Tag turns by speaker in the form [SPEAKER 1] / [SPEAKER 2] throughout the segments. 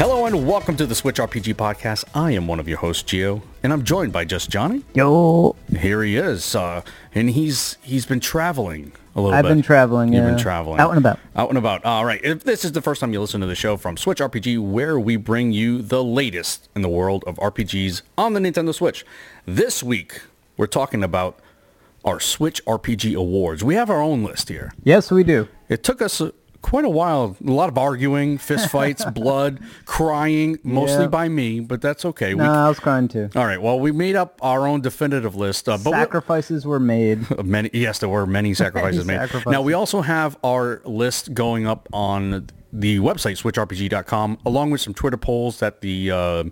[SPEAKER 1] Hello and welcome to the Switch RPG podcast. I am one of your hosts, Geo, and I'm joined by just Johnny.
[SPEAKER 2] Yo,
[SPEAKER 1] Here he is, uh, and he's he's been traveling a little
[SPEAKER 2] I've
[SPEAKER 1] bit.
[SPEAKER 2] been traveling,
[SPEAKER 1] You've been
[SPEAKER 2] yeah.
[SPEAKER 1] traveling
[SPEAKER 2] Out and about.
[SPEAKER 1] Out and about. All right. If this is the first time you listen to the show from Switch RPG, where we bring you the latest in the world of RPGs on the Nintendo Switch, this week we're talking about our Switch RPG awards. We have our own list here.
[SPEAKER 2] yes, we do.
[SPEAKER 1] It took us uh, quite a while, a lot of arguing, fistfights, blood, crying, mostly
[SPEAKER 2] Yeah.
[SPEAKER 1] by me, but that's okay.
[SPEAKER 2] No, I was crying too.
[SPEAKER 1] We, all right, well, we made up our own definitive list. Uh, but we'll-
[SPEAKER 2] Sacrifices were made.
[SPEAKER 1] many yes there were many sacrifices made
[SPEAKER 2] sacrifices.
[SPEAKER 1] now we also have our list going up on the website switchrpg.com along with some twitter polls that the uh,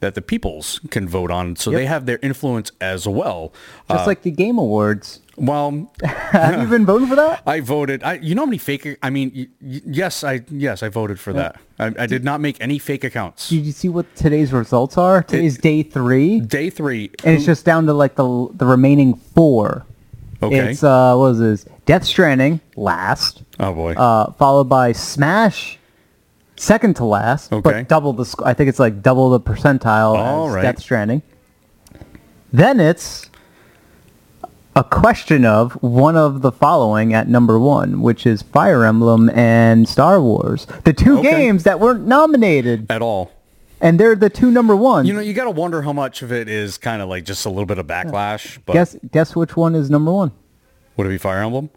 [SPEAKER 1] that the peoples can vote on so they have their influence as well Uh,
[SPEAKER 2] Just like the Game Awards.
[SPEAKER 1] well
[SPEAKER 2] Have you been voting for that?
[SPEAKER 1] i voted i you know how many fake i mean y- y- yes i yes i voted for that I, I did not make any fake accounts
[SPEAKER 2] Did you see what today's results are? Today's day three,
[SPEAKER 1] day three
[SPEAKER 2] and it's just down to like the the remaining four.
[SPEAKER 1] Okay.
[SPEAKER 2] It's uh, what is this? Death Stranding last,
[SPEAKER 1] oh boy
[SPEAKER 2] uh, followed by Smash, second to last,
[SPEAKER 1] Okay.
[SPEAKER 2] but double the. Sc- I think it's like double the percentile
[SPEAKER 1] All
[SPEAKER 2] as
[SPEAKER 1] right.
[SPEAKER 2] Death Stranding. Then it's a question of one of the following at number one, which is Fire Emblem and Star Wars, the two
[SPEAKER 1] Okay.
[SPEAKER 2] games that weren't nominated,
[SPEAKER 1] at all
[SPEAKER 2] and they're the two number ones.
[SPEAKER 1] you know you got to wonder how much of it is kind of like just a little bit of backlash but
[SPEAKER 2] guess guess which one is number one?
[SPEAKER 1] Would it be Fire Emblem?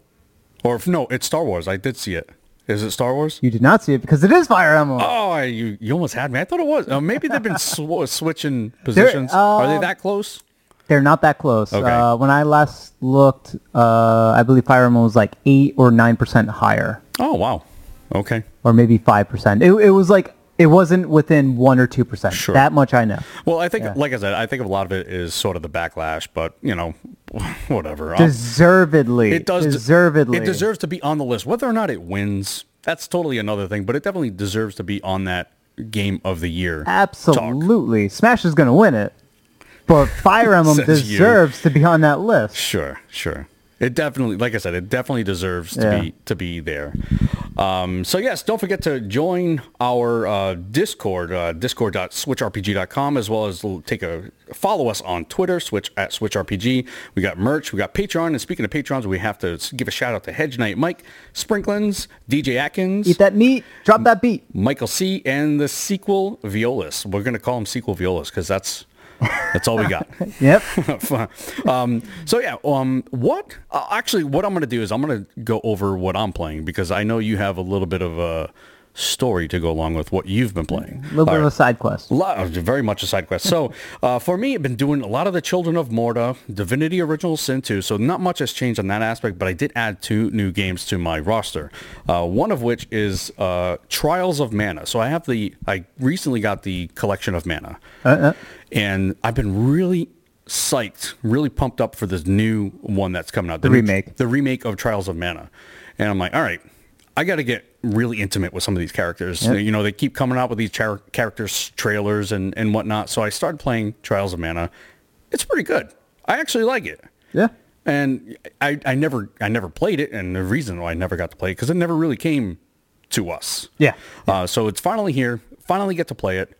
[SPEAKER 1] Or if no, it's Star Wars. I did see it. Is it Star Wars?
[SPEAKER 2] You did not see it because it is Fire Emblem.
[SPEAKER 1] Oh, I, you you almost had me. I thought it was. Uh, maybe they've been sw- switching
[SPEAKER 2] They're,
[SPEAKER 1] positions. Are they that close?
[SPEAKER 2] They're not that close.
[SPEAKER 1] Okay.
[SPEAKER 2] Uh, when I last looked, uh, I believe Fire Emblem was like eight or nine percent higher,
[SPEAKER 1] Oh wow. Okay.
[SPEAKER 2] or maybe five percent. It, it was like it wasn't within one or two percent.
[SPEAKER 1] Sure.
[SPEAKER 2] That much I know.
[SPEAKER 1] Well, I think, like I said, I think a lot of it is sort of the backlash, but you know, whatever. Um,
[SPEAKER 2] Deservedly.
[SPEAKER 1] it does
[SPEAKER 2] deservedly.
[SPEAKER 1] It deserves to be on the list, whether or not it wins. That's totally another thing, but it definitely deserves to be on that game of the year.
[SPEAKER 2] Uh,
[SPEAKER 1] talk.
[SPEAKER 2] Absolutely. Smash is going to win it, but Fire Emblem
[SPEAKER 1] Says you.
[SPEAKER 2] deserves to be on that list.
[SPEAKER 1] Sure, sure. It definitely, like I said, it definitely deserves to
[SPEAKER 2] Yeah.
[SPEAKER 1] be to be there. Um, so yes, don't forget to join our uh, Discord, uh, discord.switchrpg.com, as well as l- take a follow us on Twitter, switch at switchrpg. We got merch, we got Patreon, and speaking of patrons, we have to s- give a shout out to Hedge Knight Mike, Sprinklins, DJ Atkins,
[SPEAKER 2] Eat that meat. Drop that beat.
[SPEAKER 1] Michael C, and the sequel Violas. We're gonna call him sequel Violas because that's that's all we got.
[SPEAKER 2] Yep.
[SPEAKER 1] um, so yeah, um, what uh, actually? What I'm going to do is I'm going to go over what I'm playing because I know you have a little bit of a story to go along with what you've been playing.
[SPEAKER 2] A little bit of a side quest.
[SPEAKER 1] Lot, very much a side quest. So uh, for me, I've been doing a lot of the Children of Morta, Divinity Original Sin 2. So not much has changed on that aspect, but I did add two new games to my roster. Uh, one of which is uh, Trials of Mana. So I have the, I recently got the collection of Mana. And I've been really psyched, really pumped up for this new one that's coming out. The, new-
[SPEAKER 2] remake.
[SPEAKER 1] the remake of Trials of Mana. And I'm like, all right, I got to get really intimate with some of these characters. You know, they keep coming out with these char- characters trailers and, and whatnot. So I started playing Trials of Mana. It's pretty good. I actually like it.
[SPEAKER 2] Yeah.
[SPEAKER 1] And I, I never I never played it, and the reason why I never got to play it because it never really came to us.
[SPEAKER 2] Yeah.
[SPEAKER 1] Uh, so it's finally here. Finally get to play it,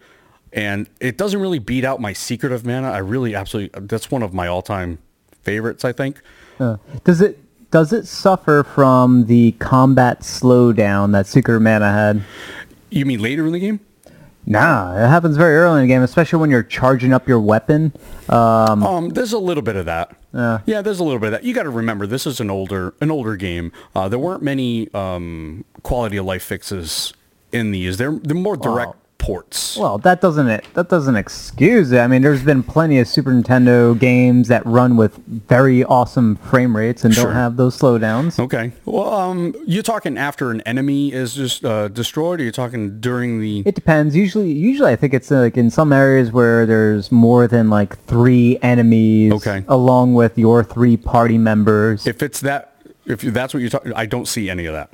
[SPEAKER 1] and it doesn't really beat out my Secret of Mana. I really absolutely that's one of my all time favorites. I think.
[SPEAKER 2] Uh, does it does it suffer from the combat slowdown that Secret of Mana had?
[SPEAKER 1] You mean later in the game?
[SPEAKER 2] Nah, it happens very early in the game, especially when you're charging up your weapon.
[SPEAKER 1] Um, there's a little bit of that. yeah, there's a little bit of that. You got to remember, this is an older an older game. Uh, there weren't many um, quality of life fixes in these. They're they're more direct ports.
[SPEAKER 2] Well, that doesn't it. That doesn't excuse it. I mean, there's been plenty of Super Nintendo games that run with very awesome frame rates and
[SPEAKER 1] Sure.
[SPEAKER 2] don't have those slowdowns.
[SPEAKER 1] Okay. Well, um, you're talking after an enemy is just uh, destroyed, or you're talking during the.
[SPEAKER 2] It depends. Usually, usually I think it's uh, like in some areas where there's more than like three enemies,
[SPEAKER 1] Okay.
[SPEAKER 2] along with your three party members.
[SPEAKER 1] If it's that, if that's what you're talking, I don't see any of that.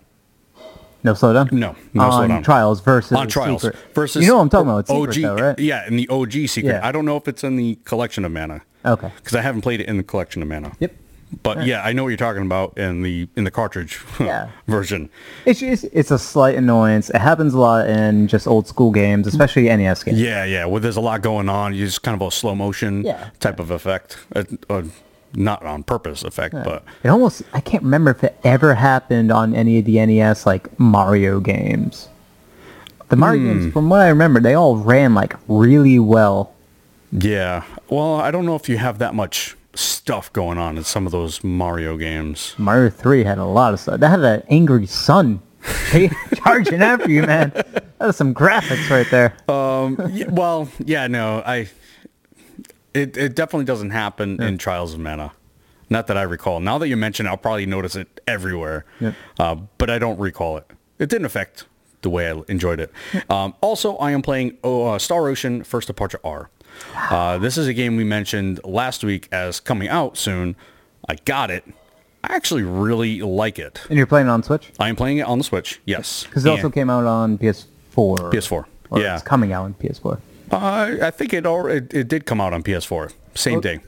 [SPEAKER 2] no slowdown.
[SPEAKER 1] No, no
[SPEAKER 2] on
[SPEAKER 1] slowdown.
[SPEAKER 2] trials versus
[SPEAKER 1] on trials
[SPEAKER 2] Secret.
[SPEAKER 1] versus E
[SPEAKER 2] You know what I'm talking about? It's
[SPEAKER 1] OG,
[SPEAKER 2] secret, though, right?
[SPEAKER 1] yeah, in the OG secret.
[SPEAKER 2] Yeah.
[SPEAKER 1] I don't know if it's in the collection of mana
[SPEAKER 2] Okay.
[SPEAKER 1] because I haven't played it in the collection of mana.
[SPEAKER 2] Yep.
[SPEAKER 1] But yeah, I know what you're talking about in the in the cartridge
[SPEAKER 2] Yeah.
[SPEAKER 1] version.
[SPEAKER 2] It's just, it's a slight annoyance. It happens a lot in just old school games, especially NES games.
[SPEAKER 1] Yeah, yeah. Well, there's a lot going on. You just kind of a slow motion
[SPEAKER 2] Yeah.
[SPEAKER 1] type of effect, uh, uh, not on purpose effect, but
[SPEAKER 2] It almost I can't remember if it ever happened on any of the NES like Mario games. The Mario
[SPEAKER 1] Hmm.
[SPEAKER 2] games, from what I remember, they all ran like really well.
[SPEAKER 1] yeah. Well, I don't know if you have that much stuff going on in some of those Mario games.
[SPEAKER 2] Mario Three had a lot of stuff. That had an angry son They charging after you, man. That was some graphics right there.
[SPEAKER 1] Uh, yeah, well, yeah, no, I. It it definitely doesn't happen in Trials of Mana, not that I recall. Now that you mention it, I'll probably notice it everywhere,
[SPEAKER 2] Yeah.
[SPEAKER 1] uh, but I don't recall it. It didn't affect the way I enjoyed it. Um, also, I am playing oh, uh, Star Ocean First Departure R. Uh, this is a game we mentioned last week as coming out soon. I got it. I actually really like it.
[SPEAKER 2] and you're playing it on Switch
[SPEAKER 1] I am playing it on the Switch. Yes,
[SPEAKER 2] because it also
[SPEAKER 1] And
[SPEAKER 2] came out on PS4.
[SPEAKER 1] PS4.
[SPEAKER 2] Or
[SPEAKER 1] yeah,
[SPEAKER 2] it's coming out on PS4.
[SPEAKER 1] uh, I think it, al- it it did come out on PS4 same
[SPEAKER 2] Oh.
[SPEAKER 1] day.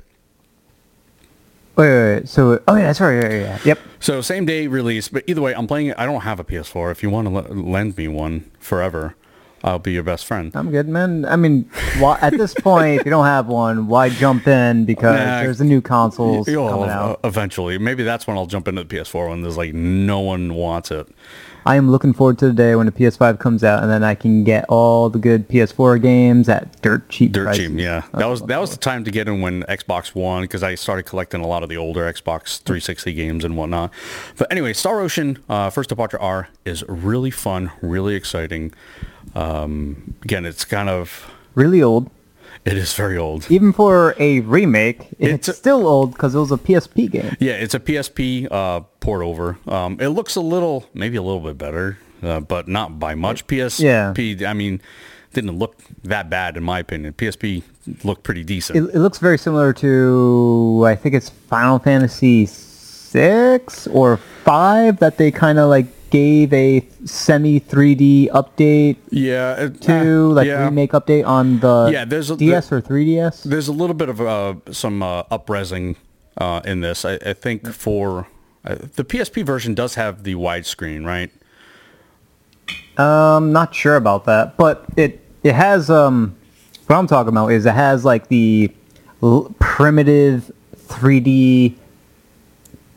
[SPEAKER 2] Wait, wait, wait. So, oh yeah, that's right. Yeah, yeah, yeah. Yep.
[SPEAKER 1] So same day release, but either way, I'm playing it. I don't have a PS4. If you want to l- lend me one forever, I'll be your best friend.
[SPEAKER 2] I'm good, man. I mean, why, at this point, if you don't have one, why jump in? Because
[SPEAKER 1] Nah.
[SPEAKER 2] there's a new console
[SPEAKER 1] You'll-
[SPEAKER 2] coming out.
[SPEAKER 1] Eventually, maybe that's when I'll jump into the PS4 when there's like no one wants it.
[SPEAKER 2] I am looking forward to the day when the PS5 comes out, and then I can get all the good PS4 games at dirt cheap
[SPEAKER 1] Dirt
[SPEAKER 2] prices.
[SPEAKER 1] cheap, yeah. That was that was the time to get in when Xbox One because I started collecting a lot of the older Xbox 360 games and whatnot. But anyway, Star Ocean uh, First Departure R is really fun, really exciting. Um, again, it's kind of
[SPEAKER 2] Really old.
[SPEAKER 1] it is very old.
[SPEAKER 2] Even for a remake, it's,
[SPEAKER 1] It's-
[SPEAKER 2] still old because it was a PSP game.
[SPEAKER 1] Yeah, it's a PSP uh, port over. Um, it looks a little, maybe a little bit better, uh, but not by much. PSP, I mean, didn't look that bad in my opinion. PSP looked pretty decent.
[SPEAKER 2] It, it looks very similar to, I think it's Final Fantasy six or five that they kind of like gave a semi 3D update
[SPEAKER 1] yeah, it,
[SPEAKER 2] two
[SPEAKER 1] eh,
[SPEAKER 2] like
[SPEAKER 1] yeah.
[SPEAKER 2] remake update on the
[SPEAKER 1] Yeah, there's a-
[SPEAKER 2] DS or 3DS.
[SPEAKER 1] There's a little bit of uh, some uh, upresing uh, in this. I, I think
[SPEAKER 2] Mm-hmm.
[SPEAKER 1] for uh, the PSP version does have the widescreen, right?
[SPEAKER 2] I'm not sure about that, but it it has um what I'm talking about is it has like the l- primitive 3D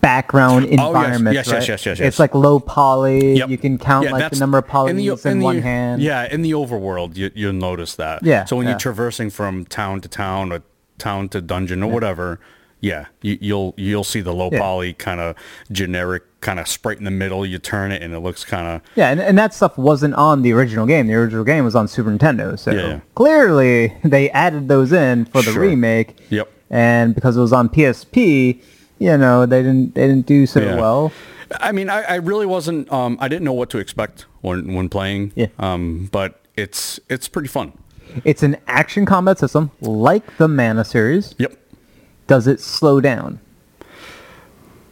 [SPEAKER 2] background
[SPEAKER 1] Oh, yes,
[SPEAKER 2] environment.
[SPEAKER 1] yes, yes,
[SPEAKER 2] right?
[SPEAKER 1] yes, yes, yes.
[SPEAKER 2] It's like low poly.
[SPEAKER 1] Yep.
[SPEAKER 2] You can count
[SPEAKER 1] Yeah,
[SPEAKER 2] like the
[SPEAKER 1] that's-
[SPEAKER 2] number of
[SPEAKER 1] in the-
[SPEAKER 2] polygons in,
[SPEAKER 1] in the-
[SPEAKER 2] one hand.
[SPEAKER 1] Yeah, in the overworld, you, you'll notice that.
[SPEAKER 2] Yeah,
[SPEAKER 1] So when
[SPEAKER 2] yeah.
[SPEAKER 1] you're traversing from town to town or town to dungeon or whatever, yeah, you, you'll you'll see the low
[SPEAKER 2] Yeah.
[SPEAKER 1] poly kind of generic kind of sprite in the middle. You turn it and it looks kind of
[SPEAKER 2] Yeah, and, and that stuff wasn't on the original game. The original game was on Super Nintendo, so
[SPEAKER 1] Yeah, yeah.
[SPEAKER 2] clearly they added those in for the
[SPEAKER 1] Sure.
[SPEAKER 2] remake.
[SPEAKER 1] Yep.
[SPEAKER 2] And because it was on PSP, you know, they didn't they didn't do so
[SPEAKER 1] Yeah.
[SPEAKER 2] well.
[SPEAKER 1] I mean, I, I really wasn't. Um, I didn't know what to expect when when playing.
[SPEAKER 2] Yeah.
[SPEAKER 1] Um, but it's it's pretty fun.
[SPEAKER 2] It's an action combat system like the Mana series.
[SPEAKER 1] Yep.
[SPEAKER 2] Does it slow down?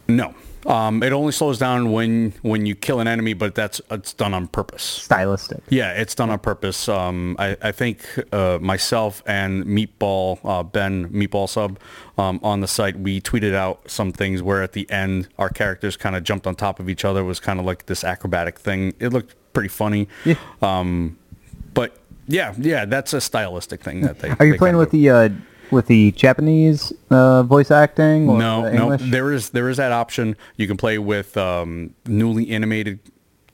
[SPEAKER 1] No. Um, it only slows down when when you kill an enemy, but that's it's done on purpose.
[SPEAKER 2] Stylistic.
[SPEAKER 1] Yeah, it's done on purpose. Um, I, I think uh, myself and Meatball, uh, Ben Meatball Sub, um, on the site, we tweeted out some things where at the end our characters kind of jumped on top of each other. It was kind of like this acrobatic thing. It looked pretty funny.
[SPEAKER 2] Yeah.
[SPEAKER 1] Um, but yeah, yeah, that's a stylistic thing that they.
[SPEAKER 2] Are you playing with the uh, with the Japanese uh, voice acting or
[SPEAKER 1] No,
[SPEAKER 2] the
[SPEAKER 1] no.
[SPEAKER 2] uh, English?
[SPEAKER 1] There is there is that option. You can play with um, newly animated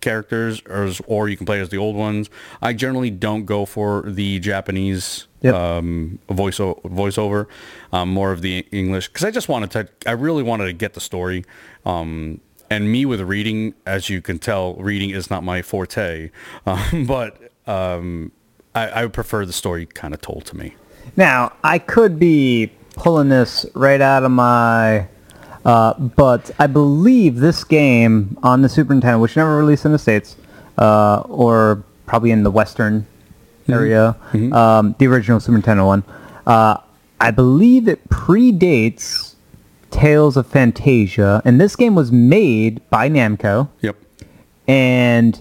[SPEAKER 1] characters, or as- or you can play as the old ones. I generally don't go for the Japanese
[SPEAKER 2] Yep.
[SPEAKER 1] um, voice voiceover, um, more of the English because I just wanted to. I really wanted to get the story. Um, and me with reading, as you can tell, reading is not my forte. Um, but um, I, I would prefer the story kind of told to me.
[SPEAKER 2] Now, I could be pulling this right out of my... Uh, but I believe this game on the Super Nintendo, which never released in the States, uh, or probably in the Western
[SPEAKER 1] Mm-hmm.
[SPEAKER 2] area, um, the original Super Nintendo one, uh, I believe it predates Tales of Fantasia. And this game was made by Namco
[SPEAKER 1] Yep.
[SPEAKER 2] and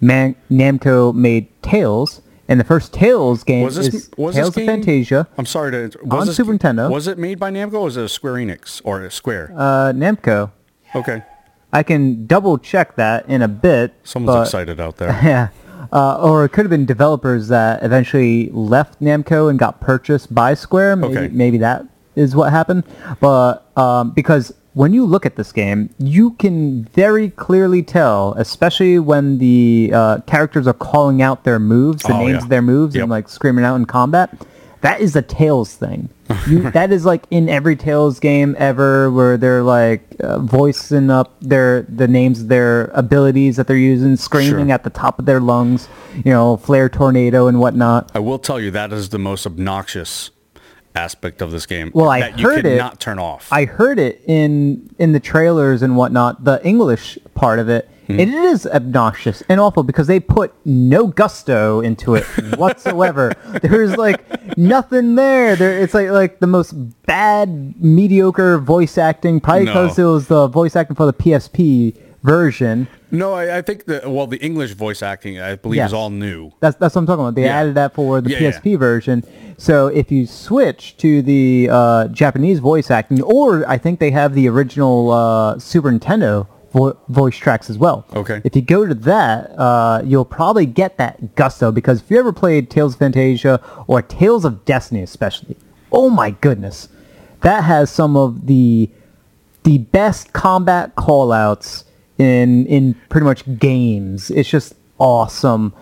[SPEAKER 2] Man- Namco made Tails, and the first Tails game
[SPEAKER 1] Was this
[SPEAKER 2] is
[SPEAKER 1] was
[SPEAKER 2] Tails
[SPEAKER 1] this game,
[SPEAKER 2] of Fantasia.
[SPEAKER 1] I'm sorry to inter-
[SPEAKER 2] on
[SPEAKER 1] was this-
[SPEAKER 2] Super Nintendo.
[SPEAKER 1] Was it made by Namco or was it a Square Enix or a Square?
[SPEAKER 2] Uh, Namco.
[SPEAKER 1] okay.
[SPEAKER 2] I can double check that in a bit.
[SPEAKER 1] Someone's
[SPEAKER 2] but-
[SPEAKER 1] excited out there.
[SPEAKER 2] Yeah. Uh, or it could have been developers that eventually left Namco and got purchased by Square. Maybe,
[SPEAKER 1] Okay.
[SPEAKER 2] maybe that is what happened. But um, because when you look at this game, you can very clearly tell, especially when the uh, characters are calling out their moves, the
[SPEAKER 1] Oh,
[SPEAKER 2] names
[SPEAKER 1] yeah.
[SPEAKER 2] of their moves,
[SPEAKER 1] Yep.
[SPEAKER 2] and like screaming out in combat. That is a Tails thing. You, that is like in every Tails game ever, where they're like uh, voicing up their the names, of their abilities that they're using, screaming
[SPEAKER 1] Sure.
[SPEAKER 2] at the top of their lungs, you know, flare tornado and whatnot.
[SPEAKER 1] I will tell you that is the most obnoxious aspect of this game.
[SPEAKER 2] Well, I
[SPEAKER 1] that
[SPEAKER 2] heard
[SPEAKER 1] you
[SPEAKER 2] it.
[SPEAKER 1] cannot turn off.
[SPEAKER 2] I heard it in in the trailers and whatnot, the English part of it. and It is obnoxious and awful because they put no gusto into it whatsoever. There's like nothing there. There, it's like like the most bad, mediocre voice acting. Probably
[SPEAKER 1] No.
[SPEAKER 2] because it was the voice acting for the PSP version.
[SPEAKER 1] no, I, I think that well, the English voice acting I believe
[SPEAKER 2] Yes.
[SPEAKER 1] is all new.
[SPEAKER 2] That's that's what I'm talking about. They
[SPEAKER 1] Yeah.
[SPEAKER 2] added that for the
[SPEAKER 1] Yeah, yeah.
[SPEAKER 2] PSP version. So if you switch to the uh, Japanese voice acting, or I think they have the original uh, Super Nintendo vo- voice tracks as well.
[SPEAKER 1] Okay.
[SPEAKER 2] If you go to that, uh, you'll probably get that gusto because if you ever played Tales of Fantasia or Tales of Destiny, especially, oh my goodness, that has some of the the best combat callouts in in pretty much games. It's just awesome.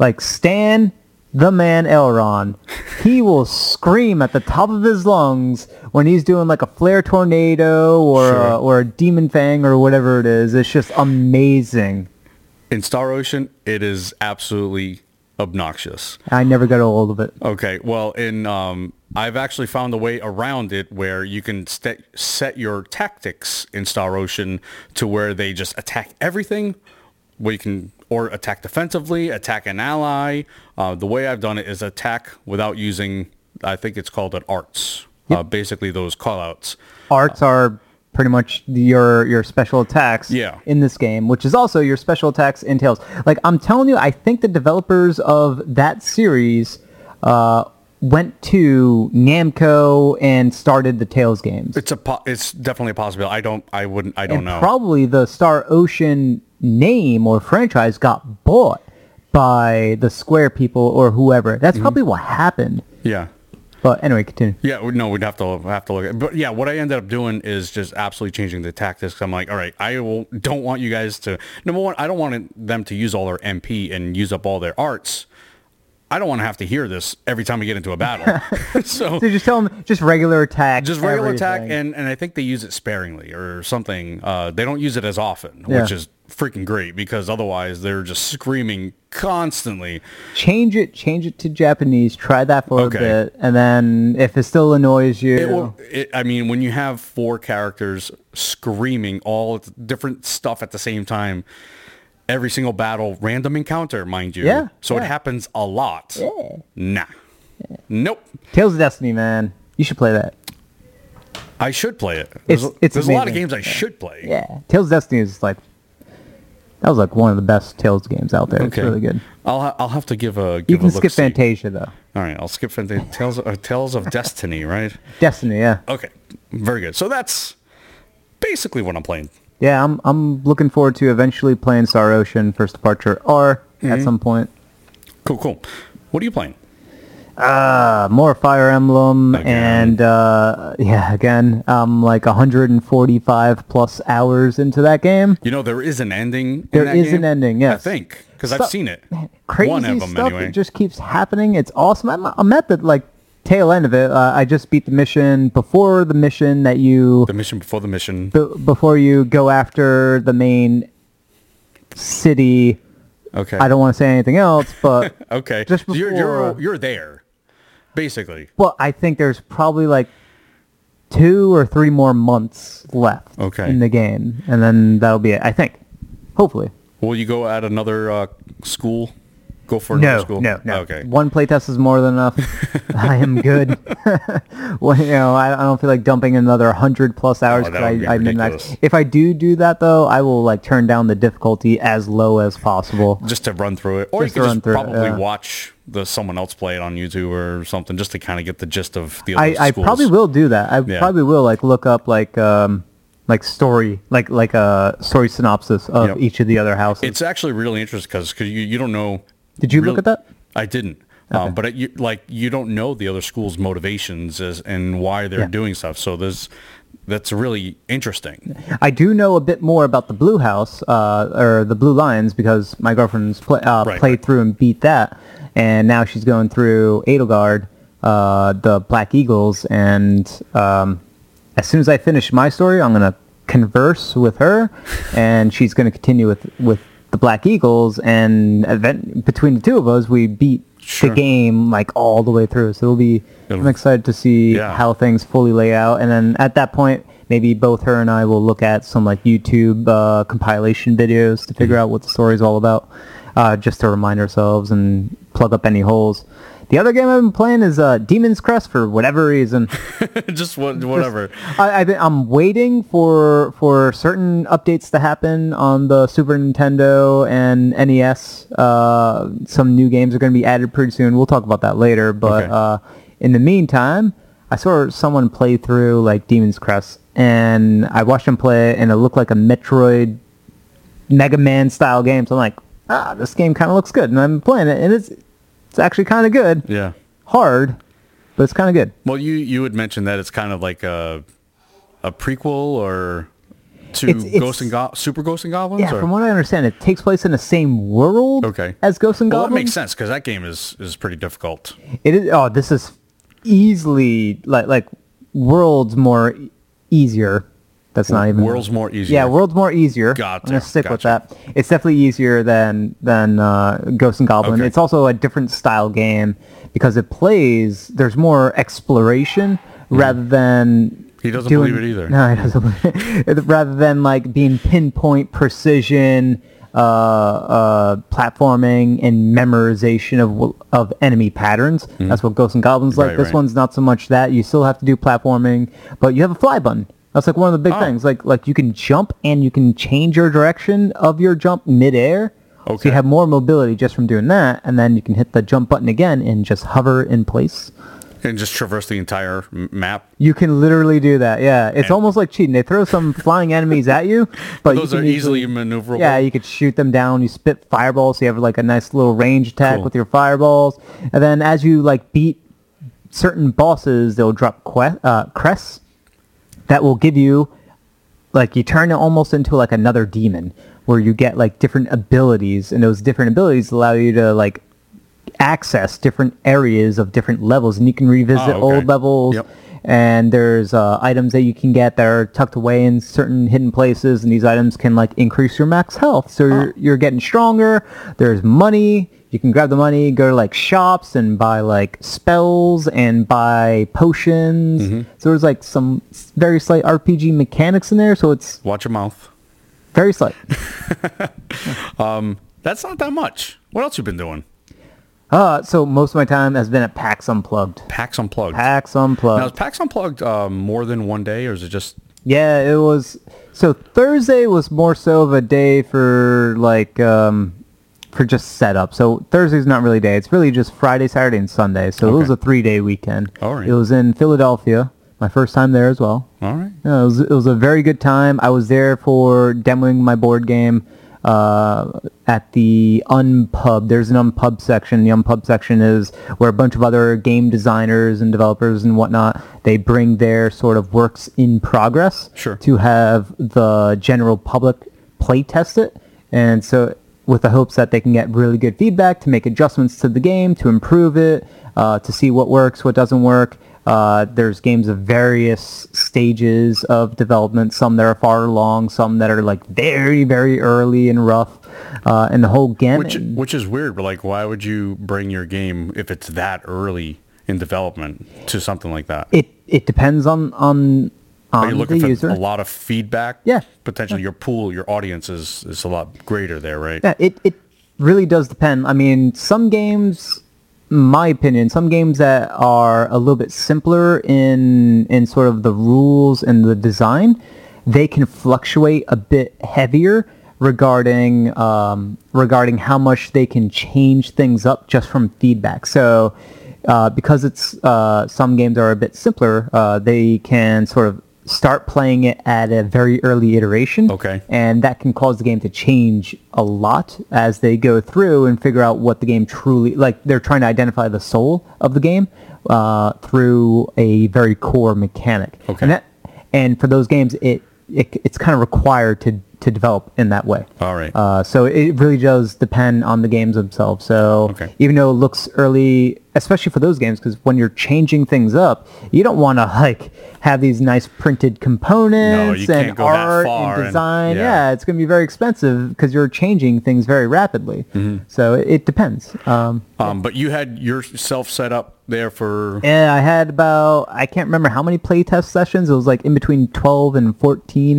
[SPEAKER 2] Like Stan the man Elron, he will scream at the top of his lungs when he's doing like a flare tornado or
[SPEAKER 1] Sure.
[SPEAKER 2] a, or a demon fang or whatever it is. It's just amazing.
[SPEAKER 1] In Star Ocean, it is absolutely obnoxious.
[SPEAKER 2] I never got old of it.
[SPEAKER 1] Okay, well, in um, I've actually found a way around it where you can st- set your tactics in Star Ocean to where they just attack everything, where you can or attack defensively, attack an ally. Uh, the way I've done it is attack without using. I think it's called an arts. Uh, basically, those callouts.
[SPEAKER 2] Arts are pretty much your your special attacks
[SPEAKER 1] Yeah.
[SPEAKER 2] in this game, which is also your special attacks in Tails. Like I'm telling you, I think the developers of that series uh, went to Namco and started the Tails games.
[SPEAKER 1] It's a. Po- it's definitely a possibility. I don't. I wouldn't. I don't
[SPEAKER 2] and
[SPEAKER 1] know.
[SPEAKER 2] probably the Star Ocean name or franchise got bought by the Square people or whoever. That's
[SPEAKER 1] Mm-hmm.
[SPEAKER 2] probably what happened.
[SPEAKER 1] yeah.
[SPEAKER 2] But anyway, continue.
[SPEAKER 1] Yeah, we- no, we'd have to have to look at. But yeah, what I ended up doing is just absolutely changing the tactics. I'm like, all right, I will, don't want you guys to. Number one, I don't want it- them to use all their MP and use up all their arts. I don't want to have to hear this every time we get into a battle. so
[SPEAKER 2] So just tell them just regular attack.
[SPEAKER 1] just regular attack,
[SPEAKER 2] everything.
[SPEAKER 1] and and I think they use it sparingly or something. Uh, they don't use it as often,
[SPEAKER 2] Yeah.
[SPEAKER 1] which is freaking great because otherwise they're just screaming constantly.
[SPEAKER 2] change it, change it to Japanese. Try that for
[SPEAKER 1] Okay.
[SPEAKER 2] a bit, and then if it still annoys you,
[SPEAKER 1] It will, it, I mean, when you have four characters screaming all th- different stuff at the same time, every single battle, random encounter, mind you.
[SPEAKER 2] Yeah,
[SPEAKER 1] So it
[SPEAKER 2] yeah.
[SPEAKER 1] happens a lot. Nah. Nope.
[SPEAKER 2] Tales of Destiny, man, you should play that.
[SPEAKER 1] I should play it. There's,
[SPEAKER 2] It's- it's
[SPEAKER 1] there's a lot of
[SPEAKER 2] amazing.
[SPEAKER 1] games I should play.
[SPEAKER 2] Yeah, Tales of Destiny is like that was like one of the best Tales games out there. It's really good.
[SPEAKER 1] I'll ha- I'll have to give a give
[SPEAKER 2] You can
[SPEAKER 1] a
[SPEAKER 2] skip
[SPEAKER 1] look-see.
[SPEAKER 2] Fantasia though.
[SPEAKER 1] All right, I'll skip Fantasia. Tales of, uh, Tales of Destiny, right?
[SPEAKER 2] Destiny, yeah,
[SPEAKER 1] Okay, very good. So that's basically what I'm playing.
[SPEAKER 2] yeah. I'm I'm looking forward to eventually playing Star Ocean First Departure or
[SPEAKER 1] Mm-hmm.
[SPEAKER 2] at some point.
[SPEAKER 1] Cool, cool. What are you playing?
[SPEAKER 2] Uh, more Fire Emblem
[SPEAKER 1] Again.
[SPEAKER 2] and uh, yeah, again, I'm like 145 plus hours into that game.
[SPEAKER 1] You know, there is an ending.
[SPEAKER 2] There
[SPEAKER 1] in that
[SPEAKER 2] is an
[SPEAKER 1] game,
[SPEAKER 2] ending,
[SPEAKER 1] I
[SPEAKER 2] yes.
[SPEAKER 1] think because I've
[SPEAKER 2] Stuff-
[SPEAKER 1] seen it.
[SPEAKER 2] crazy
[SPEAKER 1] One of them,
[SPEAKER 2] stuff
[SPEAKER 1] anyway.
[SPEAKER 2] that just keeps happening. It's awesome. I'm, I'm at the like tail end of it. Uh, I just beat the mission before the mission that you
[SPEAKER 1] the mission before the mission.
[SPEAKER 2] b- before you go after the main city
[SPEAKER 1] Okay.
[SPEAKER 2] I don't want to say anything else, but
[SPEAKER 1] Okay.
[SPEAKER 2] Just
[SPEAKER 1] So you're, you're
[SPEAKER 2] before-
[SPEAKER 1] you're there, basically.
[SPEAKER 2] Well, I think there's probably like two or three more months left
[SPEAKER 1] Okay.
[SPEAKER 2] in the game, and then that'll be it. I think, hopefully.
[SPEAKER 1] Will you go at another uh, school? Go for another
[SPEAKER 2] No,
[SPEAKER 1] school?
[SPEAKER 2] no, no.
[SPEAKER 1] Okay.
[SPEAKER 2] One playtest is more than enough. I am good. well, you know, I, I don't feel like dumping another hundred plus hours.
[SPEAKER 1] Oh, that
[SPEAKER 2] 'cause
[SPEAKER 1] would be
[SPEAKER 2] I, I min-max.
[SPEAKER 1] ridiculous.
[SPEAKER 2] If I do do that though, I will like turn down the difficulty as low as possible.
[SPEAKER 1] Just to run through it, or
[SPEAKER 2] Just to
[SPEAKER 1] you could
[SPEAKER 2] run
[SPEAKER 1] just
[SPEAKER 2] through it,
[SPEAKER 1] probably
[SPEAKER 2] yeah.
[SPEAKER 1] watch the someone else play it on YouTube or something, just to kind of get the gist of the.
[SPEAKER 2] I,
[SPEAKER 1] other
[SPEAKER 2] I
[SPEAKER 1] schools.
[SPEAKER 2] probably will do that. I
[SPEAKER 1] Yeah.
[SPEAKER 2] probably will like look up like um like story like like a story synopsis of
[SPEAKER 1] Yep.
[SPEAKER 2] each of the other houses.
[SPEAKER 1] It's actually really interesting because you, you don't know.
[SPEAKER 2] Did you look
[SPEAKER 1] real-
[SPEAKER 2] at that?
[SPEAKER 1] I didn't. Um, but it, you, like you don't know the other school's motivations as, and why they're
[SPEAKER 2] Yeah.
[SPEAKER 1] doing stuff. So there's that's really interesting.
[SPEAKER 2] I do know a bit more about the Blue House uh, or the Blue Lions because my girlfriend's pla uh,
[SPEAKER 1] Right,
[SPEAKER 2] played
[SPEAKER 1] right.
[SPEAKER 2] through and beat that, and now she's going through Edelgard, uh, the Black Eagles, and um, as soon as I finish my story, I'm gonna converse with her, and she's gonna continue with with the Black Eagles, and event between the two of us, we beat.
[SPEAKER 1] Sure.
[SPEAKER 2] The game like all the way through, so it'll be. I'm
[SPEAKER 1] It'll-
[SPEAKER 2] excited to see
[SPEAKER 1] Yeah.
[SPEAKER 2] how things fully lay out. And then at that point, maybe both her and I will look at some like YouTube uh, compilation videos to figure out what the story's all about, uh, just to remind ourselves and plug up any holes. The other game I've been playing is uh, Demon's Crest for whatever reason.
[SPEAKER 1] just what, whatever.
[SPEAKER 2] I, I've been, I'm waiting for for certain updates to happen on the Super Nintendo and NES. Uh, some new games are going to be added pretty soon. We'll talk about that later. But
[SPEAKER 1] Okay.
[SPEAKER 2] uh, in the meantime, I saw someone play through like Demon's Crest, and I watched him play, it, and it looked like a Metroid Mega Man style game. So I'm like, ah, this game kind of looks good, and I'm playing it, and it's it's actually kind of good.
[SPEAKER 1] yeah.
[SPEAKER 2] Hard, but it's kind of good.
[SPEAKER 1] Well, you you had mentioned that it's kind of like a a prequel or to
[SPEAKER 2] It's- it's-
[SPEAKER 1] Ghost and Go- Super Ghost and Goblins.
[SPEAKER 2] Yeah,
[SPEAKER 1] or?
[SPEAKER 2] from what I understand, it takes place in the same world
[SPEAKER 1] Okay.
[SPEAKER 2] as Ghosts and
[SPEAKER 1] well, that
[SPEAKER 2] Goblins.
[SPEAKER 1] makes sense because that game is is pretty difficult.
[SPEAKER 2] It is. Oh, this is easily like like worlds more e- easier. That's not even
[SPEAKER 1] World's more easier.
[SPEAKER 2] Yeah, world's more easier.
[SPEAKER 1] Gotcha,
[SPEAKER 2] I'm gonna stick with that. It's definitely easier than than uh, Ghosts and Goblin.
[SPEAKER 1] Okay.
[SPEAKER 2] It's also a different style game because it plays. There's more exploration rather than.
[SPEAKER 1] Hmm. He doesn't
[SPEAKER 2] doing-
[SPEAKER 1] believe it either.
[SPEAKER 2] No, he doesn't. believe it. rather than like being pinpoint precision, uh, uh, platforming, and memorization of of enemy patterns. That's what Ghosts and Goblins like.
[SPEAKER 1] Hmm. Right,
[SPEAKER 2] this
[SPEAKER 1] right.
[SPEAKER 2] one's not so much that. You still have to do platforming, but you have a fly button. That's like one of the big
[SPEAKER 1] Oh.
[SPEAKER 2] things. Like like you can jump and you can change your direction of your jump midair. So
[SPEAKER 1] Okay.
[SPEAKER 2] you have more mobility just from doing that, and then you can hit the jump button again and just hover in place.
[SPEAKER 1] And just traverse the entire m- map.
[SPEAKER 2] You can literally do that. Yeah, it's
[SPEAKER 1] And-
[SPEAKER 2] almost like cheating. They throw some flying enemies at you, but
[SPEAKER 1] Those
[SPEAKER 2] Oh, you
[SPEAKER 1] are
[SPEAKER 2] can
[SPEAKER 1] easily maneuverable.
[SPEAKER 2] yeah, you could shoot them down. You spit fireballs, so you have like a nice little range attack
[SPEAKER 1] Cool.
[SPEAKER 2] with your fireballs. And then as you like beat certain bosses, they'll drop que- uh, crests that will give you like you turn it almost into like another demon where you get like different abilities, and those different abilities allow you to like access different areas of different levels, and you can revisit
[SPEAKER 1] Oh, okay.
[SPEAKER 2] old levels
[SPEAKER 1] Yep.
[SPEAKER 2] and there's uh, items that you can get that are tucked away in certain hidden places and these items can like increase your max health so
[SPEAKER 1] Oh.
[SPEAKER 2] you're, you're getting stronger there's money you can grab the money go to like shops and buy like spells and buy potions
[SPEAKER 1] Mm-hmm.
[SPEAKER 2] so there's like some s- very slight rpg mechanics in there so it's
[SPEAKER 1] Watch your mouth.
[SPEAKER 2] very slight
[SPEAKER 1] That's not that much. What else you been doing?
[SPEAKER 2] uh, so most of my time has been at pax unplugged
[SPEAKER 1] PAX Unplugged.
[SPEAKER 2] pax
[SPEAKER 1] now
[SPEAKER 2] unplugged
[SPEAKER 1] is PAX Unplugged uh, more than one day, or is it just?
[SPEAKER 2] Yeah, it was. So Thursday was more so of a day for like um, for just setup. So Thursday's not really a day. It's really just Friday, Saturday, and Sunday. So it was a
[SPEAKER 1] Okay.
[SPEAKER 2] three day weekend.
[SPEAKER 1] All right.
[SPEAKER 2] It was in Philadelphia. My first time there as well.
[SPEAKER 1] All right.
[SPEAKER 2] Yeah, it was it was a very good time. I was there for demoing my board game uh, at the unpub. There's an unpub section. The unpub section is where a bunch of other game designers and developers and whatnot they bring their sort of works in progress
[SPEAKER 1] Sure.
[SPEAKER 2] to have the general public play test it, and so with the hopes that they can get really good feedback to make adjustments to the game, to improve it, uh, to see what works, what doesn't work. Uh, there's games of various stages of development, some that are far along, some that are like very, very early and rough. uh, and the whole gamut.
[SPEAKER 1] Which, which is weird, but like, why would you bring your game if it's that early in development to something like that?
[SPEAKER 2] it it depends on on
[SPEAKER 1] Are
[SPEAKER 2] on
[SPEAKER 1] you
[SPEAKER 2] the
[SPEAKER 1] looking for
[SPEAKER 2] user.
[SPEAKER 1] a lot of feedback?
[SPEAKER 2] Yeah.
[SPEAKER 1] Potentially your pool, your audience is, is a lot greater there, right?
[SPEAKER 2] Yeah, it, it really does depend. I mean, some games, my opinion, some games that are a little bit simpler in in sort of the rules and the design, they can fluctuate a bit heavier regarding um, regarding how much they can change things up just from feedback. So. Uh, because it's uh, some games are a bit simpler, uh, they can sort of start playing it at a very early iteration,
[SPEAKER 1] Okay.
[SPEAKER 2] and that can cause the game to change a lot as they go through and figure out what the game truly like they're trying to identify the soul of the game uh, through a very core mechanic
[SPEAKER 1] Okay.
[SPEAKER 2] and, that, and for those games it, it it's kind of required to to develop in that way
[SPEAKER 1] All right.
[SPEAKER 2] uh, so it really does depend on the games themselves. So
[SPEAKER 1] Okay.
[SPEAKER 2] even though it looks early, especially for those games, because when you're changing things up, you don't want to like have these nice printed components
[SPEAKER 1] can't
[SPEAKER 2] and
[SPEAKER 1] go that
[SPEAKER 2] art
[SPEAKER 1] far
[SPEAKER 2] and
[SPEAKER 1] and-
[SPEAKER 2] design.
[SPEAKER 1] yeah.
[SPEAKER 2] yeah. it's going to be very expensive because you're changing things very rapidly.
[SPEAKER 1] Mm-hmm.
[SPEAKER 2] So it, it depends. Um,
[SPEAKER 1] Um, but you had yourself set up there for
[SPEAKER 2] yeah, I had about I can't remember how many playtest sessions. It was like in between twelve and fourteen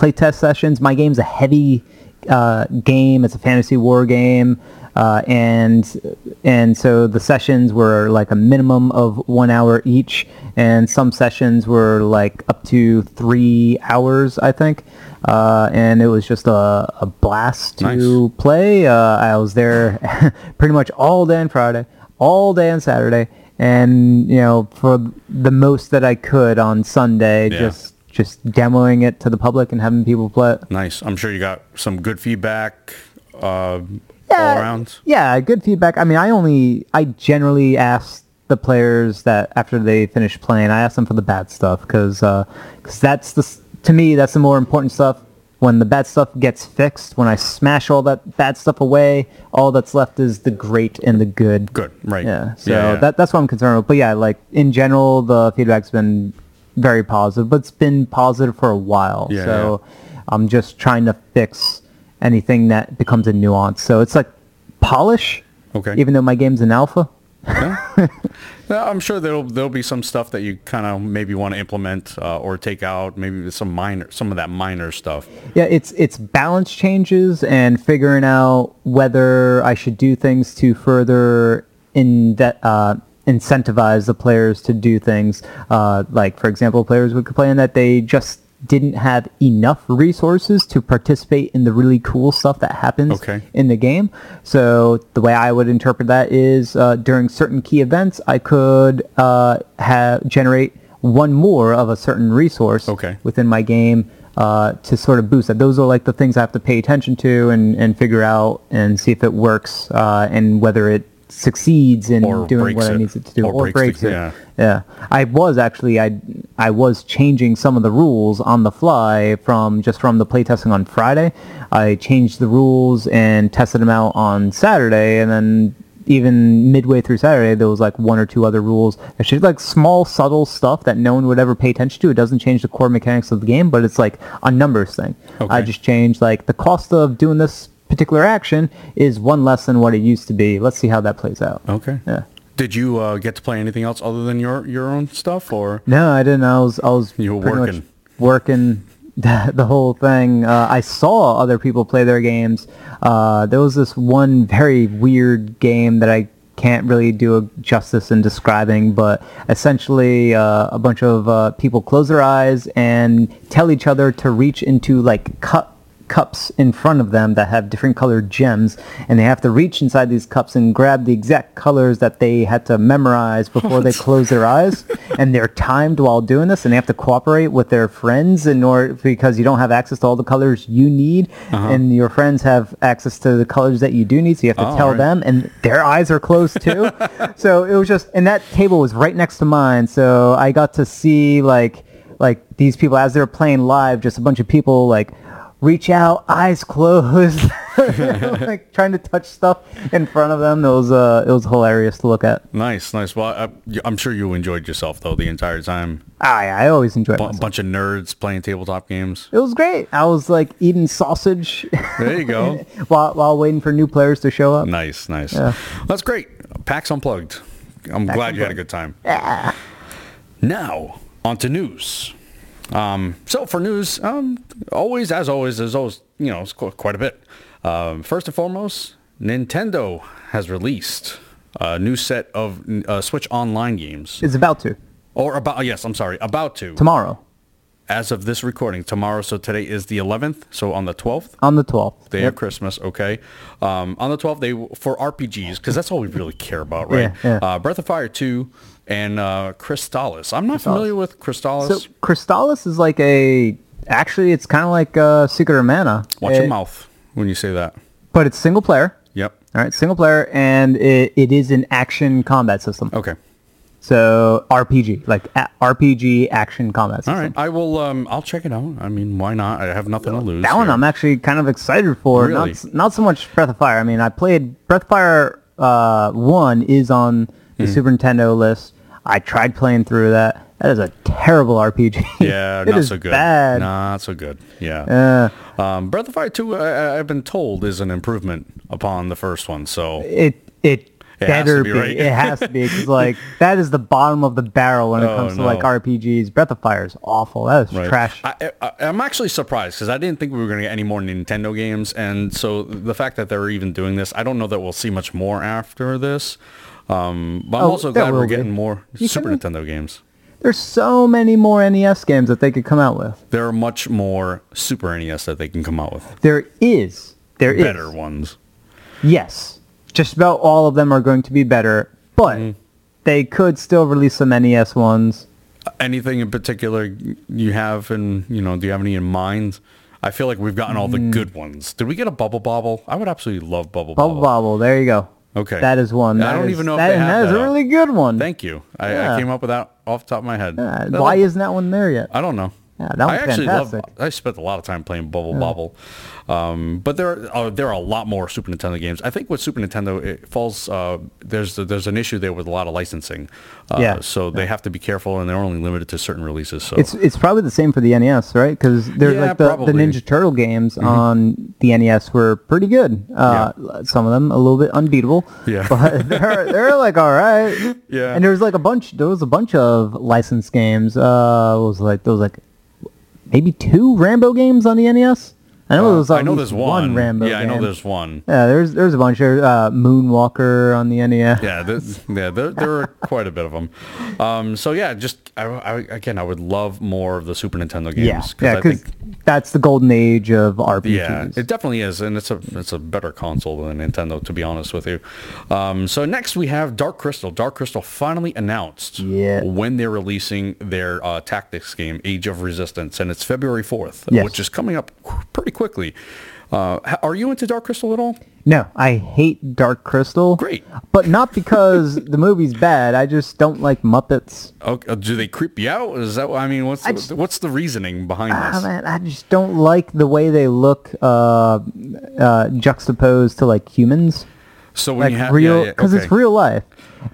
[SPEAKER 2] playtest sessions. My game's a heavy uh, game. It's a fantasy war game, uh, and and so the sessions were like a minimum of one hour each, and some sessions were like up to three hours, I think. Uh, and it was just a, a blast to
[SPEAKER 1] Nice.
[SPEAKER 2] play. Uh, I was there pretty much all day on Friday, all day on Saturday, and you know for the most that I could on Sunday,
[SPEAKER 1] Yeah.
[SPEAKER 2] just just demoing it to the public and having people play. it.
[SPEAKER 1] nice. I'm sure you got some good feedback uh, all
[SPEAKER 2] Yeah,
[SPEAKER 1] around.
[SPEAKER 2] Yeah, good feedback. I mean, I only I generally ask the players that after they finish playing, I ask them for the bad stuff because that's the s- to me that's the more important stuff. When the bad stuff gets fixed, when I smash all that bad stuff away, all that's left is the great and the good.
[SPEAKER 1] Good, right.
[SPEAKER 2] Yeah. So
[SPEAKER 1] yeah.
[SPEAKER 2] That, that's what I'm concerned with. But yeah, like in general, the feedback's been very positive, but it's been positive for a while.
[SPEAKER 1] Yeah,
[SPEAKER 2] so I'm just trying to fix anything that becomes a nuance. So it's like polish.
[SPEAKER 1] Okay.
[SPEAKER 2] Even though my game's an alpha.
[SPEAKER 1] Yeah, I'm sure there'll there'll be some stuff that you kind of maybe want to implement uh, or take out, maybe some minor some of that minor stuff.
[SPEAKER 2] Yeah, it's it's balance changes and figuring out whether I should do things to further in de- uh, incentivize the players to do things. Uh, like for example, players would complain that they just didn't have enough resources to participate in the really cool stuff that happens
[SPEAKER 1] Okay.
[SPEAKER 2] in the game. So the way I would interpret that is uh, during certain key events, I could uh, ha- generate one more of a certain resource
[SPEAKER 1] Okay.
[SPEAKER 2] within my game uh, to sort of boost that. Those are like the things I have to pay attention to and, and figure out and see if it works uh, and whether it succeeds in
[SPEAKER 1] Or
[SPEAKER 2] doing
[SPEAKER 1] breaks
[SPEAKER 2] what I
[SPEAKER 1] it.
[SPEAKER 2] need it to do
[SPEAKER 1] Or breaks the- yeah.
[SPEAKER 2] yeah. I was actually I I was changing some of the rules on the fly from just from the playtesting on Friday. I changed the rules and tested them out on Saturday and then even midway through Saturday there was like one or two other rules. It's just like small subtle stuff that no one would ever pay attention to. It doesn't change the core mechanics of the game, but it's like a numbers thing. I
[SPEAKER 1] Okay.
[SPEAKER 2] just changed like the cost of doing this particular action is one less than what it used to be. Let's see how that plays out.
[SPEAKER 1] Okay.
[SPEAKER 2] Yeah.
[SPEAKER 1] Did you uh, get to play anything else other than your your own stuff, or
[SPEAKER 2] No, I didn't. I was I was
[SPEAKER 1] You were
[SPEAKER 2] pretty
[SPEAKER 1] working.
[SPEAKER 2] much working the, the whole thing. Uh, I saw other people play their games. Uh, there was this one very weird game that I can't really do a justice in describing, but essentially uh, a bunch of uh, people close their eyes and tell each other to reach into like cup cups in front of them that have different colored gems and they have to reach inside these cups and grab the exact colors that they had to memorize before they close their eyes and they're timed while doing this and they have to cooperate with their friends in order because you don't have access to all the colors you need and your friends have access to the colors that you do need so you have to
[SPEAKER 1] Oh,
[SPEAKER 2] tell
[SPEAKER 1] right.
[SPEAKER 2] them and their eyes are closed too so it was just and that table was right next to mine so I got to see like like these people as they're playing live just a bunch of people like reach out, eyes closed. like trying to touch stuff in front of them. It was uh, it was hilarious to look at.
[SPEAKER 1] Nice, nice. Well, I, I'm sure you enjoyed yourself though the entire time.
[SPEAKER 2] I Ah, I always enjoy.
[SPEAKER 1] A
[SPEAKER 2] it.
[SPEAKER 1] bunch of nerds playing tabletop games.
[SPEAKER 2] It was great. I was like eating sausage
[SPEAKER 1] There you go.
[SPEAKER 2] while while waiting for new players to show up.
[SPEAKER 1] nice, nice.
[SPEAKER 2] Yeah.
[SPEAKER 1] That's great. PAX Unplugged. I'm glad you had a good time. Now, on to news. Um, so for news, um, always, as always, there's always, you know, it's qu- quite a bit. Um, first and foremost, Nintendo has released a new set of uh, Switch Online games.
[SPEAKER 2] It's about to
[SPEAKER 1] Or about, yes, I'm sorry, about to.
[SPEAKER 2] tomorrow
[SPEAKER 1] As of this recording, tomorrow, so today is the 11th, so on the 12th,
[SPEAKER 2] on the twelfth.
[SPEAKER 1] day of Christmas, okay? Um, on the 12th, they for RPGs, because that's all we really care about, right?
[SPEAKER 2] Yeah, yeah.
[SPEAKER 1] Uh, Breath of Fire 2 and uh, Crystallis. I'm not familiar with
[SPEAKER 2] So
[SPEAKER 1] Crystallis.
[SPEAKER 2] Crystallis is like a actually it's kind of like uh, Secret of Mana.
[SPEAKER 1] Watch
[SPEAKER 2] It-
[SPEAKER 1] your mouth when you say that.
[SPEAKER 2] But it's single player.
[SPEAKER 1] Yep.
[SPEAKER 2] All right, single player, and it, it is an action combat system.
[SPEAKER 1] Okay.
[SPEAKER 2] So RPG, like a- RPG action combat system.
[SPEAKER 1] All right. I will. Um. I'll check it out. I mean, why not? I have nothing to lose.
[SPEAKER 2] That one
[SPEAKER 1] here.
[SPEAKER 2] I'm actually kind of excited for.
[SPEAKER 1] Really?
[SPEAKER 2] Not s- not so much Breath of Fire. I mean, I played Breath of Fire uh, one is on
[SPEAKER 1] Mm-hmm.
[SPEAKER 2] the Super Nintendo list. I tried playing through that. That is a terrible RPG.
[SPEAKER 1] Yeah.
[SPEAKER 2] It
[SPEAKER 1] not
[SPEAKER 2] is
[SPEAKER 1] so good.
[SPEAKER 2] Bad.
[SPEAKER 1] Not so good. Yeah.
[SPEAKER 2] Uh,
[SPEAKER 1] um. Breath of Fire Two. I, I- I've been told is an improvement upon the first one. So
[SPEAKER 2] it it.
[SPEAKER 1] It has to
[SPEAKER 2] better
[SPEAKER 1] be,
[SPEAKER 2] be,
[SPEAKER 1] right?
[SPEAKER 2] It has to be because like that is the bottom of the barrel when it
[SPEAKER 1] Oh,
[SPEAKER 2] comes
[SPEAKER 1] no.
[SPEAKER 2] to like RPGs. Breath of Fire is awful. That is
[SPEAKER 1] right.
[SPEAKER 2] trash.
[SPEAKER 1] I, I, I'm actually surprised because I didn't think we were going to get any more Nintendo games, and so the fact that they're even doing this, I don't know that we'll see much more after this. Um. But I'm
[SPEAKER 2] Oh,
[SPEAKER 1] also
[SPEAKER 2] there
[SPEAKER 1] glad we're
[SPEAKER 2] will be.
[SPEAKER 1] getting more
[SPEAKER 2] You
[SPEAKER 1] Super
[SPEAKER 2] can-
[SPEAKER 1] Nintendo games.
[SPEAKER 2] There's so many more NES games that they could come out with.
[SPEAKER 1] There are much more Super NES that they can come out with.
[SPEAKER 2] There is. There is.
[SPEAKER 1] Better ones.
[SPEAKER 2] Yes. Just about all of them are going to be better, but
[SPEAKER 1] Mm.
[SPEAKER 2] they could still release some NES ones.
[SPEAKER 1] anything in particular you have and you know do you have any in mind i feel like we've gotten all the good ones did we get a bubble bobble i would absolutely love bubble
[SPEAKER 2] Mm. Bubble
[SPEAKER 1] bobble
[SPEAKER 2] Bobble, there you go.
[SPEAKER 1] Okay.
[SPEAKER 2] That is one.
[SPEAKER 1] I
[SPEAKER 2] That
[SPEAKER 1] don't
[SPEAKER 2] is-
[SPEAKER 1] even know if
[SPEAKER 2] that,
[SPEAKER 1] they
[SPEAKER 2] and
[SPEAKER 1] have
[SPEAKER 2] that is
[SPEAKER 1] that
[SPEAKER 2] a
[SPEAKER 1] out.
[SPEAKER 2] really good one.
[SPEAKER 1] thank you I, I
[SPEAKER 2] Yeah.
[SPEAKER 1] came up with that off the top of my head
[SPEAKER 2] Uh,
[SPEAKER 1] That
[SPEAKER 2] why
[SPEAKER 1] looked-
[SPEAKER 2] isn't that one there yet?
[SPEAKER 1] i don't know
[SPEAKER 2] Yeah, that
[SPEAKER 1] I
[SPEAKER 2] one's
[SPEAKER 1] actually love.
[SPEAKER 2] fantastic.
[SPEAKER 1] I spent a lot of time playing Bubble Bobble, um, but there are uh, there are a lot more Super Nintendo games. I think with Super Nintendo, it falls uh, there's there's an issue there with a lot of licensing. Uh,
[SPEAKER 2] Yeah.
[SPEAKER 1] So they have to be careful, and they're only limited to certain releases. So
[SPEAKER 2] It's it's probably the same for the NES, right? Because there's
[SPEAKER 1] Yeah,
[SPEAKER 2] like the,
[SPEAKER 1] probably. Mm-hmm.
[SPEAKER 2] the Ninja Turtle games on the NES were pretty good. Uh, Some of them a little bit unbeatable.
[SPEAKER 1] Yeah.
[SPEAKER 2] But they're they're like all right.
[SPEAKER 1] Yeah.
[SPEAKER 2] And there was like a bunch. There was a bunch of licensed games. Uh, it was like there was like maybe two Rambo games on the NES. I know there was.
[SPEAKER 1] Uh, I
[SPEAKER 2] at
[SPEAKER 1] know
[SPEAKER 2] least
[SPEAKER 1] there's one.
[SPEAKER 2] Rambo.
[SPEAKER 1] yeah, I know
[SPEAKER 2] game.
[SPEAKER 1] there's one.
[SPEAKER 2] Yeah, there's there's a bunch of uh, Moonwalker on the E NES.
[SPEAKER 1] yeah, th yeah, there, there are quite a bit of them. Um, so yeah, just I, I, again, I would love more of the Super Nintendo
[SPEAKER 2] yeah,
[SPEAKER 1] games.
[SPEAKER 2] yeah,
[SPEAKER 1] I
[SPEAKER 2] because
[SPEAKER 1] think-
[SPEAKER 2] that's the golden age of RPGs.
[SPEAKER 1] yeah, it definitely is, and it's a it's a better console than Nintendo, to be honest with you. Um, so next we have Dark Crystal. Dark Crystal finally announced
[SPEAKER 2] Yeah.
[SPEAKER 1] when they're releasing their uh, tactics game, Age of Resistance, and it's February fourth,
[SPEAKER 2] Yes.
[SPEAKER 1] which is coming up qu- pretty quickly. Uh, h- are you into Dark Crystal at all?
[SPEAKER 2] No, I hate Dark Crystal.
[SPEAKER 1] Great.
[SPEAKER 2] But not because the movie's bad. I just don't like Muppets.
[SPEAKER 1] Okay, uh, do they creep you out? Is that I mean, what's the,
[SPEAKER 2] just-
[SPEAKER 1] what's the reasoning behind
[SPEAKER 2] Ah,
[SPEAKER 1] this?
[SPEAKER 2] man, I just don't like the way they look uh, uh, juxtaposed to like humans.
[SPEAKER 1] So when
[SPEAKER 2] Like
[SPEAKER 1] you have
[SPEAKER 2] real, because it's real life.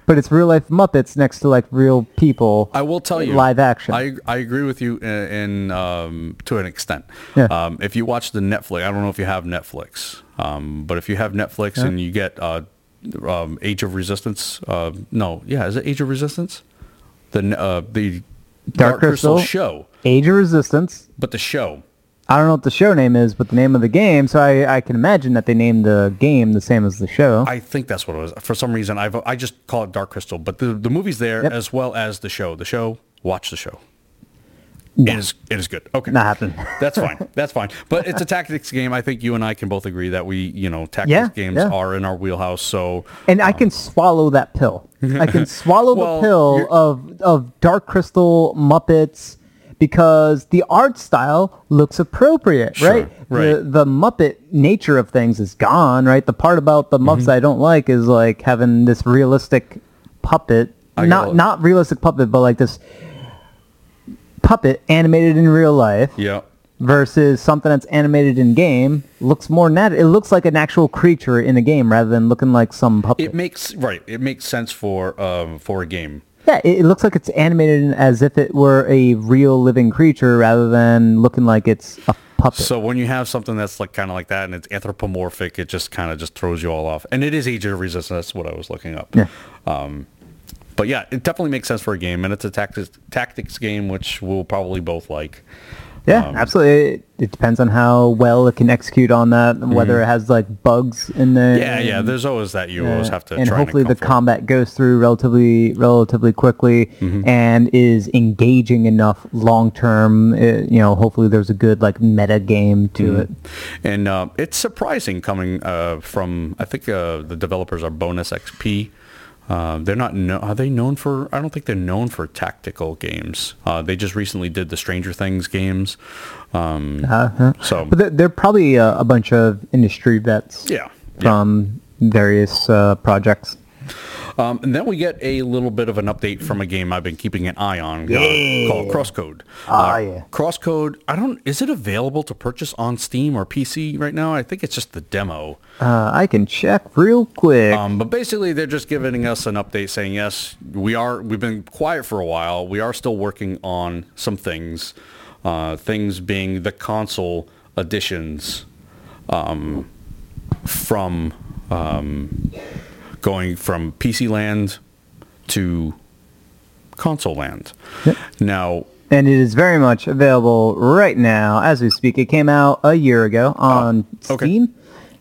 [SPEAKER 2] But it's real life Muppets next to like real people.
[SPEAKER 1] I will tell you,
[SPEAKER 2] Live action.
[SPEAKER 1] I I agree with you in, in um, to an extent.
[SPEAKER 2] Yeah.
[SPEAKER 1] Um, if you watch the Netflix, I don't know if you have Netflix, um, but if you have Netflix and you get uh, um, Age of Resistance, uh, no, yeah, is it Age of Resistance? The n- uh, the
[SPEAKER 2] Dark Crystal?
[SPEAKER 1] show,
[SPEAKER 2] Age of Resistance.
[SPEAKER 1] but the show.
[SPEAKER 2] I don't know what the show name is, but the name of the game. So I, I can imagine that they named the game the same as the show.
[SPEAKER 1] I think that's what it was. For some reason, I've I just call it Dark Crystal, but the the movie's there
[SPEAKER 2] Yep.
[SPEAKER 1] as well as the show. The show, watch the show.
[SPEAKER 2] No.
[SPEAKER 1] It is it is good. Okay,
[SPEAKER 2] Not happening.
[SPEAKER 1] That's fine. That's fine. But it's a tactics game. I think you and I can both agree that we, you know, tactics
[SPEAKER 2] Yeah,
[SPEAKER 1] games
[SPEAKER 2] yeah.
[SPEAKER 1] are in our wheelhouse. So
[SPEAKER 2] And I can swallow that pill. I can swallow
[SPEAKER 1] Well,
[SPEAKER 2] the pill
[SPEAKER 1] you're-
[SPEAKER 2] of of Dark Crystal Muppets because the art style looks appropriate,
[SPEAKER 1] Sure,
[SPEAKER 2] right? The,
[SPEAKER 1] right.
[SPEAKER 2] the Muppet nature of things is gone, right? The part about the Muppets
[SPEAKER 1] Mm-hmm.
[SPEAKER 2] I don't like is like having this realistic puppet,
[SPEAKER 1] I
[SPEAKER 2] not
[SPEAKER 1] gotta-
[SPEAKER 2] not realistic puppet, but like this puppet animated in real life
[SPEAKER 1] yeah,
[SPEAKER 2] versus something that's animated in game looks more nat. It looks like an actual creature in a game rather than looking like some puppet.
[SPEAKER 1] It makes right. It makes sense for um, for a game.
[SPEAKER 2] yeah, it, it looks like it's animated as if it were a real living creature rather than looking like it's a puppet.
[SPEAKER 1] So when you have something that's like kind of like that and it's anthropomorphic, it just kind of just throws you all off. And it is age of resistance. That's what I was looking up.
[SPEAKER 2] Yeah.
[SPEAKER 1] Um, but yeah, it definitely makes sense for a game, and it's a tactics tactics game, which we'll probably both like.
[SPEAKER 2] yeah,
[SPEAKER 1] um,
[SPEAKER 2] absolutely. It, it depends on how well it can execute on that, whether it has like bugs in the
[SPEAKER 1] Mm-hmm. Yeah, yeah. There's always that you always have to.
[SPEAKER 2] and
[SPEAKER 1] try
[SPEAKER 2] hopefully the
[SPEAKER 1] and comfort.
[SPEAKER 2] combat goes through relatively relatively quickly
[SPEAKER 1] Mm-hmm.
[SPEAKER 2] and is engaging enough long term. You know, hopefully there's a good like meta game to
[SPEAKER 1] Mm-hmm.
[SPEAKER 2] it.
[SPEAKER 1] And uh, it's surprising coming uh, from I think uh, the developers are Bonus XP. Uh, they're not. No, are they known for? I don't think they're known for tactical games. Uh, they just recently did the Stranger Things games. Um, So
[SPEAKER 2] Uh-huh. But they're, they're probably uh, a bunch of industry vets
[SPEAKER 1] yeah. yeah.
[SPEAKER 2] from various uh, projects.
[SPEAKER 1] Um, and then we get a little bit of an update from a game I've been keeping an eye on uh, called Crosscode. Uh,
[SPEAKER 2] Ah, yeah.
[SPEAKER 1] Crosscode. I don't. Is it available to purchase on Steam or PC right now? I think it's just the demo.
[SPEAKER 2] Uh, I can check real quick.
[SPEAKER 1] Um, but basically, they're just giving us an update saying, yes, we are. We've been quiet for a while. We are still working on some things. Uh, things being the console additions um, from um, going from PC land to console land. Now,
[SPEAKER 2] and it is very much available right now as we speak. It came out a year ago on
[SPEAKER 1] Uh. okay.
[SPEAKER 2] Steam,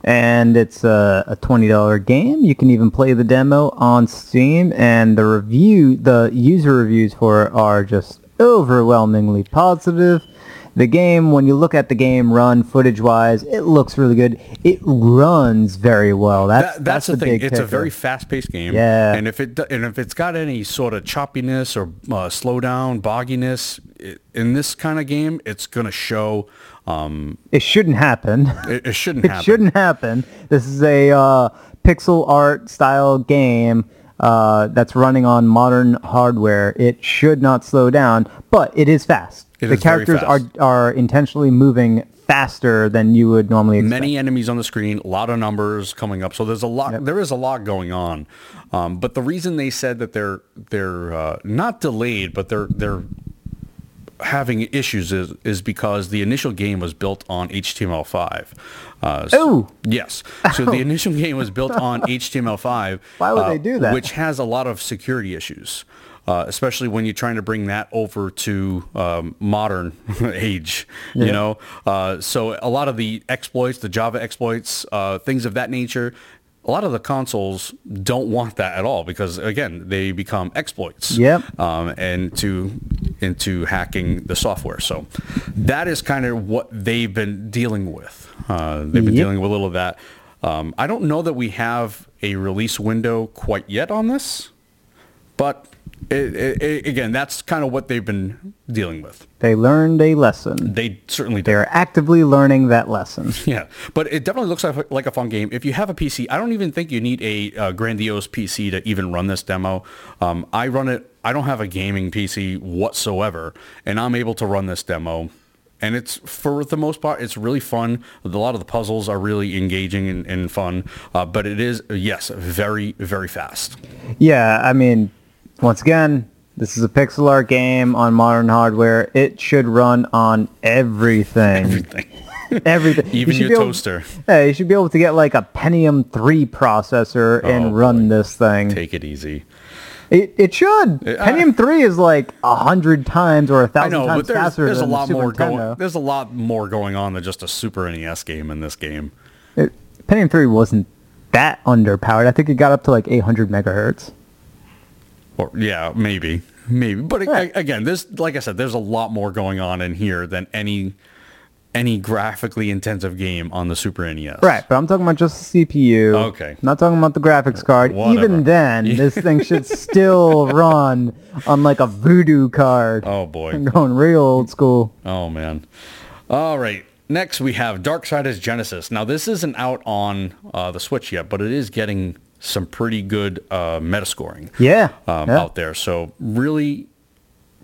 [SPEAKER 2] and it's a, a twenty dollar game. You can even play the demo on Steam, and the review, the user reviews for it are just overwhelmingly positive. The game, when you look at the game run footage-wise, it looks really good. It runs very well. That's
[SPEAKER 1] that, that's, the, thing.
[SPEAKER 2] big
[SPEAKER 1] It's a
[SPEAKER 2] kicker.
[SPEAKER 1] very fast-paced game.
[SPEAKER 2] Yeah.
[SPEAKER 1] And if it do- and if it's got any sort of choppiness or uh, slowdown, bogginess it, in this kind of game, it's gonna show. Um,
[SPEAKER 2] It shouldn't happen.
[SPEAKER 1] it, it shouldn't
[SPEAKER 2] It
[SPEAKER 1] happen.
[SPEAKER 2] shouldn't happen. This is a uh, pixel art style game uh, that's running on modern hardware. It should not slow down, but it is fast.
[SPEAKER 1] It
[SPEAKER 2] the
[SPEAKER 1] is very
[SPEAKER 2] characters
[SPEAKER 1] fast.
[SPEAKER 2] are are intentionally moving faster than you would normally expect.
[SPEAKER 1] Many enemies on the screen, a lot of numbers coming up. So there's a lot. There is a lot going on. Um, but the reason they said that they're they're uh, not delayed, but they're they're having issues is is because the initial game was built on HTML5. Uh, so-
[SPEAKER 2] Ooh.
[SPEAKER 1] Yes. So the initial game was built on HTML5.
[SPEAKER 2] Why would they do that?
[SPEAKER 1] uh, Which has a lot of security issues, uh, especially when you're trying to bring that over to um, modern age. You know, uh, so a lot of the exploits, the Java exploits, uh, things of that nature. A lot of the consoles don't want that at all because, again, they become exploits
[SPEAKER 2] Yep.
[SPEAKER 1] um, and to into hacking the software. So that is kind of what they've been dealing with. Uh, they've been
[SPEAKER 2] Yep.
[SPEAKER 1] dealing with a little of that. Um, I don't know that we have a release window quite yet on this, but it, it, it- again, that's kind of what they've been dealing with.
[SPEAKER 2] They learned a lesson.
[SPEAKER 1] They certainly
[SPEAKER 2] They are actively learning that lesson.
[SPEAKER 1] yeah, but it definitely looks like, like a fun game. If you have a PC, I don't even think you need a uh, grandiose PC to even run this demo. Um, I run it. I don't have a gaming PC whatsoever, and I'm able to run this demo. And it's for the most part, it's really fun. A lot of the puzzles are really engaging and, and fun, uh, but it is yes, very very fast.
[SPEAKER 2] Yeah, I mean, once again, this is a pixel art game on modern hardware. It should run on everything. everything. You
[SPEAKER 1] Even
[SPEAKER 2] should
[SPEAKER 1] your
[SPEAKER 2] be able-
[SPEAKER 1] toaster.
[SPEAKER 2] yeah, you should be able to get like a Pentium 3 processor
[SPEAKER 1] Oh,
[SPEAKER 2] and run this thing.
[SPEAKER 1] Take it easy.
[SPEAKER 2] It, it should.
[SPEAKER 1] It- I-
[SPEAKER 2] Pentium 3 is like a hundred times or a
[SPEAKER 1] I
[SPEAKER 2] thousand
[SPEAKER 1] know,
[SPEAKER 2] times
[SPEAKER 1] but there's,
[SPEAKER 2] faster
[SPEAKER 1] there's a
[SPEAKER 2] than the
[SPEAKER 1] lot
[SPEAKER 2] Super
[SPEAKER 1] more going.
[SPEAKER 2] Nintendo.
[SPEAKER 1] There's a lot more going on than just a Super NES game in this game.
[SPEAKER 2] It, Pentium 3 wasn't that underpowered. I think it got up to like 800 megahertz.
[SPEAKER 1] Or yeah, maybe, maybe. But a-
[SPEAKER 2] Right.
[SPEAKER 1] again, there's like I said, there's a lot more going on in here than any any graphically intensive game on the Super E NES.
[SPEAKER 2] Right, but I'm talking about just the CPU.
[SPEAKER 1] Okay.
[SPEAKER 2] Not talking about the graphics card.
[SPEAKER 1] Whatever.
[SPEAKER 2] Even then, this thing should still run on like a voodoo card.
[SPEAKER 1] Oh boy.
[SPEAKER 2] I'm going real old school.
[SPEAKER 1] Oh man. All right. Next we have Darksiders Genesis. Now this isn't out on uh, the Switch yet, but it is getting some pretty good uh, metascoring.
[SPEAKER 2] Yeah.
[SPEAKER 1] um,
[SPEAKER 2] yeah.
[SPEAKER 1] out there. So really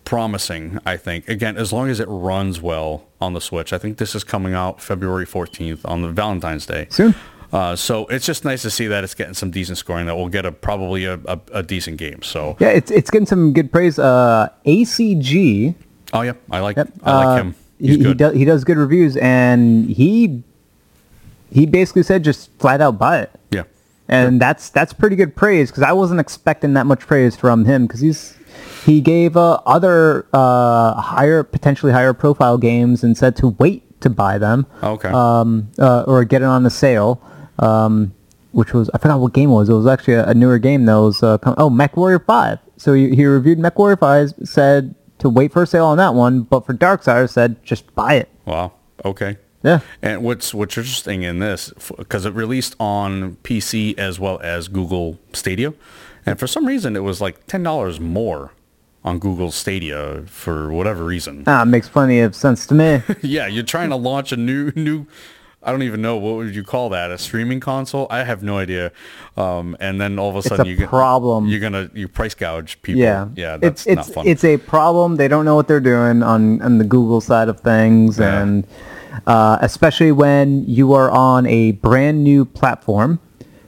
[SPEAKER 1] promising, I think. Again, as long as it runs well on the Switch. I think this is coming out February 14th on the Valentine's Day.
[SPEAKER 2] Soon.
[SPEAKER 1] Uh, so it's just nice to see that it's getting some decent scoring. That we'll get a probably a, a, a decent game. So
[SPEAKER 2] Yeah, it's it's getting some good praise. Uh, ACG.
[SPEAKER 1] oh yeah, I like I like
[SPEAKER 2] uh,
[SPEAKER 1] him. He's
[SPEAKER 2] he, he
[SPEAKER 1] good.
[SPEAKER 2] does he does good reviews, and he he basically said just flat out buy it,
[SPEAKER 1] yeah,
[SPEAKER 2] and that's that's pretty good praise because I wasn't expecting that much praise from him because he's he gave uh, other uh, higher potentially higher profile games and said to wait to buy them
[SPEAKER 1] Oh, okay.
[SPEAKER 2] um, uh, or get it on the sale, um, which was I forgot what game it was. It was actually a, a newer game that was uh, com- oh MechWarrior Five. So he, he reviewed MechWarrior Five, said to wait for a sale on that one, but for Darksiders said just buy it.
[SPEAKER 1] wow. Okay.
[SPEAKER 2] Yeah,
[SPEAKER 1] And what's what's interesting in this because it released on PC as well as Google Stadia, and for some reason it was like ten dollars more on Google Stadia for whatever reason.
[SPEAKER 2] ah, makes plenty of sense to me.
[SPEAKER 1] yeah, you're trying to launch a new new. I don't even know what would you call that a streaming console. I have no idea. Um, and then all of a sudden
[SPEAKER 2] a
[SPEAKER 1] you get
[SPEAKER 2] problem.
[SPEAKER 1] You're gonna you price gouge people.
[SPEAKER 2] Yeah,
[SPEAKER 1] yeah, that's
[SPEAKER 2] it's,
[SPEAKER 1] not
[SPEAKER 2] it's,
[SPEAKER 1] fun.
[SPEAKER 2] It's a problem. They don't know what they're doing on on the Google side of things,
[SPEAKER 1] Yeah.
[SPEAKER 2] and uh, especially when you are on a brand new platform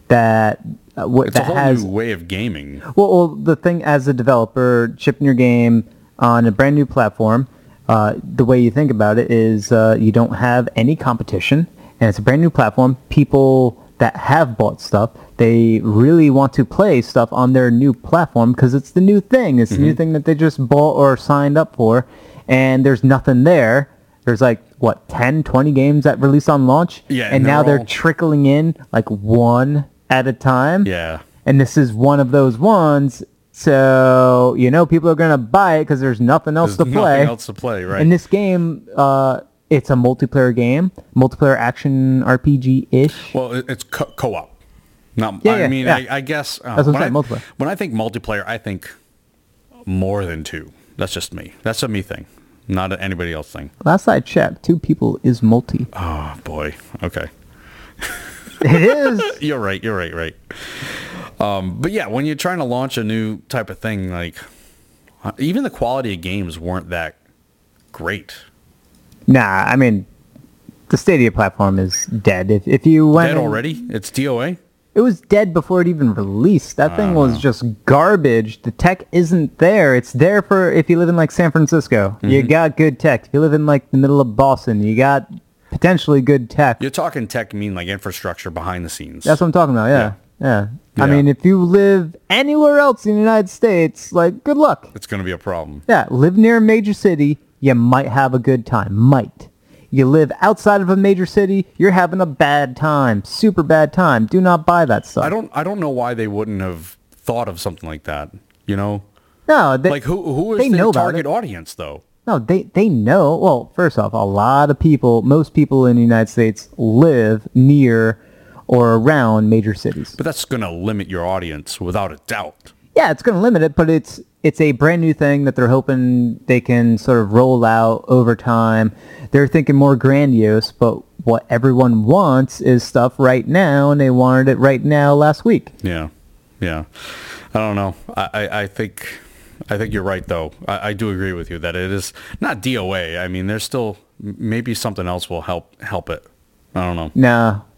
[SPEAKER 2] that uh, what
[SPEAKER 1] it's a
[SPEAKER 2] that
[SPEAKER 1] whole
[SPEAKER 2] has
[SPEAKER 1] new way of gaming.
[SPEAKER 2] Well, well, the thing as a developer shipping your game on a brand new platform, uh, the way you think about it is uh, you don't have any competition, and it's a brand new platform. People that have bought stuff, they really want to play stuff on their new platform because it's the new thing. It's the
[SPEAKER 1] Mm-hmm.
[SPEAKER 2] new thing that they just bought or signed up for, and there's nothing there. There's like what 10, 20 games that release on launch,
[SPEAKER 1] Yeah,
[SPEAKER 2] and,
[SPEAKER 1] and
[SPEAKER 2] now
[SPEAKER 1] they're
[SPEAKER 2] they're
[SPEAKER 1] all-
[SPEAKER 2] trickling in like one at a time
[SPEAKER 1] Yeah,
[SPEAKER 2] and this is one of those ones. So you know people are gonna buy it because there's nothing else
[SPEAKER 1] there's
[SPEAKER 2] to
[SPEAKER 1] nothing
[SPEAKER 2] play.
[SPEAKER 1] else to play, right?
[SPEAKER 2] And this game, uh, it's a multiplayer game, multiplayer action RPG ish.
[SPEAKER 1] Well, it- it's co- co-op. Not,
[SPEAKER 2] Yeah,
[SPEAKER 1] I
[SPEAKER 2] yeah,
[SPEAKER 1] mean,
[SPEAKER 2] yeah.
[SPEAKER 1] I, I guess uh,
[SPEAKER 2] That's what I'm
[SPEAKER 1] when,
[SPEAKER 2] saying,
[SPEAKER 1] I,
[SPEAKER 2] multiplayer.
[SPEAKER 1] when I think multiplayer, I think more than two. That's just me. That's a me thing, not an anybody else thing.
[SPEAKER 2] Last I checked, two people is multi.
[SPEAKER 1] Oh boy. Okay.
[SPEAKER 2] it is.
[SPEAKER 1] You're right. You're right. Right. Um, but yeah, when you're trying to launch a new type of thing, like uh, even the quality of games weren't that great.
[SPEAKER 2] Nah, I mean, the Stadia platform is dead. If if you went
[SPEAKER 1] Dead
[SPEAKER 2] and-
[SPEAKER 1] already? It's DOA.
[SPEAKER 2] It was dead before it even released. That
[SPEAKER 1] Ah,
[SPEAKER 2] thing was just garbage. The tech isn't there. It's there for if you live in like San Francisco, you
[SPEAKER 1] Mm-hmm.
[SPEAKER 2] got good tech. If you live in like the middle of Boston, you got potentially good tech.
[SPEAKER 1] You're talking tech, mean like infrastructure behind the scenes.
[SPEAKER 2] That's what I'm talking about. Yeah. yeah. I
[SPEAKER 1] Yeah.
[SPEAKER 2] mean, if you live anywhere else in the United States, like good luck.
[SPEAKER 1] it's going to be a problem.
[SPEAKER 2] Yeah, live near a major city, you might have a good time. Might. You live outside of a major city, you're having a bad time. Super bad time. Do not buy that stuff.
[SPEAKER 1] I don't I don't know why they wouldn't have thought of something like that. You know,
[SPEAKER 2] no, they,
[SPEAKER 1] like who who is
[SPEAKER 2] they
[SPEAKER 1] their
[SPEAKER 2] know about it.
[SPEAKER 1] target audience though?
[SPEAKER 2] No, they, they know. Well, first off, a lot of people, most people in the United States live near or around major cities.
[SPEAKER 1] But that's going to limit your audience without a doubt.
[SPEAKER 2] Yeah, it's going to limit it, but it's it's a brand new thing that they're hoping they can sort of roll out over time. They're thinking more grandiose, but what everyone wants is stuff right now, and they wanted it right now last week.
[SPEAKER 1] Yeah, yeah. I don't know. I I, I think I think you're right though. I, I do agree with you that it is not DOA. I mean, there's still m- maybe something else will help help it. I don't know.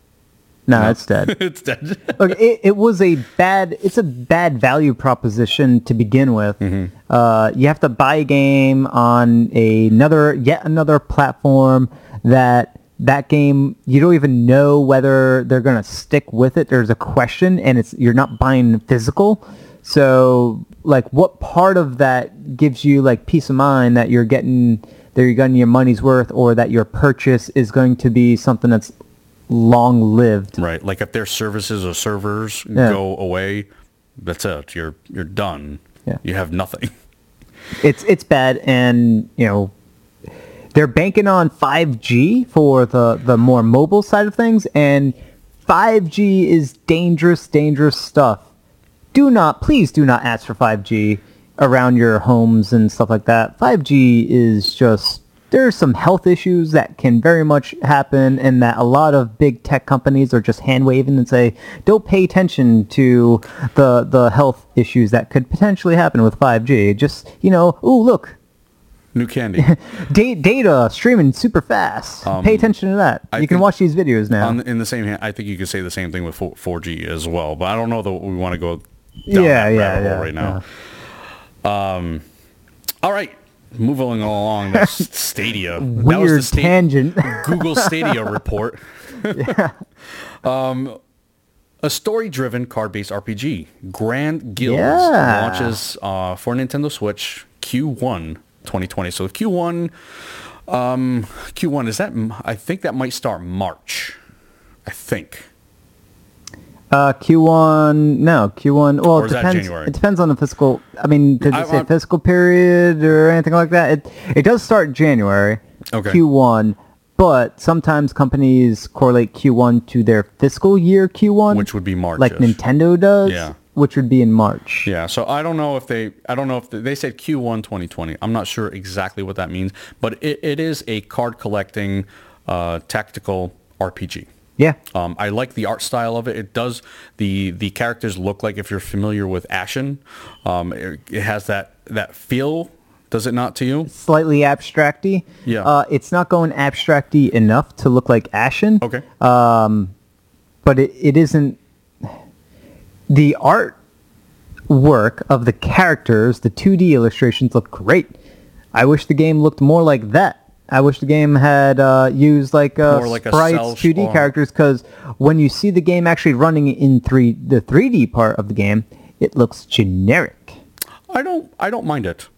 [SPEAKER 2] No, no, it's dead.
[SPEAKER 1] it's dead.
[SPEAKER 2] Look, it, it was a bad. It's a bad value proposition to begin with. Uh, you have to buy a game on another, yet another platform that that game you don't even know whether they're going to stick with it. There's a question, and it's you're not buying physical. So, like, what part of that gives you like peace of mind that you're getting that you're getting your money's worth, or that your purchase is going to be something that's long lived?
[SPEAKER 1] right. Like if their services or servers
[SPEAKER 2] Yeah.
[SPEAKER 1] go away, that's it. You're you're done.
[SPEAKER 2] Yeah.
[SPEAKER 1] You have nothing.
[SPEAKER 2] it's it's bad and you know they're banking on 5G for the the more mobile side of things and 5G is dangerous dangerous stuff. Do not please do not ask for 5G around your homes and stuff like that. 5G is just there's some health issues that can very much happen and that a lot of big tech companies are just hand waving and say don't pay attention to the the health issues that could potentially happen with 5G. Just, you know, ooh, look,
[SPEAKER 1] New candy.
[SPEAKER 2] Da- data streaming super fast. Pay attention to that.
[SPEAKER 1] Um, I
[SPEAKER 2] you can
[SPEAKER 1] think-
[SPEAKER 2] watch these videos now.
[SPEAKER 1] On, in the same hand, I think you could say the same thing with 4, 4G as well, but I don't know that we want to go down
[SPEAKER 2] Yeah,
[SPEAKER 1] that
[SPEAKER 2] yeah,
[SPEAKER 1] rabbit hole
[SPEAKER 2] yeah,
[SPEAKER 1] right now. Um, all right, moving along. That's Stadia. that was the
[SPEAKER 2] Weird
[SPEAKER 1] sta-
[SPEAKER 2] tangent.
[SPEAKER 1] Google Stadia report. um, a story-driven card-based RPG, Grand Guilds,
[SPEAKER 2] Yeah.
[SPEAKER 1] launches uh, for Nintendo Switch Q1 2020. So Q1, um, Q1 is that? I think that might start March. I think.
[SPEAKER 2] uh, Q1, no, Q1. Well,
[SPEAKER 1] Or
[SPEAKER 2] it
[SPEAKER 1] is that
[SPEAKER 2] depends.
[SPEAKER 1] January?
[SPEAKER 2] It depends on the fiscal. I mean, does
[SPEAKER 1] I-
[SPEAKER 2] it say
[SPEAKER 1] I-
[SPEAKER 2] fiscal period or anything like that? It it does start January.
[SPEAKER 1] Okay.
[SPEAKER 2] Q1, but sometimes companies correlate Q1 to their fiscal year Q1,
[SPEAKER 1] Which would be March-ish.
[SPEAKER 2] like Nintendo does.
[SPEAKER 1] Yeah.
[SPEAKER 2] Which would be in March.
[SPEAKER 1] Yeah, so I don't know if they, I don't know if they, they said Q1 2020. I'm not sure exactly what that means, but it, it is a card collecting uh, tactical RPG.
[SPEAKER 2] Yeah.
[SPEAKER 1] Um, I like the art style of it. It does the the characters look like if you're familiar with Ashen, um, it, it has that that feel. Does it not to you?
[SPEAKER 2] slightly abstracty.
[SPEAKER 1] Yeah.
[SPEAKER 2] Uh, it's not going abstracty enough to look like Ashen.
[SPEAKER 1] Okay.
[SPEAKER 2] Uh, But it, it isn't. The art work of the characters, the 2D illustrations look great. I wish the game looked more like that. I wish the game had uh, used like, uh,
[SPEAKER 1] More like a
[SPEAKER 2] sprites,
[SPEAKER 1] cell sh-
[SPEAKER 2] 2D
[SPEAKER 1] or-
[SPEAKER 2] characters, because when you see the game actually running in three, the 3D part of the game, it looks generic.
[SPEAKER 1] I don't I don't mind it.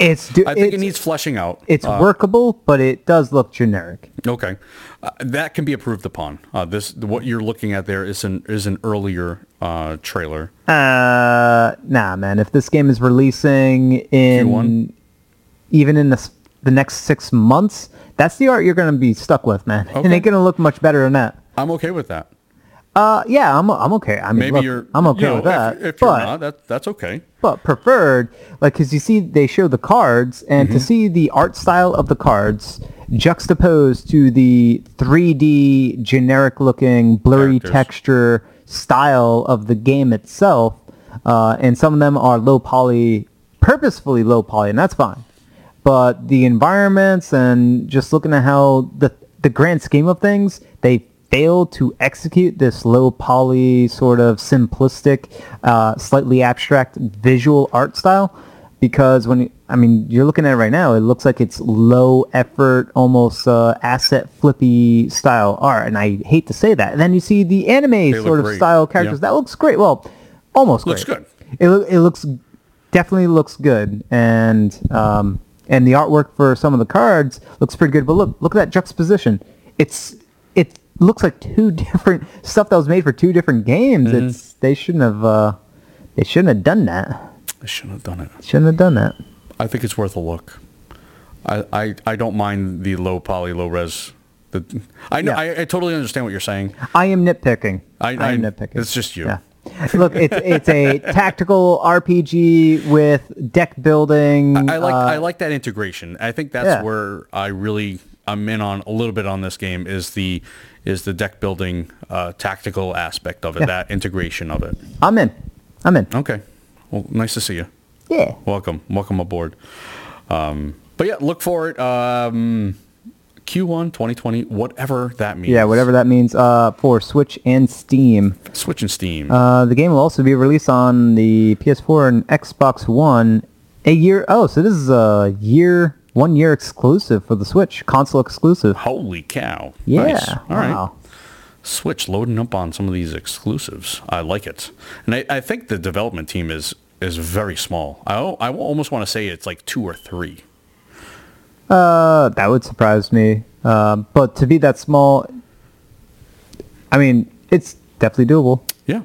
[SPEAKER 2] It's do-
[SPEAKER 1] I think
[SPEAKER 2] it's,
[SPEAKER 1] it needs fleshing out. Uh,
[SPEAKER 2] it's workable, but it does look generic.
[SPEAKER 1] Okay, uh, that can be improved upon. Uh, this what you're looking at there is an is an earlier uh, trailer.
[SPEAKER 2] Uh, nah, man. If this game is releasing in
[SPEAKER 1] Q1?
[SPEAKER 2] even in the s- the next six months, that's the art you're gonna be stuck with, man. It
[SPEAKER 1] Okay.
[SPEAKER 2] ain't gonna look much better than that.
[SPEAKER 1] I'm okay with that.
[SPEAKER 2] Uh, yeah, I'm I'm okay. I mean,
[SPEAKER 1] Maybe
[SPEAKER 2] look,
[SPEAKER 1] you're.
[SPEAKER 2] I'm okay
[SPEAKER 1] you know,
[SPEAKER 2] with that.
[SPEAKER 1] If, if you're
[SPEAKER 2] but
[SPEAKER 1] not, that that's okay.
[SPEAKER 2] but preferred, like, cause you see they show the cards, and
[SPEAKER 1] Mm-hmm.
[SPEAKER 2] to see the art style of the cards juxtaposed to the 3D generic looking blurry
[SPEAKER 1] Characters.
[SPEAKER 2] texture style of the game itself, uh, and some of them are low poly, purposefully low poly, and that's fine. But the environments and just looking at how the the grand scheme of things, they fail to execute this low poly sort of simplistic, uh, slightly abstract visual art style. Because when you- I mean you're looking at it right now, it looks like it's low effort, almost uh, asset flippy style art, and I hate to say that. And then you see the anime
[SPEAKER 1] look
[SPEAKER 2] sort of
[SPEAKER 1] great.
[SPEAKER 2] style characters.
[SPEAKER 1] Yeah.
[SPEAKER 2] That looks great. Well, almost
[SPEAKER 1] Looks
[SPEAKER 2] great.
[SPEAKER 1] good.
[SPEAKER 2] It loo- it looks definitely looks good, and um and the artwork for some of the cards looks pretty good. But look look at that juxtaposition. It's it looks like two different stuff that was made for two different games.
[SPEAKER 1] Mm-hmm.
[SPEAKER 2] It's they shouldn't have uh they shouldn't have done that.
[SPEAKER 1] I shouldn't have done it.
[SPEAKER 2] Shouldn't have done that.
[SPEAKER 1] I think it's worth a look. I, I, I don't mind the low poly, low res. The, I know
[SPEAKER 2] Yeah.
[SPEAKER 1] I, I totally understand what you're saying.
[SPEAKER 2] I am nitpicking.
[SPEAKER 1] I- I-
[SPEAKER 2] am nitpicking.
[SPEAKER 1] it's just you.
[SPEAKER 2] Yeah. Look, it's it's a tactical RPG with deck building.
[SPEAKER 1] I like
[SPEAKER 2] uh,
[SPEAKER 1] I like that integration. I think that's
[SPEAKER 2] Yeah.
[SPEAKER 1] where I really I'm in on a little bit on this game is the is the deck building uh, tactical aspect of it, that integration of it.
[SPEAKER 2] I'm in. I'm in.
[SPEAKER 1] Okay, well, nice to see you.
[SPEAKER 2] Yeah.
[SPEAKER 1] Welcome, welcome aboard. Um, but yeah, look for it. Um, Q1 2020, whatever that means.
[SPEAKER 2] Yeah, whatever that means uh, for Switch and Steam.
[SPEAKER 1] Switch and Steam.
[SPEAKER 2] Uh, the game will also be released on the PS4 and Xbox One a year. Oh, so this is a year, one year exclusive for the Switch, console exclusive.
[SPEAKER 1] Holy cow!
[SPEAKER 2] Yeah.
[SPEAKER 1] Nice. All right.
[SPEAKER 2] wow.
[SPEAKER 1] Switch loading up on some of these exclusives. I like it, and I, I think the development team is is very small. I al- I almost want to say it's like two or three.
[SPEAKER 2] Uh, that would surprise me. Uh, but to be that small, I mean, it's definitely doable.
[SPEAKER 1] Yeah.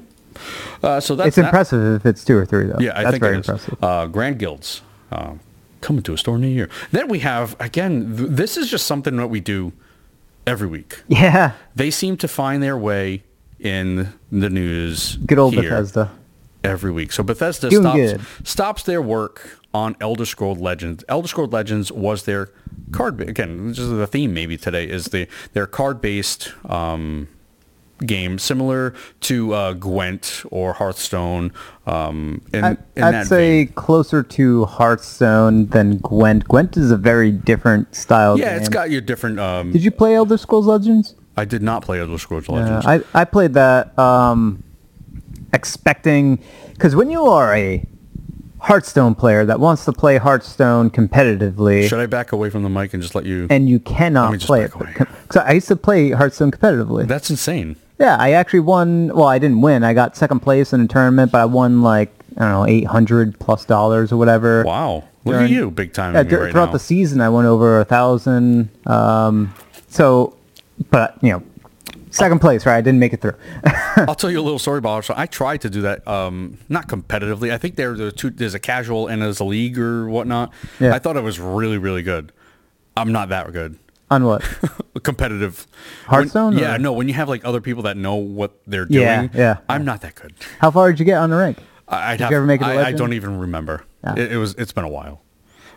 [SPEAKER 1] Uh, so that's
[SPEAKER 2] It's
[SPEAKER 1] that-
[SPEAKER 2] impressive if it's two or three, though.
[SPEAKER 1] Yeah, I
[SPEAKER 2] That's
[SPEAKER 1] think
[SPEAKER 2] very
[SPEAKER 1] it is.
[SPEAKER 2] impressive.
[SPEAKER 1] Uh, Grand Guilds uh, coming to a store near you. Then we have again. Th- this is just something that we do every week.
[SPEAKER 2] Yeah,
[SPEAKER 1] They seem to find their way in the news.
[SPEAKER 2] good old
[SPEAKER 1] here.
[SPEAKER 2] Bethesda.
[SPEAKER 1] every week. So Bethesda
[SPEAKER 2] Doing
[SPEAKER 1] stops
[SPEAKER 2] good.
[SPEAKER 1] stops their work on Elder Scrolls Legends. Elder Scrolls Legends was their card again. This is the theme maybe today is the their card based um, game, similar to uh, Gwent or Hearthstone. Um, in,
[SPEAKER 2] I,
[SPEAKER 1] in
[SPEAKER 2] I'd
[SPEAKER 1] that
[SPEAKER 2] say
[SPEAKER 1] vein.
[SPEAKER 2] closer to Hearthstone than Gwent. Gwent is a very different style.
[SPEAKER 1] yeah,
[SPEAKER 2] game.
[SPEAKER 1] it's got your different. Um,
[SPEAKER 2] Did you play Elder Scrolls Legends?
[SPEAKER 1] I did not play Elder Scrolls
[SPEAKER 2] Yeah,
[SPEAKER 1] Legends.
[SPEAKER 2] I, I played that um, expecting because when you are a Hearthstone player that wants to play Hearthstone competitively,
[SPEAKER 1] Should I back away from the mic and just let you?
[SPEAKER 2] and you cannot
[SPEAKER 1] Let me just
[SPEAKER 2] play it.
[SPEAKER 1] back away.
[SPEAKER 2] Because I used to play Hearthstone competitively.
[SPEAKER 1] That's insane.
[SPEAKER 2] yeah, I actually won. Well, I didn't win. I got second place in a tournament, but I won like I don't know, eight hundred plus dollars or whatever.
[SPEAKER 1] Wow, look at
[SPEAKER 2] During-
[SPEAKER 1] you, big time.
[SPEAKER 2] Yeah,
[SPEAKER 1] at me
[SPEAKER 2] dur-
[SPEAKER 1] right
[SPEAKER 2] throughout
[SPEAKER 1] now.
[SPEAKER 2] the season, I went over a thousand. Um, so, but you know, second place, right? I didn't make it through.
[SPEAKER 1] I'll tell you a little story about it. So I tried to do that, um, not competitively. I think there, there are two. There's a casual and there's a league or whatnot.
[SPEAKER 2] Yeah.
[SPEAKER 1] I thought it was really, really good. I'm not that good.
[SPEAKER 2] On what?
[SPEAKER 1] Competitive.
[SPEAKER 2] Hearthstone
[SPEAKER 1] When, yeah,
[SPEAKER 2] or-
[SPEAKER 1] no. When you have like other people that know what they're doing,
[SPEAKER 2] Yeah, yeah.
[SPEAKER 1] I'm not that good.
[SPEAKER 2] How far did you get on the rank?
[SPEAKER 1] I, I'd have.
[SPEAKER 2] you ever make it a
[SPEAKER 1] I, I
[SPEAKER 2] legend?
[SPEAKER 1] don't even remember.
[SPEAKER 2] Ah.
[SPEAKER 1] It, it was. It's been a while.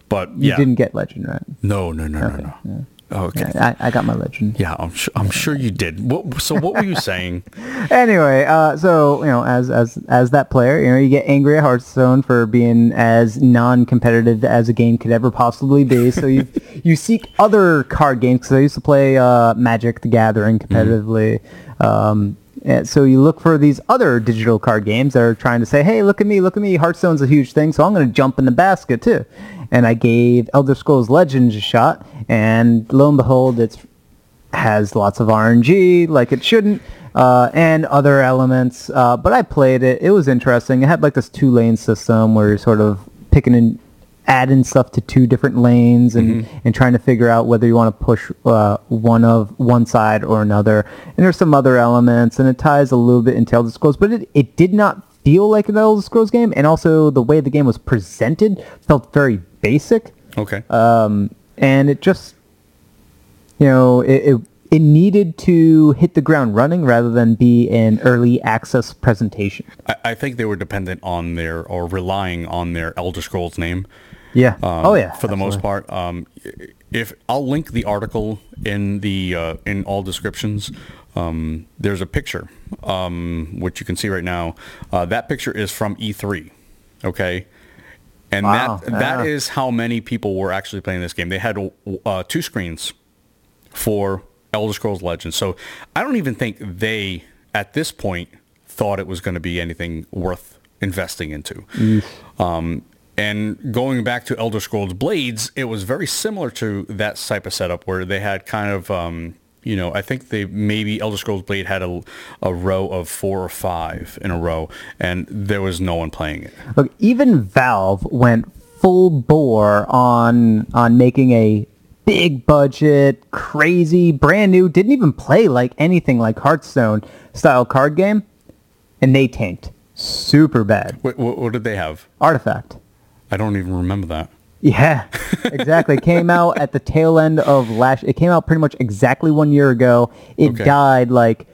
[SPEAKER 1] But
[SPEAKER 2] You
[SPEAKER 1] yeah.
[SPEAKER 2] didn't get legend, right?
[SPEAKER 1] No, no, no, no, no. Okay. Yeah,
[SPEAKER 2] I, I got my legend.
[SPEAKER 1] I'm, su- I'm sure you did. What, so what were you saying?
[SPEAKER 2] anyway, uh, so you know, as as as that player, you know, you get angry at Hearthstone for being as non-competitive as a game could ever possibly be. So you you seek other card games because I used to play uh, Magic: The Gathering competitively. Um, and so you look for these other digital card games that are trying to say, "Hey, look at me, look at me! Hearthstone's a huge thing, so I'm going to jump in the basket too." And I gave Elder Scrolls Legends a shot, and lo and behold, it's has lots of RNG like it shouldn't, uh, and other elements. Uh, but I played it; it was interesting. It had like this two-lane system where you're sort of picking and adding stuff to two different lanes and, and trying to figure out whether you want to push uh, one of one side or another. And there's some other elements, and it ties a little bit into Elder Scrolls, but it, it did not feel like an Elder Scrolls game, and also the way the game was presented felt very basic
[SPEAKER 1] Okay.
[SPEAKER 2] and it just you know it, it it needed to hit the ground running rather than be an early access presentation.
[SPEAKER 1] I, I think they were dependent on their or relying on their Elder Scrolls name.
[SPEAKER 2] Yeah.
[SPEAKER 1] um,
[SPEAKER 2] oh yeah.
[SPEAKER 1] For the most part, um, if I'll link the article in the uh, in all descriptions, um, there's a picture um, which you can see right now. Uh, that picture is from E3. Okay. And
[SPEAKER 2] Wow, Ah.
[SPEAKER 1] that that
[SPEAKER 2] yeah.
[SPEAKER 1] is how many people were actually playing this game. They had uh, two screens for Elder Scrolls Legends. So I don't even think they, at this point, thought it was going to be anything worth investing into. Um, and going back to Elder Scrolls Blades, it was very similar to that type of setup where they had kind of, um, you know, I think they maybe Elder Scrolls Blade had a, a row of four or five in a row, and there was no one playing it.
[SPEAKER 2] Look, even Valve went full bore on on making a big budget, crazy, brand new, didn't even play like anything like Hearthstone style card game, and they tanked super bad.
[SPEAKER 1] What, what, what did they have?
[SPEAKER 2] Artifact.
[SPEAKER 1] I don't even remember that.
[SPEAKER 2] Yeah, exactly. It came out at the tail end of last. It came out pretty much exactly one year ago. It
[SPEAKER 1] Okay.
[SPEAKER 2] died like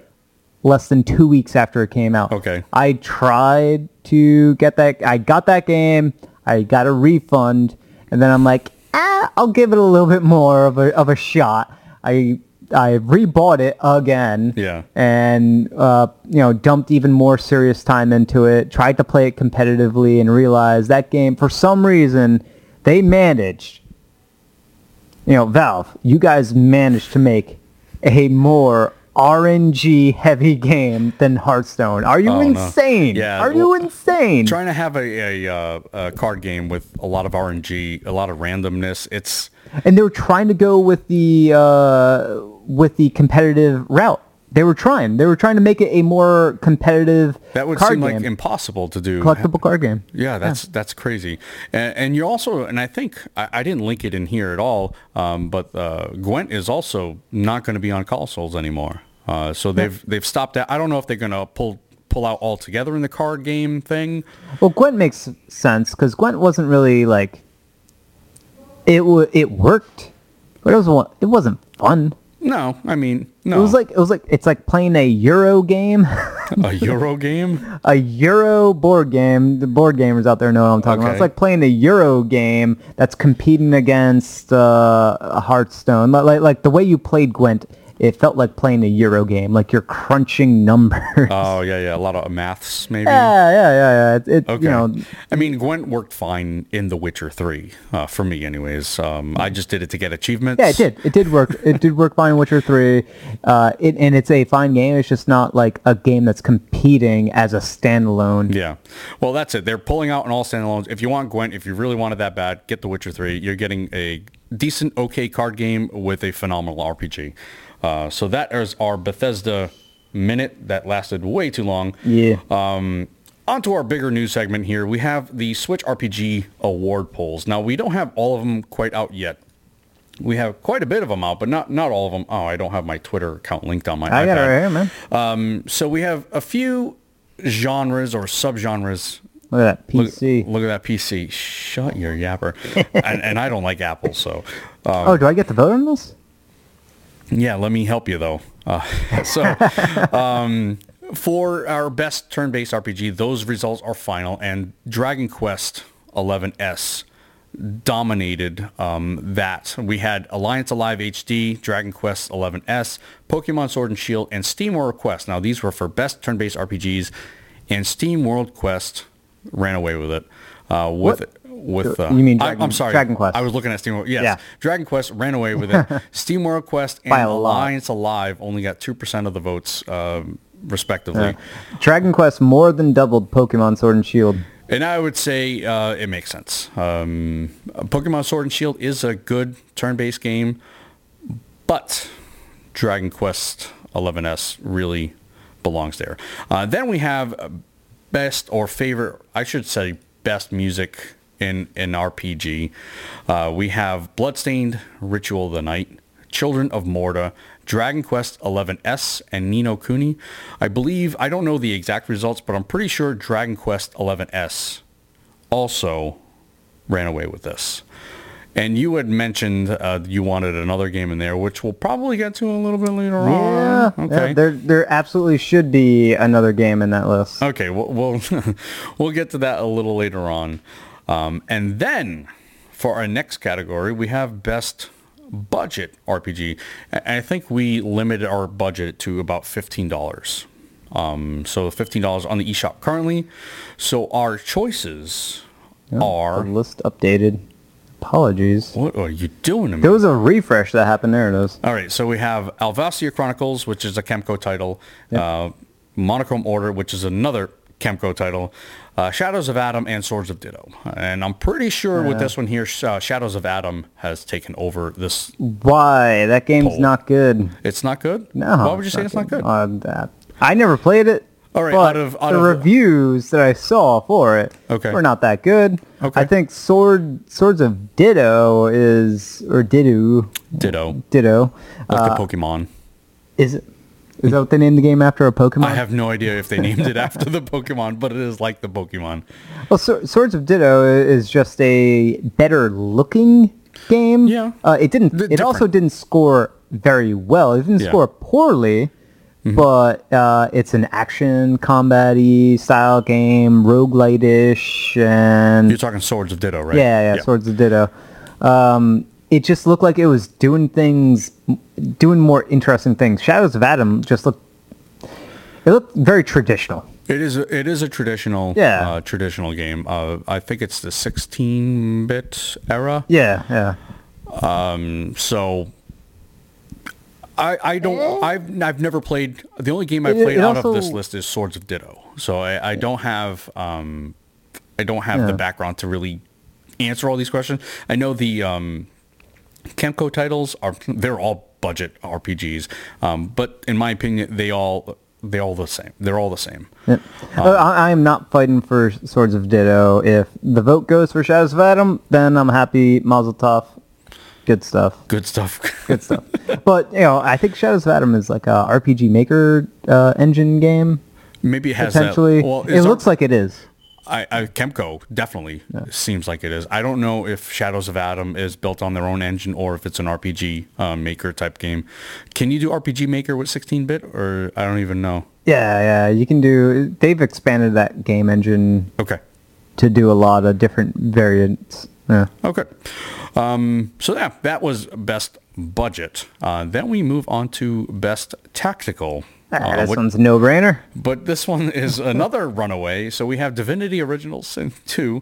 [SPEAKER 2] less than two weeks after it came out.
[SPEAKER 1] Okay.
[SPEAKER 2] I tried to get that. I got that game. I got a refund, and then I'm like, ah, I'll give it a little bit more of a of a shot. I I rebought it again.
[SPEAKER 1] Yeah.
[SPEAKER 2] And uh, you know, dumped even more serious time into it. Tried to play it competitively and realized that game for some reason they managed. You know, Valve, you guys managed to make a more RNG heavy game than Hearthstone. Are you
[SPEAKER 1] Oh, no.
[SPEAKER 2] insane?
[SPEAKER 1] Yeah,
[SPEAKER 2] Are you
[SPEAKER 1] well,
[SPEAKER 2] insane?
[SPEAKER 1] trying to have a, a, uh, a card game with a lot of RNG, a lot of randomness. It's
[SPEAKER 2] and they were trying to go with the uh, with the competitive route. They were trying. They were trying to make it a more competitive
[SPEAKER 1] that would
[SPEAKER 2] card
[SPEAKER 1] seem
[SPEAKER 2] game,
[SPEAKER 1] like impossible to do.
[SPEAKER 2] collectible card game.
[SPEAKER 1] Yeah, that's that's crazy. And, and you're also, and I think I, I didn't link it in here at all, um, but uh, Gwent is also not going to be on consoles anymore. Uh, so they've they've stopped that. I don't know if they're going to pull pull out altogether in the card game thing.
[SPEAKER 2] Well, Gwent makes sense because Gwent wasn't really like it. W- it worked, but it was one- it wasn't fun.
[SPEAKER 1] No, I mean no.
[SPEAKER 2] It was like it was like it's like playing a Euro game,
[SPEAKER 1] a Euro game.
[SPEAKER 2] a Euro board game. The board gamers out there know what I'm talking about. It's
[SPEAKER 1] Okay.
[SPEAKER 2] like playing a Euro game that's competing against uh, Hearthstone. Like, like like the way you played Gwent it felt like playing a Euro game. Like you're crunching numbers.
[SPEAKER 1] Oh yeah, yeah, a lot of maths maybe.
[SPEAKER 2] yeah, yeah, yeah, yeah. It, it,
[SPEAKER 1] Okay.
[SPEAKER 2] You know,
[SPEAKER 1] I mean, Gwent worked fine in The Witcher 3, uh, for me anyways. Um, I just did it to get achievements.
[SPEAKER 2] yeah, it did. It did work. it did work fine. in Witcher Three, uh, it, and it's a fine game. It's just not like a game that's competing as a standalone.
[SPEAKER 1] Yeah. Well, that's it. They're pulling out on all standalones. If you want Gwent, if you really wanted that bad, get The Witcher 3. You're getting a decent, okay card game with a phenomenal RPG. Uh, so that is our Bethesda minute that lasted way too long.
[SPEAKER 2] Yeah.
[SPEAKER 1] Um, onto our bigger news segment here. We have the Switch RPG award polls. Now, we don't have all of them quite out yet. We have quite a bit of them out, but not, not all of them. Oh, I don't have my Twitter account linked on my
[SPEAKER 2] I
[SPEAKER 1] iPad.
[SPEAKER 2] got it right here, man.
[SPEAKER 1] Um, so we have a few genres or subgenres.
[SPEAKER 2] Look at that
[SPEAKER 1] Look,
[SPEAKER 2] PC.
[SPEAKER 1] look at um, that PC. Shut your yapper. and, and I don't like Apple, so um,
[SPEAKER 2] oh, do I get to vote on this?
[SPEAKER 1] yeah. Let me help you though. Uh, so um, for our best turn-based RPG, those results are final, and Dragon Quest 11S dominated um, that. We had Alliance Alive HD, Dragon Quest 11S, Pokemon Sword and Shield, and Steam World Quest. Now these were for best turn-based RPGs, and Steam World Quest ran away with it. Uh, with
[SPEAKER 2] What?
[SPEAKER 1] with
[SPEAKER 2] You
[SPEAKER 1] uh,
[SPEAKER 2] mean
[SPEAKER 1] I,
[SPEAKER 2] Dragon-
[SPEAKER 1] am sorry,
[SPEAKER 2] Dragon Quest.
[SPEAKER 1] I was looking at Steam World. Yes,
[SPEAKER 2] Yeah.
[SPEAKER 1] Dragon Quest ran away with it. Steam World Quest and
[SPEAKER 2] By a lot.
[SPEAKER 1] Alliance Alive only got two percent of the votes, um, respectively.
[SPEAKER 2] Dragon Quest more than doubled Pokemon Sword and Shield.
[SPEAKER 1] And I would say uh, it makes sense. Um, Pokemon Sword and Shield is a good turn-based game, but Dragon Quest 11S really belongs there. Uh, then we have uh, best or favorite, I should say best music in an RPG. Uh, we have Bloodstained, Ritual of the Night, Children of Morta, Dragon Quest 11S, and Nino Kuni. I believe, I don't know the exact results, but I'm pretty sure Dragon Quest 11S also ran away with this. And you had mentioned uh, you wanted another game in there, which we'll probably get to a little bit later
[SPEAKER 2] Yeah.
[SPEAKER 1] on.
[SPEAKER 2] yeah, there, there absolutely should be another game in that list.
[SPEAKER 1] Okay, we'll we'll, we'll get to that a little later on, um, and then for our next category, we have best budget RPG. A- I think we limited our budget to about fifteen dollars. Um, so fifteen dollars on the eShop currently. So our choices
[SPEAKER 2] The
[SPEAKER 1] are
[SPEAKER 2] list updated. Apologies.
[SPEAKER 1] what are you doing to me?
[SPEAKER 2] There was a refresh that happened. There it is.
[SPEAKER 1] All right, so we have Alvasia Chronicles, which is a Kemco title, uh, Monochrome Order, which is another Kemco title, uh, Shadows of Adam, and Swords of Ditto. And I'm pretty sure with this one here, uh, Shadows of Adam has taken over this.
[SPEAKER 2] Why? That game's
[SPEAKER 1] Poll.
[SPEAKER 2] not good.
[SPEAKER 1] It's not good?
[SPEAKER 2] No.
[SPEAKER 1] Why would you say it's not good?
[SPEAKER 2] Uh, that- I never played it.
[SPEAKER 1] All right,
[SPEAKER 2] but
[SPEAKER 1] out of- out
[SPEAKER 2] the
[SPEAKER 1] of-
[SPEAKER 2] reviews that I saw for it
[SPEAKER 1] Okay.
[SPEAKER 2] were not that good.
[SPEAKER 1] Okay.
[SPEAKER 2] I think Sword Swords of Ditto is or Ditto
[SPEAKER 1] Ditto,
[SPEAKER 2] Ditto
[SPEAKER 1] like
[SPEAKER 2] uh,
[SPEAKER 1] the Pokemon.
[SPEAKER 2] Is it? Is that what they named the game after a Pokemon?
[SPEAKER 1] I have no idea if they named it after the Pokemon, but it is like the Pokemon.
[SPEAKER 2] Well, Sw- Swords of Ditto is just a better looking game.
[SPEAKER 1] Yeah.
[SPEAKER 2] Uh, it didn't.
[SPEAKER 1] D-
[SPEAKER 2] it also
[SPEAKER 1] different.
[SPEAKER 2] didn't score very well. It didn't
[SPEAKER 1] Yeah. Mm-hmm.
[SPEAKER 2] score poorly, but uh, it's an action combat-y style game, roguelite-ish, and
[SPEAKER 1] You're talking Swords of Ditto, right?
[SPEAKER 2] yeah, yeah, Swords of Ditto. Um, it just looked like it was doing things, doing more interesting things. Shadows of Adam just looked. It looked very traditional.
[SPEAKER 1] It is. A, it is a traditional.
[SPEAKER 2] Yeah.
[SPEAKER 1] Uh, traditional game. Uh, I think it's the 16-bit era.
[SPEAKER 2] Yeah, yeah.
[SPEAKER 1] so I I don't I've I've never played the only game I
[SPEAKER 2] Eh? It-
[SPEAKER 1] played
[SPEAKER 2] it
[SPEAKER 1] out of
[SPEAKER 2] also-
[SPEAKER 1] this list is Swords of Ditto. So I, I don't have um I don't have the
[SPEAKER 2] Yeah.
[SPEAKER 1] background to really answer all these questions. I know the um Kemco titles are they're all budget RPGs. Um but in my opinion they all they all the same. They're all the same.
[SPEAKER 2] Yep. Uh, I, I am not fighting for Swords of Ditto. If the vote goes for Shadows of Adam, then I'm happy. Mazel tov. Good stuff.
[SPEAKER 1] Good stuff.
[SPEAKER 2] Good stuff. but you know, I think Shadows of Adam is like a RPG Maker uh, engine game
[SPEAKER 1] Maybe it has
[SPEAKER 2] potentially.
[SPEAKER 1] that. Well,
[SPEAKER 2] it
[SPEAKER 1] is our-
[SPEAKER 2] looks like it is.
[SPEAKER 1] I, I Kemco definitely seems like it is. I don't know if Shadows of Adam is built on their own engine or if it's an RPG uh, maker type game. Can you do RPG maker with 16 bit or I don't even know.
[SPEAKER 2] Yeah, yeah. You can do. They've expanded that game engine
[SPEAKER 1] Okay.
[SPEAKER 2] to do a lot
[SPEAKER 1] Oh,
[SPEAKER 2] of different variants. Yeah.
[SPEAKER 1] Okay. Um, so yeah, that was best budget. Uh, then we move on to best tactical.
[SPEAKER 2] Ah,
[SPEAKER 1] uh,
[SPEAKER 2] this
[SPEAKER 1] what-
[SPEAKER 2] one's a no-brainer.
[SPEAKER 1] but this one is another runaway. So we have Divinity Original Sin 2.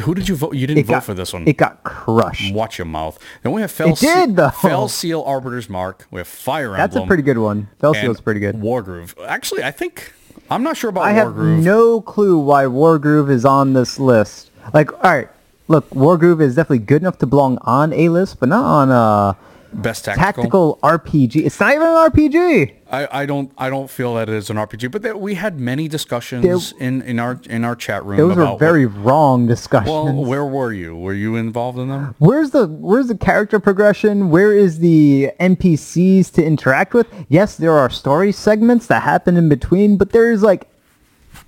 [SPEAKER 1] Who did you vote? You didn't vote for this one.
[SPEAKER 2] It got crushed.
[SPEAKER 1] Watch your mouth. Then we have Fell,
[SPEAKER 2] It did, though.
[SPEAKER 1] Fell Seal Arbiter's Mark. We have Fire Emblem.
[SPEAKER 2] That's a pretty good one. Felseal's
[SPEAKER 1] and
[SPEAKER 2] pretty good.
[SPEAKER 1] Wargroove. Actually, I think I'm not sure about
[SPEAKER 2] I have
[SPEAKER 1] Wargroove.
[SPEAKER 2] no clue why Wargroove is on this list. Like, all right, look, Wargroove is definitely good enough to belong on a list, but not on a
[SPEAKER 1] Best tactical.
[SPEAKER 2] tactical RPG. It's not even an RPG.
[SPEAKER 1] I, I don't I don't feel that it is an RPG. But there, we had many discussions in, in our in our chat room.
[SPEAKER 2] Those
[SPEAKER 1] about
[SPEAKER 2] were
[SPEAKER 1] what-
[SPEAKER 2] very wrong discussions.
[SPEAKER 1] well. Where were you? Were you involved in them?
[SPEAKER 2] where's the where's the character progression? Where is the NPCs to interact with? Yes, there are story segments that happen in between, but there is like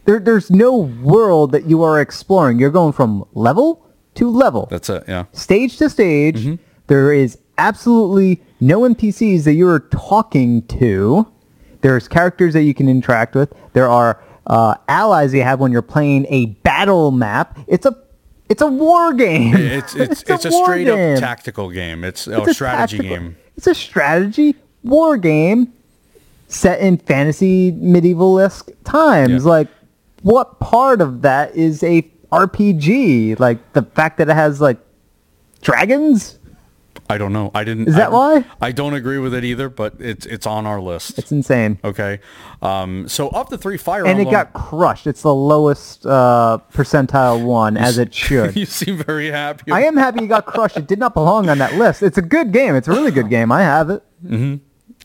[SPEAKER 2] there there's no world that you are exploring. You're going from level to level.
[SPEAKER 1] That's it. Yeah. Mm-hmm.
[SPEAKER 2] stage to stage. There is absolutely no NPCs that you are talking to. There's characters that you can interact with. There are uh, allies you have when you're playing a battle map. It's a it's a war game.
[SPEAKER 1] It's it's it's, a,
[SPEAKER 2] war
[SPEAKER 1] straight
[SPEAKER 2] game.
[SPEAKER 1] up tactical game. It's, a
[SPEAKER 2] It's a
[SPEAKER 1] Oh, strategy
[SPEAKER 2] tactical-
[SPEAKER 1] game.
[SPEAKER 2] It's a strategy war game set in fantasy medieval esque times.
[SPEAKER 1] Yeah.
[SPEAKER 2] Like, what part of that is a RPG? Like the fact that it has like dragons.
[SPEAKER 1] I don't know. I didn't.
[SPEAKER 2] Is that
[SPEAKER 1] I,
[SPEAKER 2] why?
[SPEAKER 1] I don't agree with it either, but it's it's on our list.
[SPEAKER 2] It's insane.
[SPEAKER 1] Okay. Um, so of the three Fire
[SPEAKER 2] and it
[SPEAKER 1] Emblem,
[SPEAKER 2] got crushed. It's the lowest uh, percentile one, as it should.
[SPEAKER 1] you seem very happy.
[SPEAKER 2] I am happy it got crushed. It did not belong on that list. It's a good game. It's a really good game. I have it.
[SPEAKER 1] Mm-hmm.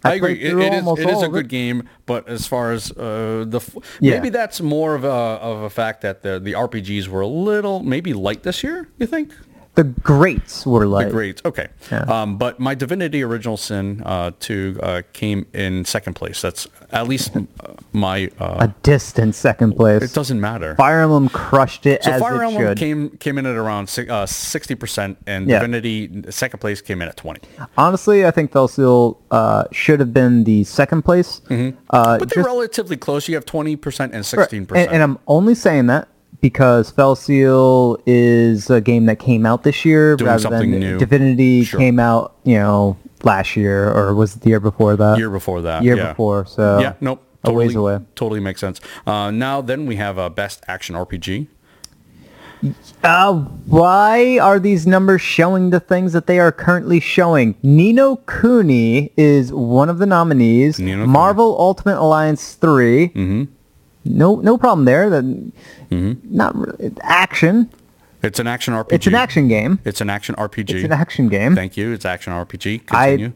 [SPEAKER 1] I
[SPEAKER 2] I
[SPEAKER 1] agree.
[SPEAKER 2] played
[SPEAKER 1] It,
[SPEAKER 2] through
[SPEAKER 1] it is
[SPEAKER 2] almost
[SPEAKER 1] it is
[SPEAKER 2] all
[SPEAKER 1] a
[SPEAKER 2] of
[SPEAKER 1] good
[SPEAKER 2] it.
[SPEAKER 1] game, but as far as uh, the f-
[SPEAKER 2] Yeah.
[SPEAKER 1] maybe that's more of a of a fact that the the RPGs were a little maybe light this year. You think?
[SPEAKER 2] The greats were like
[SPEAKER 1] Great. Okay.
[SPEAKER 2] Uh, Yeah.
[SPEAKER 1] Um, but my Divinity Original Sin uh, 2 uh, came in second place. That's at least uh, my. Uh,
[SPEAKER 2] a distant second place.
[SPEAKER 1] it doesn't matter.
[SPEAKER 2] Fire Emblem crushed it
[SPEAKER 1] So
[SPEAKER 2] as
[SPEAKER 1] Fire
[SPEAKER 2] it
[SPEAKER 1] Emblem
[SPEAKER 2] should.
[SPEAKER 1] came came in at around uh, sixty percent, and
[SPEAKER 2] Yeah.
[SPEAKER 1] Divinity second place came in at twenty.
[SPEAKER 2] Honestly, I think Felseal uh, should have been the second place. Uh,
[SPEAKER 1] Mm-hmm. But they're relatively close. You have twenty percent and sixteen
[SPEAKER 2] And, and
[SPEAKER 1] percent.
[SPEAKER 2] I'm only saying that because Felseal is a game that came out this year
[SPEAKER 1] Doing
[SPEAKER 2] rather
[SPEAKER 1] something
[SPEAKER 2] than
[SPEAKER 1] new.
[SPEAKER 2] Divinity
[SPEAKER 1] Sure.
[SPEAKER 2] came out, you know, last year or was it the year before that?
[SPEAKER 1] Year before that.
[SPEAKER 2] Year
[SPEAKER 1] yeah.
[SPEAKER 2] before, so
[SPEAKER 1] Yeah. Nope.
[SPEAKER 2] a
[SPEAKER 1] Totally,
[SPEAKER 2] ways away.
[SPEAKER 1] Totally makes sense. Uh, now then, we have a best action RPG.
[SPEAKER 2] Uh, why are these numbers showing the things that they are currently showing? Nino Cooney is one of the nominees.
[SPEAKER 1] Ni no
[SPEAKER 2] Marvel Ultimate Alliance 3. Mm-hmm. No, no problem there. That,
[SPEAKER 1] Mm-hmm.
[SPEAKER 2] Not re- action.
[SPEAKER 1] It's an action RPG.
[SPEAKER 2] It's an action game.
[SPEAKER 1] It's an action RPG.
[SPEAKER 2] It's an action game.
[SPEAKER 1] Thank you. It's action RPG.
[SPEAKER 2] I-
[SPEAKER 1] Continue.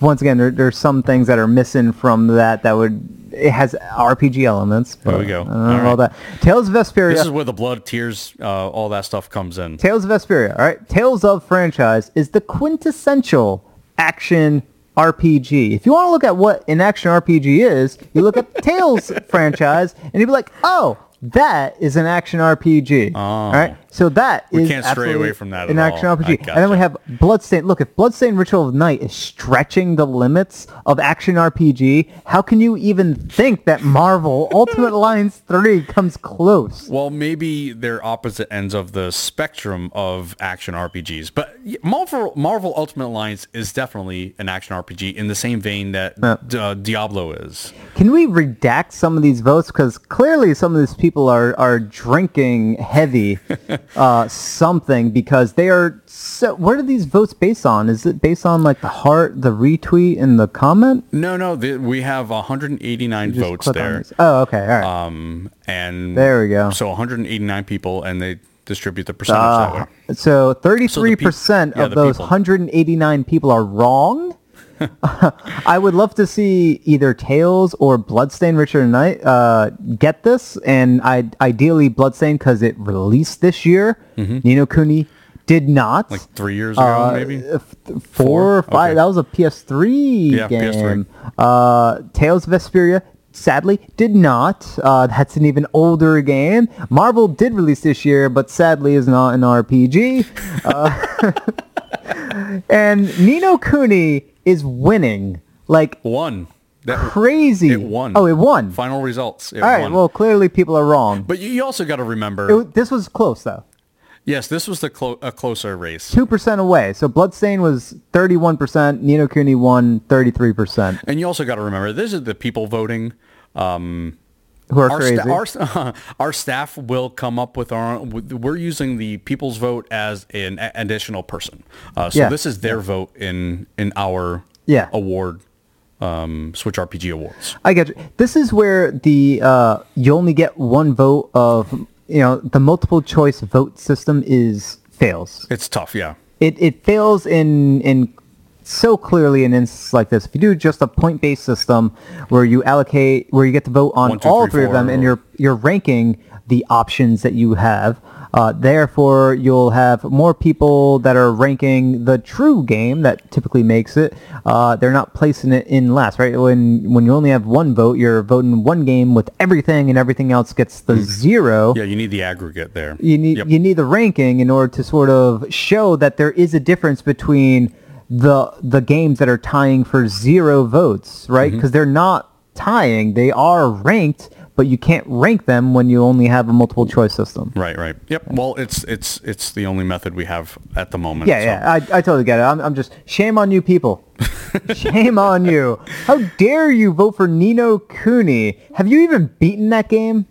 [SPEAKER 2] Once again, there, there's some things that are missing from that that would. It has RPG elements.
[SPEAKER 1] There
[SPEAKER 2] but
[SPEAKER 1] we go.
[SPEAKER 2] I don't know
[SPEAKER 1] All right.
[SPEAKER 2] about that. Tales of Vesperia.
[SPEAKER 1] this is where the blood, tears, uh, all that stuff comes in.
[SPEAKER 2] Tales of Vesperia, all right? Tales of franchise is the quintessential action RPG. If you want to look at what an action RPG is, you look at the Tales franchise and you'd be like, oh, that is an action RPG. All right. So that is
[SPEAKER 1] Oh. can't stray
[SPEAKER 2] absolutely
[SPEAKER 1] away from that
[SPEAKER 2] an
[SPEAKER 1] at
[SPEAKER 2] action
[SPEAKER 1] all.
[SPEAKER 2] RPG.
[SPEAKER 1] I
[SPEAKER 2] And then we
[SPEAKER 1] gotcha.
[SPEAKER 2] have Bloodstained. Look, if Bloodstained Ritual of Night is stretching the limits of action RPG, how can you even think that Marvel Ultimate Alliance 3 comes close?
[SPEAKER 1] Well, maybe they're opposite ends of the spectrum of action RPGs, but y- Marvel, Marvel Ultimate Alliance is definitely an action RPG in the same vein that D- uh, Diablo is.
[SPEAKER 2] Can we redact some of these votes? Because clearly some of these people are, are drinking heavy uh, something because they are so... What are these votes based on? Is it based on like the heart, the retweet, and the comment?
[SPEAKER 1] No, no, the, we have 189
[SPEAKER 2] Just
[SPEAKER 1] votes
[SPEAKER 2] click on
[SPEAKER 1] there,
[SPEAKER 2] these. Oh, okay. All right.
[SPEAKER 1] um, and
[SPEAKER 2] There we go.
[SPEAKER 1] So 189 people, and they distribute the percentage
[SPEAKER 2] Uh,
[SPEAKER 1] that way.
[SPEAKER 2] so 33%
[SPEAKER 1] yeah,
[SPEAKER 2] of
[SPEAKER 1] the
[SPEAKER 2] those
[SPEAKER 1] people.
[SPEAKER 2] 189 people are wrong. I would love to see either Tails or Bloodstain Richard Knight uh, get this, and I ideally Bloodstain because it released this year. Nino Kuni did not.
[SPEAKER 1] Mm-hmm. Like three years ago,
[SPEAKER 2] Uh,
[SPEAKER 1] maybe.
[SPEAKER 2] f- th- four or
[SPEAKER 1] Four?
[SPEAKER 2] five.
[SPEAKER 1] Okay.
[SPEAKER 2] That was a PS3
[SPEAKER 1] Yeah,
[SPEAKER 2] game.
[SPEAKER 1] PS3.
[SPEAKER 2] Uh, Tales of Vesperia, sadly, did not. Uh, that's an even older game. Marvel did release this year, but sadly is not an RPG. Uh, and Nino Cooney is winning. Like,
[SPEAKER 1] One. That,
[SPEAKER 2] crazy.
[SPEAKER 1] it won.
[SPEAKER 2] Oh, it won.
[SPEAKER 1] Final results. It
[SPEAKER 2] All right,
[SPEAKER 1] won.
[SPEAKER 2] well, clearly people are wrong.
[SPEAKER 1] but you, you also got to remember.
[SPEAKER 2] It, this was close, though.
[SPEAKER 1] Yes, this was the clo- a closer race.
[SPEAKER 2] two percent away. So Bloodstain was thirty-one percent. Nino Cooney won thirty-three percent.
[SPEAKER 1] And you also got to remember, this is the people voting.
[SPEAKER 2] Who are
[SPEAKER 1] Our,
[SPEAKER 2] crazy?
[SPEAKER 1] sta- our, st- our staff will come up with our. We're using the people's vote as an a- additional person. Uh, so
[SPEAKER 2] Yeah.
[SPEAKER 1] this is their vote in in our
[SPEAKER 2] Yeah.
[SPEAKER 1] award, um, Switch RPG awards.
[SPEAKER 2] I get you. This is where the uh, you only get one vote of you know the multiple choice vote system is fails.
[SPEAKER 1] It's tough, yeah.
[SPEAKER 2] It it fails in in so clearly in instances like this. If you do just a point based system where you allocate where you get to vote on
[SPEAKER 1] One, two,
[SPEAKER 2] all
[SPEAKER 1] three,
[SPEAKER 2] three of them and
[SPEAKER 1] four.
[SPEAKER 2] you're you're ranking the options that you have. Uh, therefore, you'll have more people that are ranking the true game that typically makes it. Uh, they're not placing it in last, right? When when you only have one vote, you're voting one game with everything, and everything else gets the zero
[SPEAKER 1] Yeah, you need the aggregate there.
[SPEAKER 2] you need
[SPEAKER 1] Yep.
[SPEAKER 2] you need the ranking in order to sort of show that there is a difference between the the games that are tying for zero votes, right?
[SPEAKER 1] Mm-hmm.
[SPEAKER 2] Because they're not tying; they are ranked, but you can't rank them when you only have a multiple choice system.
[SPEAKER 1] Right, right. Yep. Well, it's it's it's the only method we have at the moment.
[SPEAKER 2] Yeah,
[SPEAKER 1] so-
[SPEAKER 2] yeah, I, I totally get it. I'm, I'm just shame on you people. shame on you. How dare you vote for Nino Cooney? Have you even beaten that game?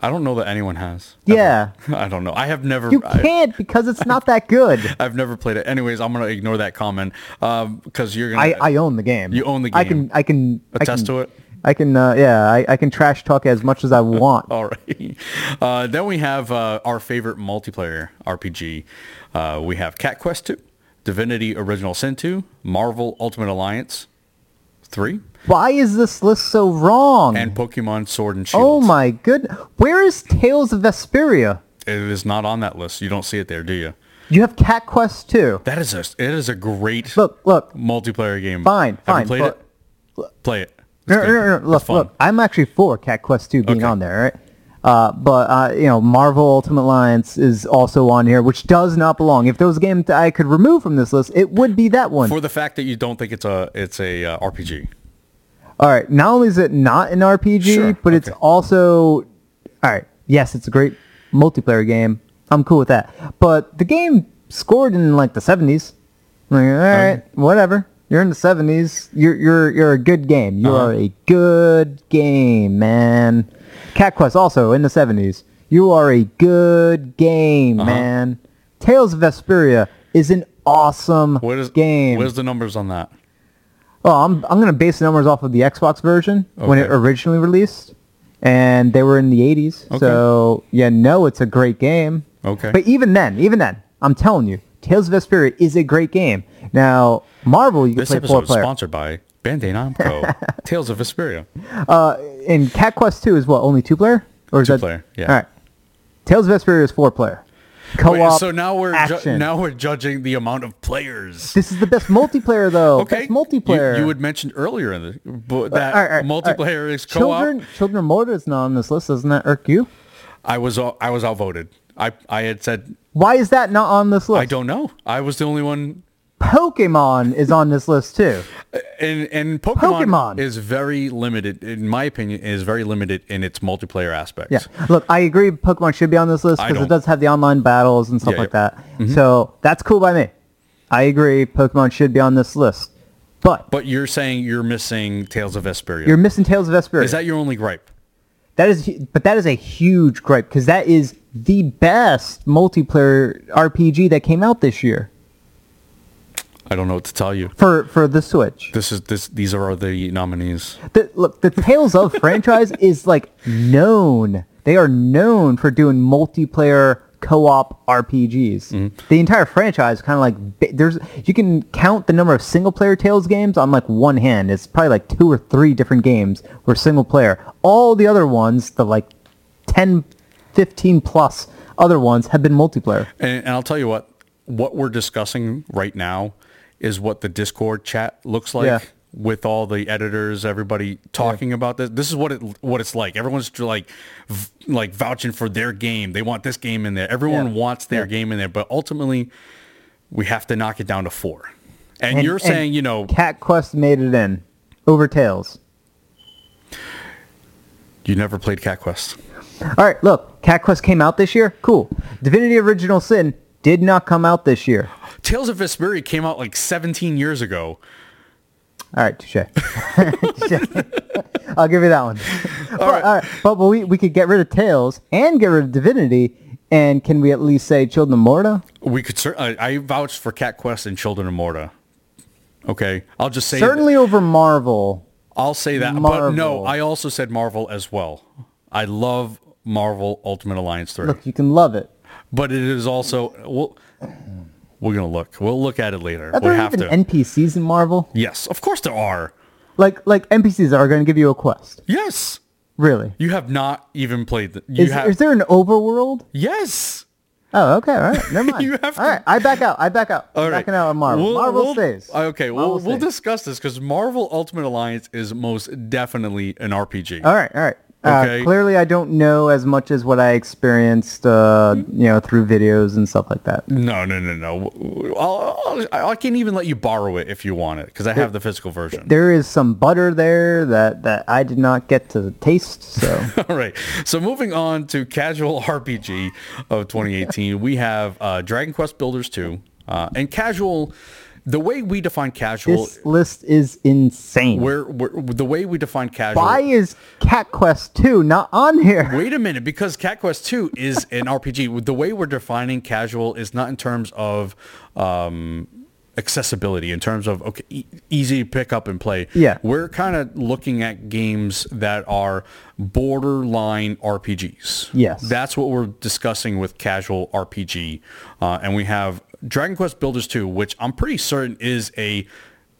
[SPEAKER 1] I don't know that anyone has.
[SPEAKER 2] Yeah.
[SPEAKER 1] Ever. I don't know. I have never.
[SPEAKER 2] You
[SPEAKER 1] I,
[SPEAKER 2] can't because it's not that good.
[SPEAKER 1] I've never played it. Anyways, I'm gonna ignore that comment because you're gonna.
[SPEAKER 2] I, I own the game.
[SPEAKER 1] You own the
[SPEAKER 2] I
[SPEAKER 1] game.
[SPEAKER 2] can I can I
[SPEAKER 1] Attest
[SPEAKER 2] can-
[SPEAKER 1] to it?
[SPEAKER 2] I can uh, yeah I, I can trash talk as much as I want.
[SPEAKER 1] All right. Uh, then we have uh, our favorite multiplayer RPG. Uh, we have Cat Quest 2, Divinity Original Sin 2, Marvel Ultimate Alliance 3,
[SPEAKER 2] Why is this list so wrong?
[SPEAKER 1] and Pokemon Sword and Shield.
[SPEAKER 2] Mm-hmm. oh my good, where is Tales of Vesperia?
[SPEAKER 1] It is not on that list. You don't see it there, do you?
[SPEAKER 2] You have Cat Quest too.
[SPEAKER 1] That is a it is a great
[SPEAKER 2] Look look
[SPEAKER 1] multiplayer game.
[SPEAKER 2] Fine,
[SPEAKER 1] have
[SPEAKER 2] fine,
[SPEAKER 1] You played
[SPEAKER 2] but-
[SPEAKER 1] it? Play it. It's
[SPEAKER 2] no, no, no,
[SPEAKER 1] good.
[SPEAKER 2] no,
[SPEAKER 1] It's
[SPEAKER 2] Er, look
[SPEAKER 1] fun.
[SPEAKER 2] look I'm actually for Cat Quest two being
[SPEAKER 1] Okay.
[SPEAKER 2] on there right. Uh, but uh, you know, Marvel Ultimate Alliance is also on here, which does not belong. If there was a game that I could remove from this list, it would be that one.
[SPEAKER 1] For the fact that you don't think it's a it's a uh, RPG.
[SPEAKER 2] All right. Not only is it not an RPG,
[SPEAKER 1] Sure,
[SPEAKER 2] but it's
[SPEAKER 1] okay.
[SPEAKER 2] also all right. Yes, it's a great multiplayer game. I'm cool with that. But the game scored in like the 70s. Like, all right, whatever. You're in the 70s. You're you're you're a good game.
[SPEAKER 1] Uh-huh.
[SPEAKER 2] You are a good game, man. Cat Quest also in the 70s. You are a good game,
[SPEAKER 1] Uh-huh.
[SPEAKER 2] man. Tales of Vesperia is an awesome
[SPEAKER 1] What is
[SPEAKER 2] game.
[SPEAKER 1] What is the numbers on that?
[SPEAKER 2] Oh, I'm I'm gonna base the numbers off of the Xbox version when it
[SPEAKER 1] Okay.
[SPEAKER 2] originally released, and they were in the 80s. So yeah, no, it's a great game.
[SPEAKER 1] Okay.
[SPEAKER 2] But even then, even then, I'm telling you, Tales of Vesperia is a great game. Now, Marvel, you can
[SPEAKER 1] This
[SPEAKER 2] play four
[SPEAKER 1] episode is
[SPEAKER 2] player,
[SPEAKER 1] sponsored by Bandai Namco. Tales of Vesperia.
[SPEAKER 2] and Cat Quest 2 is what only two player or is
[SPEAKER 1] Two
[SPEAKER 2] that
[SPEAKER 1] player, yeah.
[SPEAKER 2] All right, Tales of Vesperia is four player.
[SPEAKER 1] Wait,
[SPEAKER 2] Co-op.
[SPEAKER 1] so now we're ju-
[SPEAKER 2] action.
[SPEAKER 1] now we're judging the amount of players.
[SPEAKER 2] This is the best multiplayer though.
[SPEAKER 1] Okay,
[SPEAKER 2] Best multiplayer. Uh,
[SPEAKER 1] You, you had mentioned earlier in the bu- that
[SPEAKER 2] All right, all right, all right.
[SPEAKER 1] multiplayer is co-op.
[SPEAKER 2] Children, children, Mortar is not on this list. Doesn't that irk you?
[SPEAKER 1] I was o- I was outvoted. I I had said
[SPEAKER 2] Why is that not on this list?
[SPEAKER 1] I don't know. I was the only one.
[SPEAKER 2] Pokemon is on this list too.
[SPEAKER 1] And and Pokemon,
[SPEAKER 2] Pokemon.
[SPEAKER 1] is very limited, in my opinion, is very limited in its multiplayer aspects.
[SPEAKER 2] Yeah. Look, I agree Pokemon should be on this list
[SPEAKER 1] I
[SPEAKER 2] because it
[SPEAKER 1] don't-
[SPEAKER 2] does have the online battles and stuff
[SPEAKER 1] Yeah,
[SPEAKER 2] like
[SPEAKER 1] yeah. Mm-hmm.
[SPEAKER 2] that. So that's cool by me. I agree Pokemon should be on this list. But
[SPEAKER 1] But you're saying you're missing Tales of Vesperia.
[SPEAKER 2] you're missing Tales of Vesperia.
[SPEAKER 1] is that your only gripe?
[SPEAKER 2] that is hu- but that is a huge gripe because that is the best multiplayer RPG that came out this year
[SPEAKER 1] I don't know what to tell you.
[SPEAKER 2] for for the Switch.
[SPEAKER 1] This is this. These are the nominees.
[SPEAKER 2] The, look, the Tales of franchise is like known. They are known for doing multiplayer co-op RPGs.
[SPEAKER 1] Mm-hmm.
[SPEAKER 2] The entire franchise kind of like bi- there's you can count the number of single player Tales games on like one hand. It's probably like two or three different games were single player. All the other ones, the like 10 15 plus other ones have been multiplayer.
[SPEAKER 1] And, and I'll tell you what. What we're discussing right now is what the Discord chat looks like
[SPEAKER 2] Yeah.
[SPEAKER 1] with all the editors, everybody talking about this. This is what it what it's like. Everyone's like v- like vouching for their game. They want this game in there. Everyone
[SPEAKER 2] Yeah.
[SPEAKER 1] wants their
[SPEAKER 2] Yeah.
[SPEAKER 1] game in there. But ultimately, we have to knock it down to four. And,
[SPEAKER 2] And-
[SPEAKER 1] you're
[SPEAKER 2] and
[SPEAKER 1] saying, you know,
[SPEAKER 2] Cat Quest made it in over Tales.
[SPEAKER 1] you never played Cat Quest.
[SPEAKER 2] All right, look, Cat Quest came out this year. Cool. Divinity Original Sin did not come out this year.
[SPEAKER 1] Tales of Vesperia came out like 17 years ago.
[SPEAKER 2] All right, touche. I'll give you that one. but, all right. But, but we, we could get rid of Tails and get rid of Divinity, and can we at least say Children of Morta?
[SPEAKER 1] We could cer- I, I vouched for Cat Quest and Children of Morta. Okay, I'll just say
[SPEAKER 2] Certainly over Marvel.
[SPEAKER 1] I'll say that. But no,
[SPEAKER 2] Marvel.
[SPEAKER 1] I also said Marvel as well. I love Marvel Ultimate Alliance 3.
[SPEAKER 2] Look, you can love it.
[SPEAKER 1] But it is also well we're going to look. We'll look at it later.
[SPEAKER 2] Are
[SPEAKER 1] we
[SPEAKER 2] there
[SPEAKER 1] have
[SPEAKER 2] even
[SPEAKER 1] to.
[SPEAKER 2] NPCs in Marvel?
[SPEAKER 1] yes, of course there are.
[SPEAKER 2] Like like NPCs are going to give you a quest.
[SPEAKER 1] Yes.
[SPEAKER 2] Really?
[SPEAKER 1] You have not even played the, you
[SPEAKER 2] Is,
[SPEAKER 1] have
[SPEAKER 2] is there an overworld?
[SPEAKER 1] Yes.
[SPEAKER 2] Oh, okay. All right. Never mind.
[SPEAKER 1] You have
[SPEAKER 2] All
[SPEAKER 1] to-
[SPEAKER 2] right. I back out. I back out.
[SPEAKER 1] All
[SPEAKER 2] I'm
[SPEAKER 1] right.
[SPEAKER 2] Backing out on Marvel.
[SPEAKER 1] We'll-
[SPEAKER 2] Marvel
[SPEAKER 1] we'll-
[SPEAKER 2] stays.
[SPEAKER 1] Okay, we'll,
[SPEAKER 2] Marvel
[SPEAKER 1] we'll
[SPEAKER 2] stays.
[SPEAKER 1] discuss this because Marvel Ultimate Alliance is most definitely an RPG.
[SPEAKER 2] All right, all right. Uh,
[SPEAKER 1] Okay.
[SPEAKER 2] Clearly, I don't know as much as what I experienced, uh,
[SPEAKER 1] Mm-hmm.
[SPEAKER 2] you know, through videos and stuff like that.
[SPEAKER 1] no, no, no, no. I'll, I'll, I can even let you borrow it if you want it because I have the physical version.
[SPEAKER 2] There is some butter there that, that I did not get to taste. So,
[SPEAKER 1] All right. So moving on to casual RPG of 2018, we have uh, Dragon Quest Builders 2 uh, and casual. The way we define casual,
[SPEAKER 2] this list is insane.
[SPEAKER 1] where we're, the way we define casual.
[SPEAKER 2] Why is Cat Quest 2 not on here?
[SPEAKER 1] Wait a minute, because Cat Quest 2 is an RPG. The way we're defining casual is not in terms of um, accessibility, in terms of okay, e- easy to pick up and play.
[SPEAKER 2] Yeah.
[SPEAKER 1] We're kind of looking at games that are borderline RPGs.
[SPEAKER 2] Yes.
[SPEAKER 1] That's what we're discussing with casual RPG. Uh, and we have Dragon Quest Builders 2, which I'm pretty certain is a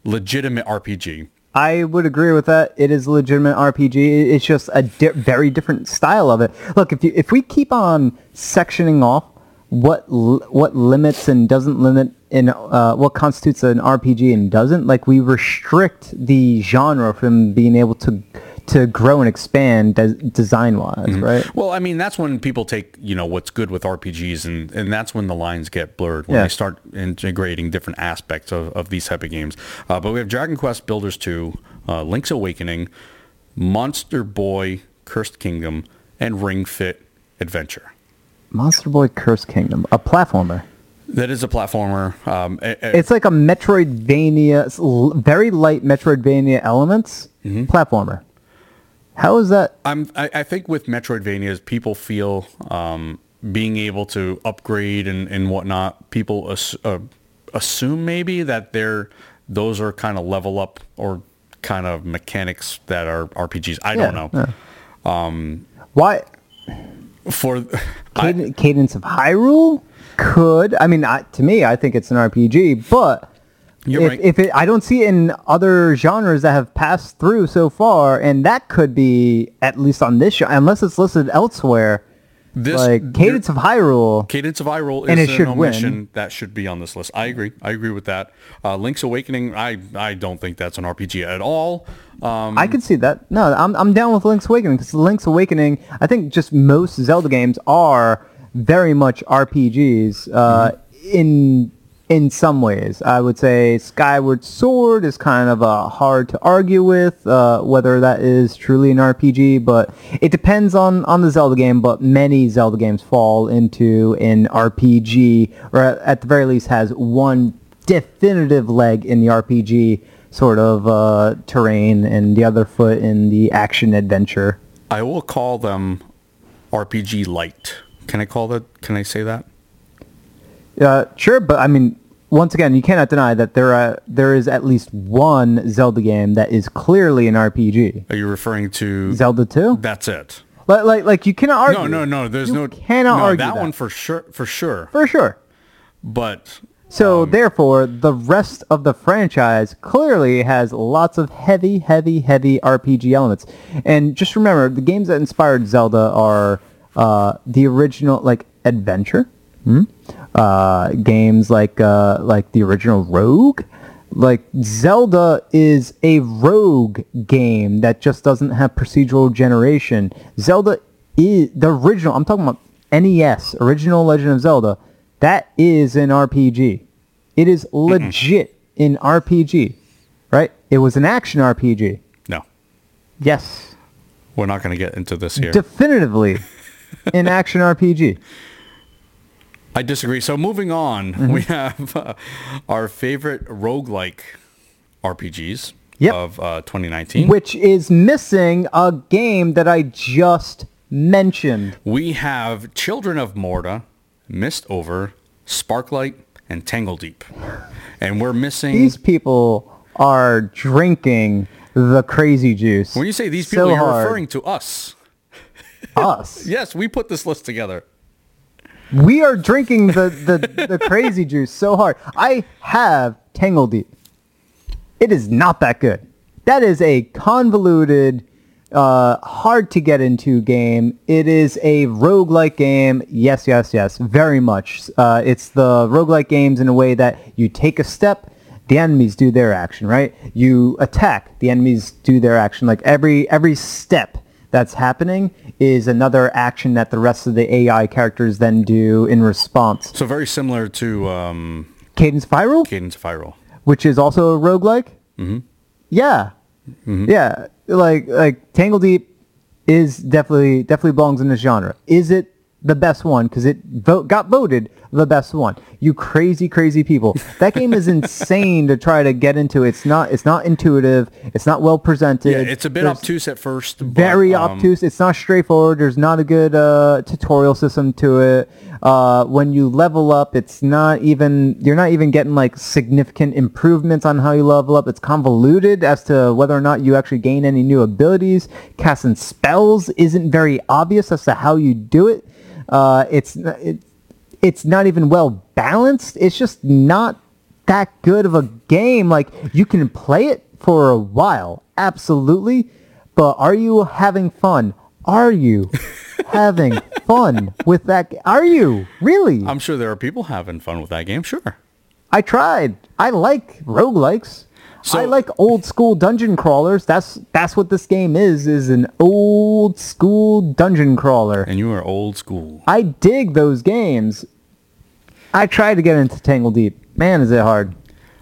[SPEAKER 1] legitimate RPG.
[SPEAKER 2] I would agree with that. It is a legitimate RPG. It- It's just a di- very different style of it. Look, if you if we keep on sectioning off what l- what limits and doesn't limit in uh, what constitutes an RPG and doesn't, like we restrict the genre from being able to to grow and expand des- design wise, right?
[SPEAKER 1] Well, I mean, that's when people take, you know, what's good with RPGs and, and that's when the lines get blurred when
[SPEAKER 2] Yeah.
[SPEAKER 1] they start integrating different aspects of, of these type of games. Uh, but we have Dragon Quest Builders 2, uh, Link's Awakening, Monster Boy, Cursed Kingdom, and Ring Fit Adventure.
[SPEAKER 2] Monster Boy Curse Kingdom, a platformer.
[SPEAKER 1] That is a platformer. Um, a- a-
[SPEAKER 2] It's like a Metroidvania, s- l- very light Metroidvania elements platformer. How is that?
[SPEAKER 1] I'm, I, I think with Metroidvanias, people feel um, being able to upgrade and, and whatnot, people ass, uh, assume maybe that they're those are kind of level up or kind of mechanics that are RPGs. I
[SPEAKER 2] Yeah,
[SPEAKER 1] don't know.
[SPEAKER 2] yeah. Why
[SPEAKER 1] For I,
[SPEAKER 2] Cad- Cadence of Hyrule could? I mean, I, to me, I think it's an RPG, but
[SPEAKER 1] You're
[SPEAKER 2] if,
[SPEAKER 1] right.
[SPEAKER 2] if it, I don't see it in other genres that have passed through so far, and that could be at least on this show, unless it's listed elsewhere.
[SPEAKER 1] this
[SPEAKER 2] like Cadence of Hyrule,
[SPEAKER 1] Cadence of Hyrule is
[SPEAKER 2] And it
[SPEAKER 1] an
[SPEAKER 2] should
[SPEAKER 1] omission
[SPEAKER 2] win.
[SPEAKER 1] that should be on this list. I agree. I agree with that. Uh, Link's Awakening, I, I don't think that's an RPG at all. Um,
[SPEAKER 2] I could see that. No, I'm I'm down with Link's Awakening because Link's Awakening, I think just most Zelda games are very much RPGs uh, in in some ways. I would say Skyward Sword is kind of uh, hard to argue with uh, whether that is truly an RPG, but it depends on on the Zelda game. But many Zelda games fall into an RPG, or at, at the very least has one definitive leg in the RPG sort of uh, terrain and the other foot in the action adventure.
[SPEAKER 1] I will call them RPG light. Can I call that? Can I say that?
[SPEAKER 2] Uh, sure, but I mean, once again, you cannot deny that there are there is at least one Zelda game that is clearly an RPG.
[SPEAKER 1] Are you referring to
[SPEAKER 2] Zelda 2?
[SPEAKER 1] That's it.
[SPEAKER 2] Like, like, like you cannot argue.
[SPEAKER 1] No, no, no. There's
[SPEAKER 2] You
[SPEAKER 1] no.
[SPEAKER 2] cannot
[SPEAKER 1] no,
[SPEAKER 2] argue
[SPEAKER 1] that,
[SPEAKER 2] that.
[SPEAKER 1] one for sure. For sure.
[SPEAKER 2] For sure.
[SPEAKER 1] But
[SPEAKER 2] So therefore, the rest of the franchise clearly has lots of heavy, heavy, heavy RPG elements. And just remember, the games that inspired Zelda are uh, the original, like adventure hmm? uh, games, like uh, like the original Rogue. Like Zelda is a rogue game that just doesn't have procedural generation. Zelda is the original. I'm talking about NES, original Legend of Zelda. That is an RPG. It is legit an RPG, right? It was an action RPG.
[SPEAKER 1] no,
[SPEAKER 2] Yes,
[SPEAKER 1] we're not going to get into this here.
[SPEAKER 2] definitively. in action RPG.
[SPEAKER 1] I disagree. So moving on,
[SPEAKER 2] Mm-hmm.
[SPEAKER 1] we have uh, our favorite roguelike RPGs
[SPEAKER 2] Yep.
[SPEAKER 1] of uh, 2019.
[SPEAKER 2] Which is missing a game that I just mentioned.
[SPEAKER 1] we have Children of Morta, Mist Over, Sparklight, and Tangle Deep. And we're missing...
[SPEAKER 2] These people are drinking the crazy juice.
[SPEAKER 1] when you say these
[SPEAKER 2] so
[SPEAKER 1] people, you're
[SPEAKER 2] hard.
[SPEAKER 1] referring to us.
[SPEAKER 2] us.
[SPEAKER 1] Yes, we put this list together.
[SPEAKER 2] We are drinking the, the, the crazy juice so hard. I have Tangle Deep. It is not that good. That is a convoluted, uh, hard to get into game. It is a roguelike game. Yes, yes, yes. Very much. Uh, it's the roguelike games in a way that you take a step, the enemies do their action, right? You attack, the enemies do their action. Like every every step that's happening is another action that the rest of the AI characters then do in response.
[SPEAKER 1] So very similar to um,
[SPEAKER 2] Cadence Viral?
[SPEAKER 1] Cadence of Hyrule.
[SPEAKER 2] which is also a roguelike. Mm-hmm. Yeah.
[SPEAKER 1] Mm-hmm.
[SPEAKER 2] Yeah. Like like Tangle Deep is definitely definitely belongs in this genre. Is it the best one because it vote got voted the best one. You crazy crazy people. That game is insane to try to get into. It's not it's not intuitive. It's not well presented.
[SPEAKER 1] Yeah, it's a bit
[SPEAKER 2] There's-
[SPEAKER 1] obtuse at first. but,
[SPEAKER 2] very
[SPEAKER 1] um,
[SPEAKER 2] obtuse. It's not straightforward. There's not a good uh, tutorial system to it. Uh, when you level up, it's not even you're not even getting like significant improvements on how you level up. It's convoluted as to whether or not you actually gain any new abilities. Casting spells isn't very obvious as to how you do it. Uh, it's n- it, it's not even well balanced. It's just not that good of a game. Like you can play it for a while, absolutely, but are you having fun? Are you having fun with that? g- Are you really?
[SPEAKER 1] I'm sure there are people having fun with that game. Sure.
[SPEAKER 2] I tried. I like roguelikes.
[SPEAKER 1] So-
[SPEAKER 2] I like old school dungeon crawlers. That's that's what this game is. Is an old school dungeon crawler.
[SPEAKER 1] And you are old school.
[SPEAKER 2] I dig those games. I tried to get into Tangle Deep. Man, is it hard.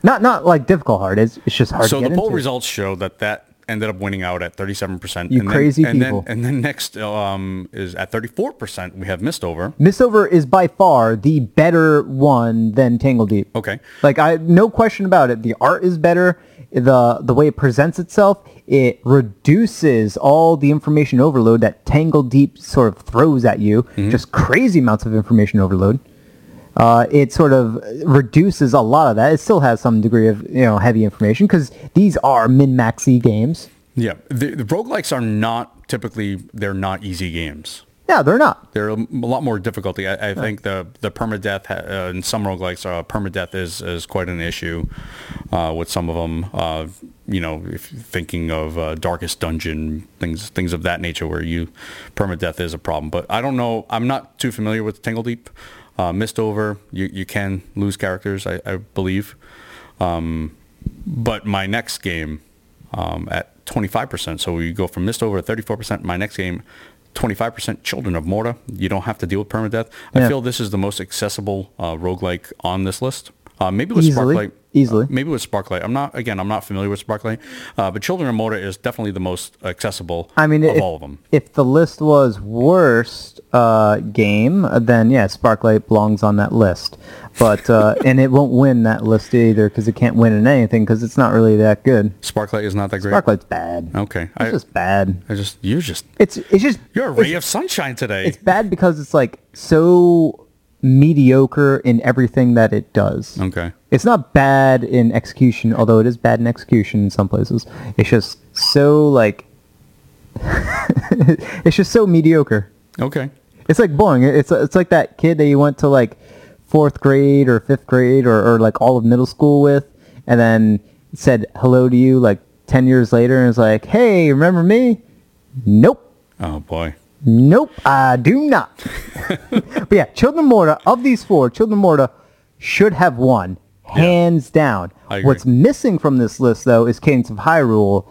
[SPEAKER 2] Not not like difficult hard. It's it's just hard
[SPEAKER 1] So
[SPEAKER 2] to get
[SPEAKER 1] the poll
[SPEAKER 2] into.
[SPEAKER 1] results show that that ended up winning out at 37%.
[SPEAKER 2] You
[SPEAKER 1] and
[SPEAKER 2] crazy
[SPEAKER 1] then, and
[SPEAKER 2] people.
[SPEAKER 1] Then, and then next um, is at 34%. We have missed over.
[SPEAKER 2] Missover is by far the better one than Tangle Deep.
[SPEAKER 1] Okay.
[SPEAKER 2] Like I no question about it. The art is better. The the way it presents itself, it reduces all the information overload that Tangle Deep sort of throws at you. Just crazy amounts of information overload. Uh, it sort of reduces a lot of that. It still has some degree of you know heavy information because these are min maxy games.
[SPEAKER 1] Yeah. The, the roguelikes are not typically, they're not easy games.
[SPEAKER 2] No, they're not.
[SPEAKER 1] They're a lot more difficulty. I, I think the the permadeath ha- uh, in some roguelikes, uh, permadeath is is quite an issue uh, with some of them. Uh, you know, if you're thinking of uh, Darkest Dungeon things things of that nature, where you permadeath is a problem. But I don't know. I'm not too familiar with Tangle Deep. Uh, Mist over, you you can lose characters, I, I believe. Um, but my next game um, at 25%. So we go from missed over to 34%. My next game, 25% Children of Morta. You don't have to deal with permadeath. I
[SPEAKER 2] Yeah.
[SPEAKER 1] feel this is the most accessible uh, roguelike on this list. Uh, maybe with
[SPEAKER 2] Easily.
[SPEAKER 1] Sparklight.
[SPEAKER 2] Easily.
[SPEAKER 1] uh, maybe with Sparklight. I'm not, again, I'm not familiar with Sparklight. Uh, but Children of Morta is definitely the most accessible
[SPEAKER 2] I mean,
[SPEAKER 1] of
[SPEAKER 2] if,
[SPEAKER 1] all of them.
[SPEAKER 2] if the list was worst uh, game, then yeah, Sparklight belongs on that list. But uh, and it won't win that list either because it can't win in anything because it's not really that good.
[SPEAKER 1] Sparklight is not that great.
[SPEAKER 2] Sparklight's bad.
[SPEAKER 1] Okay.
[SPEAKER 2] It's
[SPEAKER 1] I,
[SPEAKER 2] just bad.
[SPEAKER 1] I just, you're just,
[SPEAKER 2] It's it's just
[SPEAKER 1] you're a ray of sunshine today.
[SPEAKER 2] it's bad because it's like so mediocre in everything that it does.
[SPEAKER 1] Okay.
[SPEAKER 2] It's not bad in execution, although it is bad in execution in some places. It's just so like it's just so mediocre.
[SPEAKER 1] Okay.
[SPEAKER 2] It's like boring. It's it's like that kid that you went to like fourth grade or fifth grade or, or like all of middle school with, and then said hello to you like ten years later and is like, "Hey, remember me?" Nope,
[SPEAKER 1] Oh, boy.
[SPEAKER 2] nope, I do not. but yeah, Children of Morta of these four, Children of Morta should have won hands down.
[SPEAKER 1] I agree.
[SPEAKER 2] What's missing from this list though is Cadence of Hyrule,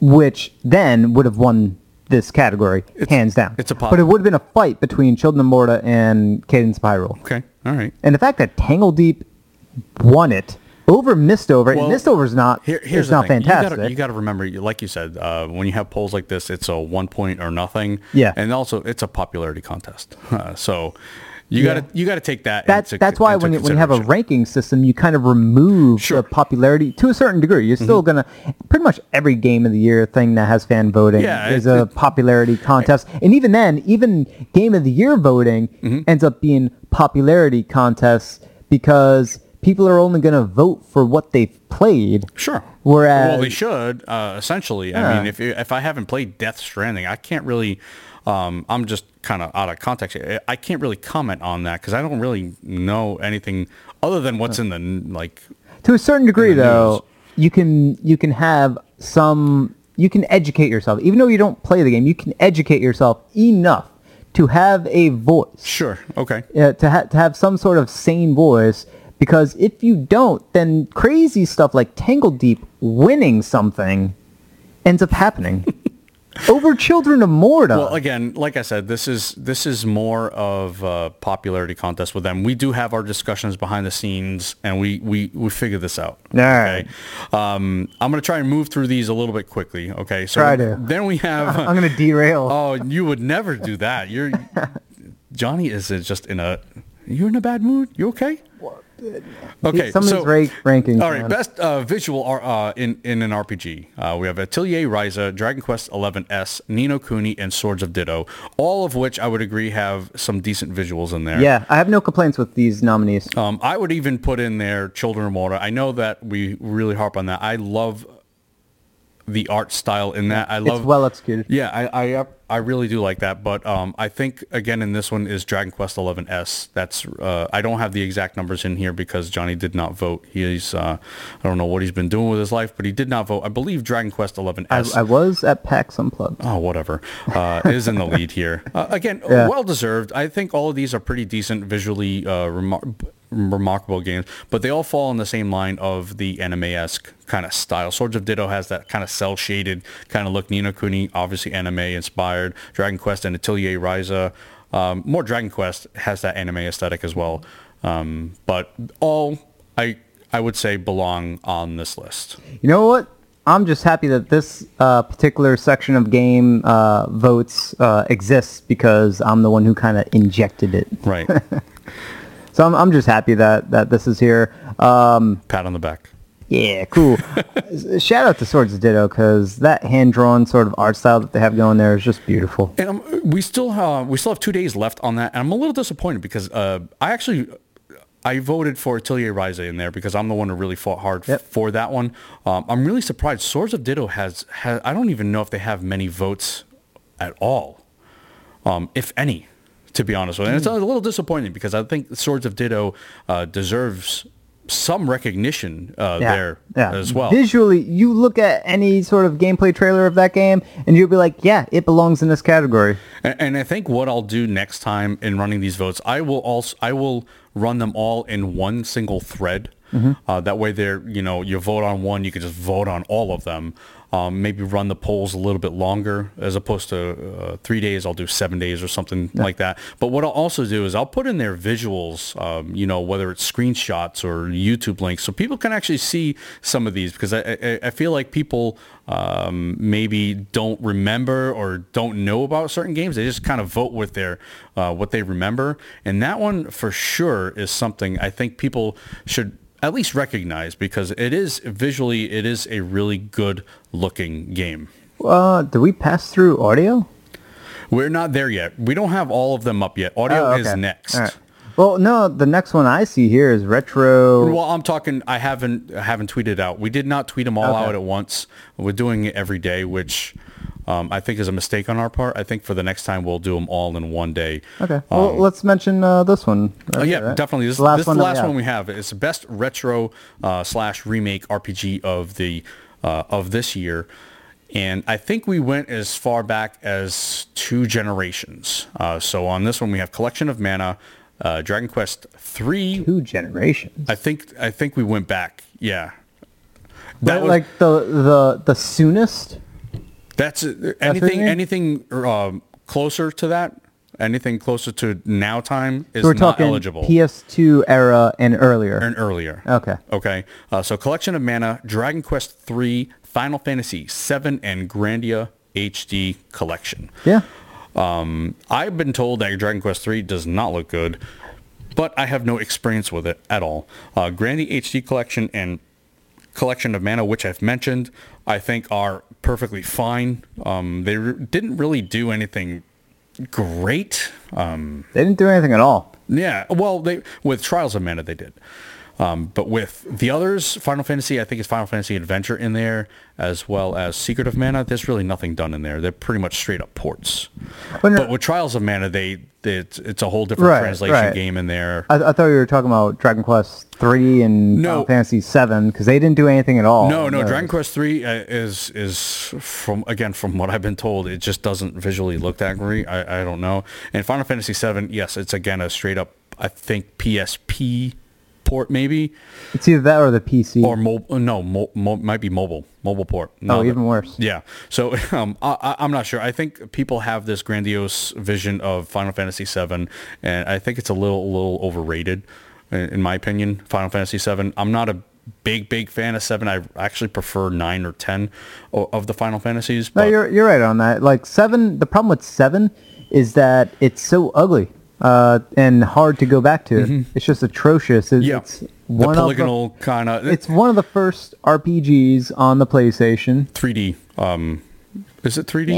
[SPEAKER 2] which then would have won this category hands down.
[SPEAKER 1] it's a pop.
[SPEAKER 2] But it would have been a fight between Children of Morta and Cadence of Hyrule.
[SPEAKER 1] Okay. All right.
[SPEAKER 2] And the fact that Tangle Deep won it over Mistover,
[SPEAKER 1] Well,
[SPEAKER 2] and Mistover's not
[SPEAKER 1] Here,
[SPEAKER 2] It's
[SPEAKER 1] here's the
[SPEAKER 2] not
[SPEAKER 1] thing.
[SPEAKER 2] fantastic.
[SPEAKER 1] You gotta, you gotta remember, you- like you said, uh, when you have polls like this, it's a one point or nothing.
[SPEAKER 2] Yeah.
[SPEAKER 1] And also, it's a popularity contest. Uh, so you gotta you gotta take that.
[SPEAKER 2] that's
[SPEAKER 1] into-
[SPEAKER 2] that's why
[SPEAKER 1] into
[SPEAKER 2] when you, when you have a
[SPEAKER 1] consideration.
[SPEAKER 2] ranking system, you kind of remove
[SPEAKER 1] Sure. Mm-hmm.
[SPEAKER 2] the popularity to a certain degree. You're still gonna pretty much every game of the year thing that has fan voting
[SPEAKER 1] Yeah,
[SPEAKER 2] is
[SPEAKER 1] it-
[SPEAKER 2] a
[SPEAKER 1] it-
[SPEAKER 2] popularity contest, and even then, even game of the year voting
[SPEAKER 1] Mm-hmm.
[SPEAKER 2] ends up being popularity contests because people are only gonna vote for what they've played.
[SPEAKER 1] Sure.
[SPEAKER 2] Whereas
[SPEAKER 1] well, they should uh, essentially. I mean, if if I haven't played Death Stranding, I can't really. Um, I'm just kind of out of context. I- I can't really comment on that because I don't really know anything other than what's in the n- like.
[SPEAKER 2] to a certain degree
[SPEAKER 1] in the
[SPEAKER 2] though you can you can have some you can educate yourself even though you don't play the game you can educate yourself enough to have a voice
[SPEAKER 1] Sure. Okay.
[SPEAKER 2] uh, to, ha- to have some sort of sane voice because if you don't then crazy stuff like tangle deep winning something ends up happening over children of morta
[SPEAKER 1] Well, uh, again, like I said, this is this is more of a popularity contest with them. We do have our discussions behind the scenes, and we we we figure this out.
[SPEAKER 2] All
[SPEAKER 1] okay?
[SPEAKER 2] right.
[SPEAKER 1] Um, I'm gonna try and move through these a little bit quickly. Okay. So
[SPEAKER 2] Try to.
[SPEAKER 1] then we have.
[SPEAKER 2] i'm gonna derail
[SPEAKER 1] Oh, you would never do that. You're Johnny is just in a. You're in a bad mood. You okay? Okay.
[SPEAKER 2] some of
[SPEAKER 1] so,
[SPEAKER 2] these rank- rankings
[SPEAKER 1] All right.
[SPEAKER 2] man.
[SPEAKER 1] Best uh, visual ar- uh, in in an RPG. Uh, we have Atelier Ryza, Dragon Quest XI S, Nino Cooney, and Swords of Ditto. All of which I would agree have some decent visuals in there.
[SPEAKER 2] yeah i have no complaints with these nominees
[SPEAKER 1] Um, I would even put in there Children of Mortar. I know that we really harp on that. I love the art style in that. I love
[SPEAKER 2] it's well executed
[SPEAKER 1] yeah, I I, I really do like that, but um, I think again in this one is Dragon Quest XI S. That's uh, I don't have the exact numbers in here because Johnny did not vote. He's uh, I don't know what he's been doing with his life, but he did not vote. I believe Dragon Quest XI
[SPEAKER 2] I,
[SPEAKER 1] S.
[SPEAKER 2] I was at PAX Unplugged.
[SPEAKER 1] Oh, whatever. Uh, is in the lead here. Uh, again, well deserved. I think all of these are pretty decent visually uh, remar- remarkable games, but they all fall in the same line of the anime-esque kind of style. Swords of Ditto has that kind of cell-shaded kind of look. Nino Kuni, obviously anime-inspired. Dragon Quest and Atelier Ryza. Um, more Dragon Quest has that anime aesthetic as well. Um, but all, I, I would say, belong on this list.
[SPEAKER 2] You know what? I'm just happy that this uh, particular section of game uh, votes uh, exists because I'm the one who kind of injected it.
[SPEAKER 1] Right.
[SPEAKER 2] So I'm, I'm just happy that, that this is here. Um,
[SPEAKER 1] Pat on the back.
[SPEAKER 2] yeah, cool. S- Shout out to Swords of Ditto because that hand-drawn sort of art style that they have going there is just beautiful.
[SPEAKER 1] And um, we still have we still have two days left on that, and I'm a little disappointed because uh, I actually I voted for Atelier Ryza in there because I'm the one who really fought hard
[SPEAKER 2] Yep.
[SPEAKER 1] for that one. Um, I'm really surprised. Swords of Ditto has, has I don't even know if they have many votes at all, um, if any, to be honest with you. And it's a little disappointing because I think Swords of Ditto uh, deserves some recognition uh, there as well.
[SPEAKER 2] Visually, you look at any sort of gameplay trailer of that game and you'll be like, yeah, it belongs in this category.
[SPEAKER 1] And, and I think what I'll do next time in running these votes, I will also I will run them all in one single thread. Uh, that way, they're you know you vote on one, you can just vote on all of them. Um, maybe run the polls a little bit longer as opposed to uh, three days. I'll do seven days or something like that. But what I'll also do is I'll put in their visuals, um, you know, whether it's screenshots or YouTube links, so people can actually see some of these because I, I, I feel like people um, maybe don't remember or don't know about certain games. They just kind of vote with their uh, what they remember, and that one for sure is something I think people should at least recognize because it is visually it is a really good looking game.
[SPEAKER 2] Uh, do we pass through audio?
[SPEAKER 1] We're not there yet. We don't have all of them up yet. Audio
[SPEAKER 2] Oh,
[SPEAKER 1] is
[SPEAKER 2] okay.
[SPEAKER 1] next.
[SPEAKER 2] All right. Well, no, the next one I see here is retro.
[SPEAKER 1] Well, I'm talking. I haven't I haven't tweeted out. We did not tweet them all
[SPEAKER 2] Okay.
[SPEAKER 1] out at once. We're doing it every day, which um, I think is a mistake on our part. I think for the next time we'll do them all in one day.
[SPEAKER 2] Okay. Well, let's mention uh, this one.
[SPEAKER 1] Um, Oh,
[SPEAKER 2] right
[SPEAKER 1] yeah,
[SPEAKER 2] here, right?
[SPEAKER 1] definitely. This,
[SPEAKER 2] The last
[SPEAKER 1] this
[SPEAKER 2] one.
[SPEAKER 1] is
[SPEAKER 2] that
[SPEAKER 1] the
[SPEAKER 2] we
[SPEAKER 1] last
[SPEAKER 2] have.
[SPEAKER 1] one we have. It's the best retro uh, slash remake RPG of the uh, of this year, and I think we went as far back as two generations. Uh, so on this one, we have Collection of Mana, uh, Dragon Quest Three.
[SPEAKER 2] Two generations.
[SPEAKER 1] I think I think we went back. Yeah,
[SPEAKER 2] Right, like the the the soonest.
[SPEAKER 1] That's anything.
[SPEAKER 2] mean?
[SPEAKER 1] Anything um, closer to that Anything closer to now time is
[SPEAKER 2] So we're
[SPEAKER 1] not
[SPEAKER 2] talking
[SPEAKER 1] eligible.
[SPEAKER 2] PS2 era and earlier.
[SPEAKER 1] and earlier.
[SPEAKER 2] Okay.
[SPEAKER 1] Okay. Uh, so Collection of Mana, Dragon Quest III, Final Fantasy VII, and Grandia HD Collection.
[SPEAKER 2] yeah.
[SPEAKER 1] I've been told that Dragon Quest III does not look good, but I have no experience with it at all. Uh, Grandy HD Collection and Collection of Mana, which I've mentioned, I think are perfectly fine. Um, they re- didn't really do anything great. Um,
[SPEAKER 2] They didn't do anything at all.
[SPEAKER 1] yeah, well, they with Trials of Mana they did. Um, but with the others, Final Fantasy, I think it's Final Fantasy Adventure in there, as well as Secret of Mana. There's really nothing done in there. They're pretty much straight up ports.
[SPEAKER 2] But no-
[SPEAKER 1] But with Trials of Mana, they, they it's, it's a whole different
[SPEAKER 2] Right,
[SPEAKER 1] translation
[SPEAKER 2] right.
[SPEAKER 1] game in there.
[SPEAKER 2] I, I thought you were talking about Dragon Quest 3 and
[SPEAKER 1] No.
[SPEAKER 2] Final Fantasy 7 because they didn't do anything at all.
[SPEAKER 1] no, no,
[SPEAKER 2] Uh,
[SPEAKER 1] Dragon Quest Three uh, is is from again from what I've been told, it just doesn't visually look that great. I, I don't know. And Final Fantasy Seven, yes, it's again a straight up I think PSP port maybe.
[SPEAKER 2] It's either that or the Oh, PC.
[SPEAKER 1] or mobile no mo- mo- might be mobile mobile port
[SPEAKER 2] oh,
[SPEAKER 1] No,
[SPEAKER 2] even worse.
[SPEAKER 1] yeah so um, I, I- i'm not sure i think people have this grandiose vision of final fantasy 7 and i think it's a little a little overrated in in my opinion final fantasy 7 i'm not a big big fan of 7 i actually prefer 9 or 10 o- of the final fantasies
[SPEAKER 2] No,
[SPEAKER 1] but
[SPEAKER 2] you're you're right on that. Like seven, the problem with seven is that it's so ugly uh, and hard to go back to. It's just atrocious. It's,
[SPEAKER 1] Mm-hmm. yeah
[SPEAKER 2] it's
[SPEAKER 1] the
[SPEAKER 2] one Of
[SPEAKER 1] polygonal kind
[SPEAKER 2] the,
[SPEAKER 1] of
[SPEAKER 2] it's one of the first RPGs on the PlayStation.
[SPEAKER 1] 3d um is it 3d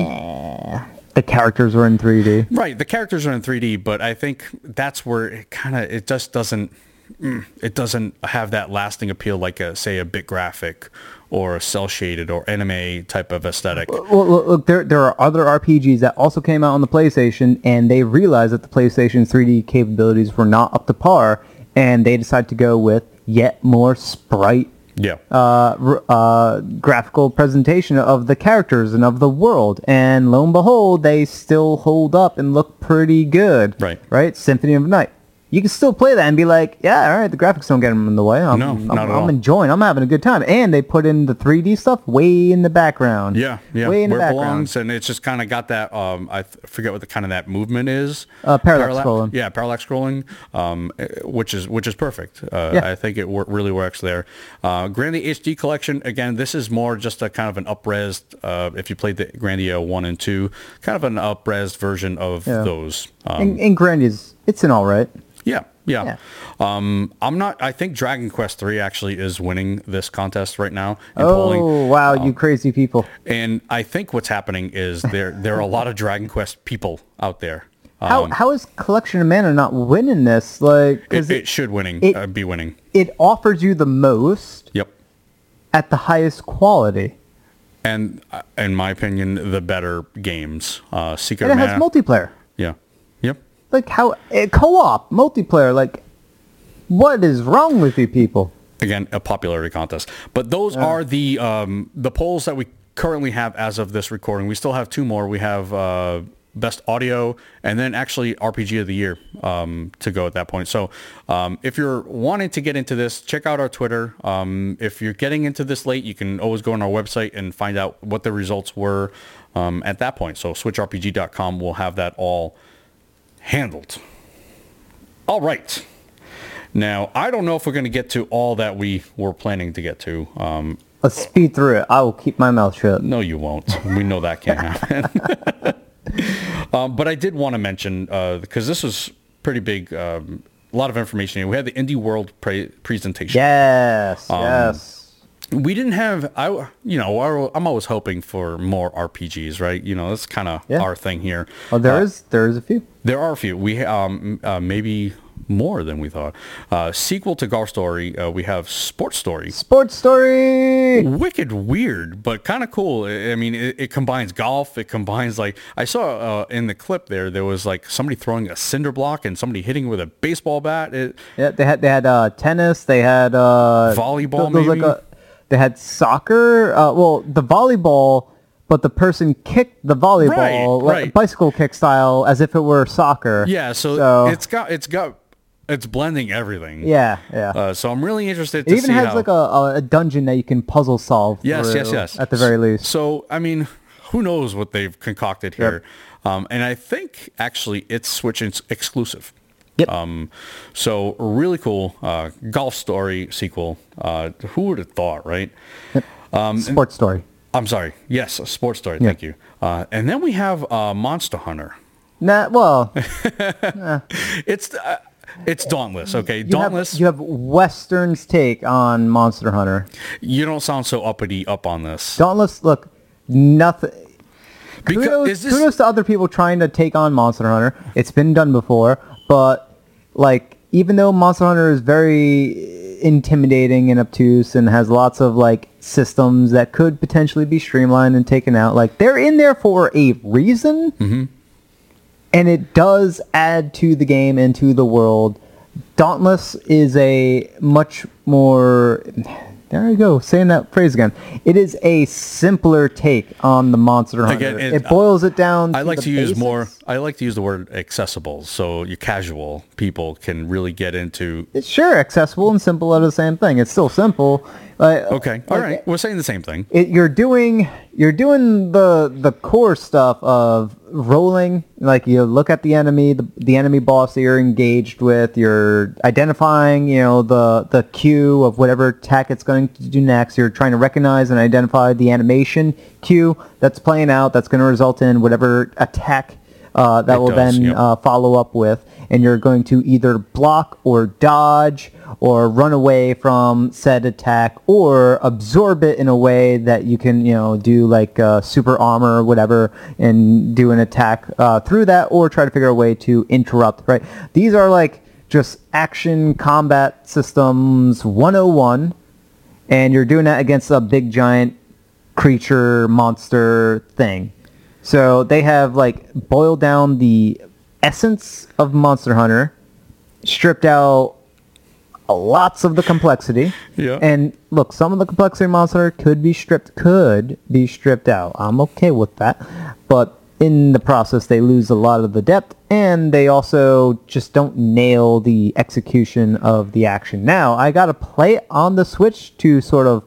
[SPEAKER 2] The characters were in 3D.
[SPEAKER 1] Right, the characters are in 3D, but I think that's where it kind of it just doesn't mm, it doesn't have that lasting appeal like a say a bit graphic or a cell shaded or anime type of aesthetic.
[SPEAKER 2] Well, look, look there there are other RPGs that also came out on the PlayStation, and they realized that the PlayStation 3D capabilities were not up to par, and they decided to go with yet more sprite
[SPEAKER 1] Yeah.
[SPEAKER 2] uh, r- uh, graphical presentation of the characters and of the world. And lo and behold, they still hold up and look pretty good.
[SPEAKER 1] Right.
[SPEAKER 2] Right? Symphony of Night. You can still play that and be like, yeah, all right, the graphics don't get 'em in the way. I'm,
[SPEAKER 1] No,
[SPEAKER 2] I'm,
[SPEAKER 1] not at
[SPEAKER 2] I'm
[SPEAKER 1] all.
[SPEAKER 2] enjoying. I'm having a good time. And they put in the 3D stuff way in the background.
[SPEAKER 1] yeah, yeah,
[SPEAKER 2] Way in
[SPEAKER 1] where
[SPEAKER 2] the
[SPEAKER 1] it
[SPEAKER 2] background.
[SPEAKER 1] belongs, and it's just kind of got that. Um, I th- forget what the kind of that movement is.
[SPEAKER 2] Uh, parallax scrolling.
[SPEAKER 1] Yeah, parallax scrolling, um, eh, which is which is perfect. Uh,
[SPEAKER 2] Yeah.
[SPEAKER 1] I think it wor- really works there. Uh, Grandia HD collection again. This is more just a kind of an upres. Uh, if you played the Grandia one and two, kind of an upres version of
[SPEAKER 2] Yeah.
[SPEAKER 1] those. Um,
[SPEAKER 2] And, and Grand is, it's an all right.
[SPEAKER 1] yeah, yeah. Um, I'm not. I think Dragon Quest three actually is winning this contest right now in polling.
[SPEAKER 2] Oh, wow,
[SPEAKER 1] Um,
[SPEAKER 2] you crazy people.
[SPEAKER 1] And I think what's happening is there there are a lot of Dragon Quest people out there. Um,
[SPEAKER 2] How, how is Collection of Mana not winning this? Like,
[SPEAKER 1] it,
[SPEAKER 2] because
[SPEAKER 1] it should winning
[SPEAKER 2] it-
[SPEAKER 1] uh, be winning.
[SPEAKER 2] it offers you the most.
[SPEAKER 1] Yep.
[SPEAKER 2] at the highest quality.
[SPEAKER 1] And uh, in my opinion, the better games. Uh, Secret
[SPEAKER 2] And it
[SPEAKER 1] of
[SPEAKER 2] has
[SPEAKER 1] Mana.
[SPEAKER 2] multiplayer.
[SPEAKER 1] yeah. Yep.
[SPEAKER 2] Like how eh, co-op multiplayer. Like what is wrong with you people?
[SPEAKER 1] Again, a popularity contest. But those are the um, the polls that we currently have as of this recording. We still have two more. We have uh, best audio and then actually RPG of the year um, to go at that point. So um, if you're wanting to get into this, check out our Twitter. Um, if you're getting into this late, you can always go on our website and find out what the results were um, at that point. So switchrpg.com will have that all handled. All right. Now, I don't know if we're going to get to all that we were planning to get to. Um,
[SPEAKER 2] Let's speed through it. I will keep my mouth shut.
[SPEAKER 1] no, you won't. We know that can't happen. um, but I did want to mention, because this was pretty big, um, a lot of information here. We had the Indie World pre- presentation.
[SPEAKER 2] Yes.
[SPEAKER 1] Um,
[SPEAKER 2] yes.
[SPEAKER 1] we didn't have i you know I, i'm always hoping for more rpgs right you know that's kind of
[SPEAKER 2] Yeah. Um,
[SPEAKER 1] our thing here
[SPEAKER 2] Well, Oh, there
[SPEAKER 1] Uh,
[SPEAKER 2] is there is a few.
[SPEAKER 1] there are a few we um uh, maybe more than we thought uh sequel to gar story uh, we have sports story
[SPEAKER 2] Sports story.
[SPEAKER 1] wicked weird but kind of cool i I mean it, it combines golf it combines like i saw uh, in the clip there there was like somebody throwing a cinder block and somebody hitting with a baseball bat it,
[SPEAKER 2] Yeah, they had they had uh, tennis. They had uh,
[SPEAKER 1] Volleyball,
[SPEAKER 2] there was
[SPEAKER 1] maybe?
[SPEAKER 2] a- they had soccer. Uh, well, the volleyball, but the person kicked the volleyball
[SPEAKER 1] Right,
[SPEAKER 2] like
[SPEAKER 1] right.
[SPEAKER 2] bicycle kick style as if it were soccer.
[SPEAKER 1] yeah so,
[SPEAKER 2] So-
[SPEAKER 1] it's got it's got it's blending everything
[SPEAKER 2] Yeah, yeah.
[SPEAKER 1] uh, so i'm really interested to
[SPEAKER 2] It even
[SPEAKER 1] see
[SPEAKER 2] has
[SPEAKER 1] how,
[SPEAKER 2] like a, a dungeon that you can puzzle solve.
[SPEAKER 1] Yes, yes,
[SPEAKER 2] through,
[SPEAKER 1] yes.
[SPEAKER 2] At the very least.
[SPEAKER 1] So, I mean, who knows what they've concocted here. Um, and I think actually it's Switch ex- exclusive.
[SPEAKER 2] Yep.
[SPEAKER 1] Um, so really cool uh, golf story sequel. Uh, who would have thought, right? Um,
[SPEAKER 2] Sports story.
[SPEAKER 1] I'm sorry. Yes, a sports story.
[SPEAKER 2] Yeah.
[SPEAKER 1] Thank you. Uh, and then we have uh, Monster Hunter.
[SPEAKER 2] Nah, well, you
[SPEAKER 1] It's uh, it's Dauntless. Okay,
[SPEAKER 2] have,
[SPEAKER 1] Dauntless.
[SPEAKER 2] you have Western's take on Monster Hunter.
[SPEAKER 1] you don't sound so uppity up on this.
[SPEAKER 2] Dauntless, look, nothing.
[SPEAKER 1] Because
[SPEAKER 2] kudos,
[SPEAKER 1] is this
[SPEAKER 2] kudos to other people trying to take on Monster Hunter. It's been done before, but like even though Monster Hunter is very intimidating and obtuse and has lots of like systems that could potentially be streamlined and taken out, like they're in there for a reason, and it does add to the game and to the world. Dauntless is a much more. There I go, saying that phrase again. It is a simpler take on the Monster Hunter.
[SPEAKER 1] Again,
[SPEAKER 2] it,
[SPEAKER 1] it-
[SPEAKER 2] boils it down.
[SPEAKER 1] I like
[SPEAKER 2] the
[SPEAKER 1] to use
[SPEAKER 2] basics.
[SPEAKER 1] more. I like to use the word accessible, so your casual people can really get into.
[SPEAKER 2] It's Sure, accessible and simple are the same thing. It's still simple. but-
[SPEAKER 1] Okay, all
[SPEAKER 2] like,
[SPEAKER 1] right, we're saying the same thing.
[SPEAKER 2] it, you're doing you're doing the the core stuff of rolling like you look at the enemy the, the enemy boss that you're engaged with you're identifying you know the the cue of whatever attack it's going to do next you're trying to recognize and identify the animation cue that's playing out that's going to result in whatever attack uh, that
[SPEAKER 1] It
[SPEAKER 2] will
[SPEAKER 1] does,
[SPEAKER 2] then
[SPEAKER 1] yep.
[SPEAKER 2] uh, follow up with and you're going to either block or dodge or run away from said attack or absorb it in a way that you can you know do like uh, super armor or whatever and do an attack uh, through that or try to figure a way to interrupt right these are like just action combat systems 101 and you're doing that against a big giant creature monster thing. So they have like boiled down the essence of Monster Hunter, stripped out lots of the complexity.
[SPEAKER 1] Yeah.
[SPEAKER 2] And look, some of the complexity of Monster Hunter could be stripped could be stripped out. I'm okay with that. But in the process they lose a lot of the depth and they also just don't nail the execution of the action. Now, I got to play it on the Switch to sort of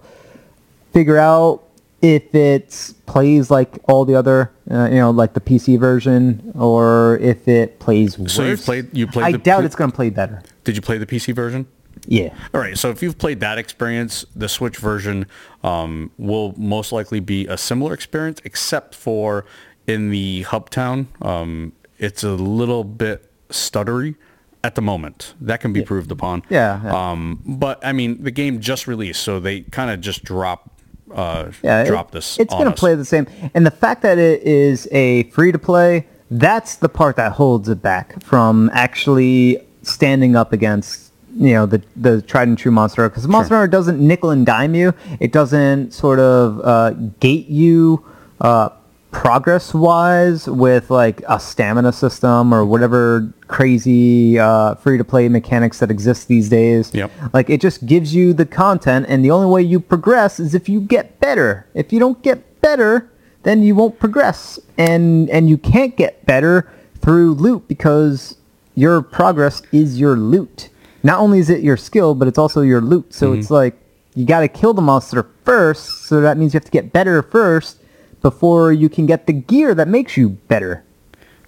[SPEAKER 2] figure out if it plays like all the other, uh, you know, like the PC version, or if it plays worse.
[SPEAKER 1] So you've played- you played
[SPEAKER 2] I
[SPEAKER 1] the-
[SPEAKER 2] doubt it's going to play better.
[SPEAKER 1] Did you play the PC version?
[SPEAKER 2] Yeah.
[SPEAKER 1] All right, so if you've played that experience, the Switch version um, will most likely be a similar experience, except for in the hub town, um, it's a little bit stuttery at the moment. That can be proved upon.
[SPEAKER 2] Yeah, yeah.
[SPEAKER 1] Um, but I mean, the game just released, so they kind of just drop uh,
[SPEAKER 2] Yeah,
[SPEAKER 1] drop
[SPEAKER 2] it-
[SPEAKER 1] this.
[SPEAKER 2] It's
[SPEAKER 1] on
[SPEAKER 2] gonna
[SPEAKER 1] us.
[SPEAKER 2] play the same, and the fact that it is a free to play, that's the part that holds it back from actually standing up against you know the the tried and true Monster because Monster Hunter doesn't nickel and dime you. It doesn't sort of uh, gate you. Uh, progress wise with like a stamina system or whatever crazy uh, free to play mechanics that exist these days
[SPEAKER 1] Yep.
[SPEAKER 2] like it just gives you the content, and the only way you progress is if you get better. If you don't get better, then you won't progress, and and you can't get better through loot because your progress is your loot. Not only is it your skill, but it's also your loot. So it's like you got to kill the monster first. So that means you have to get better first before you can get the gear that makes you better.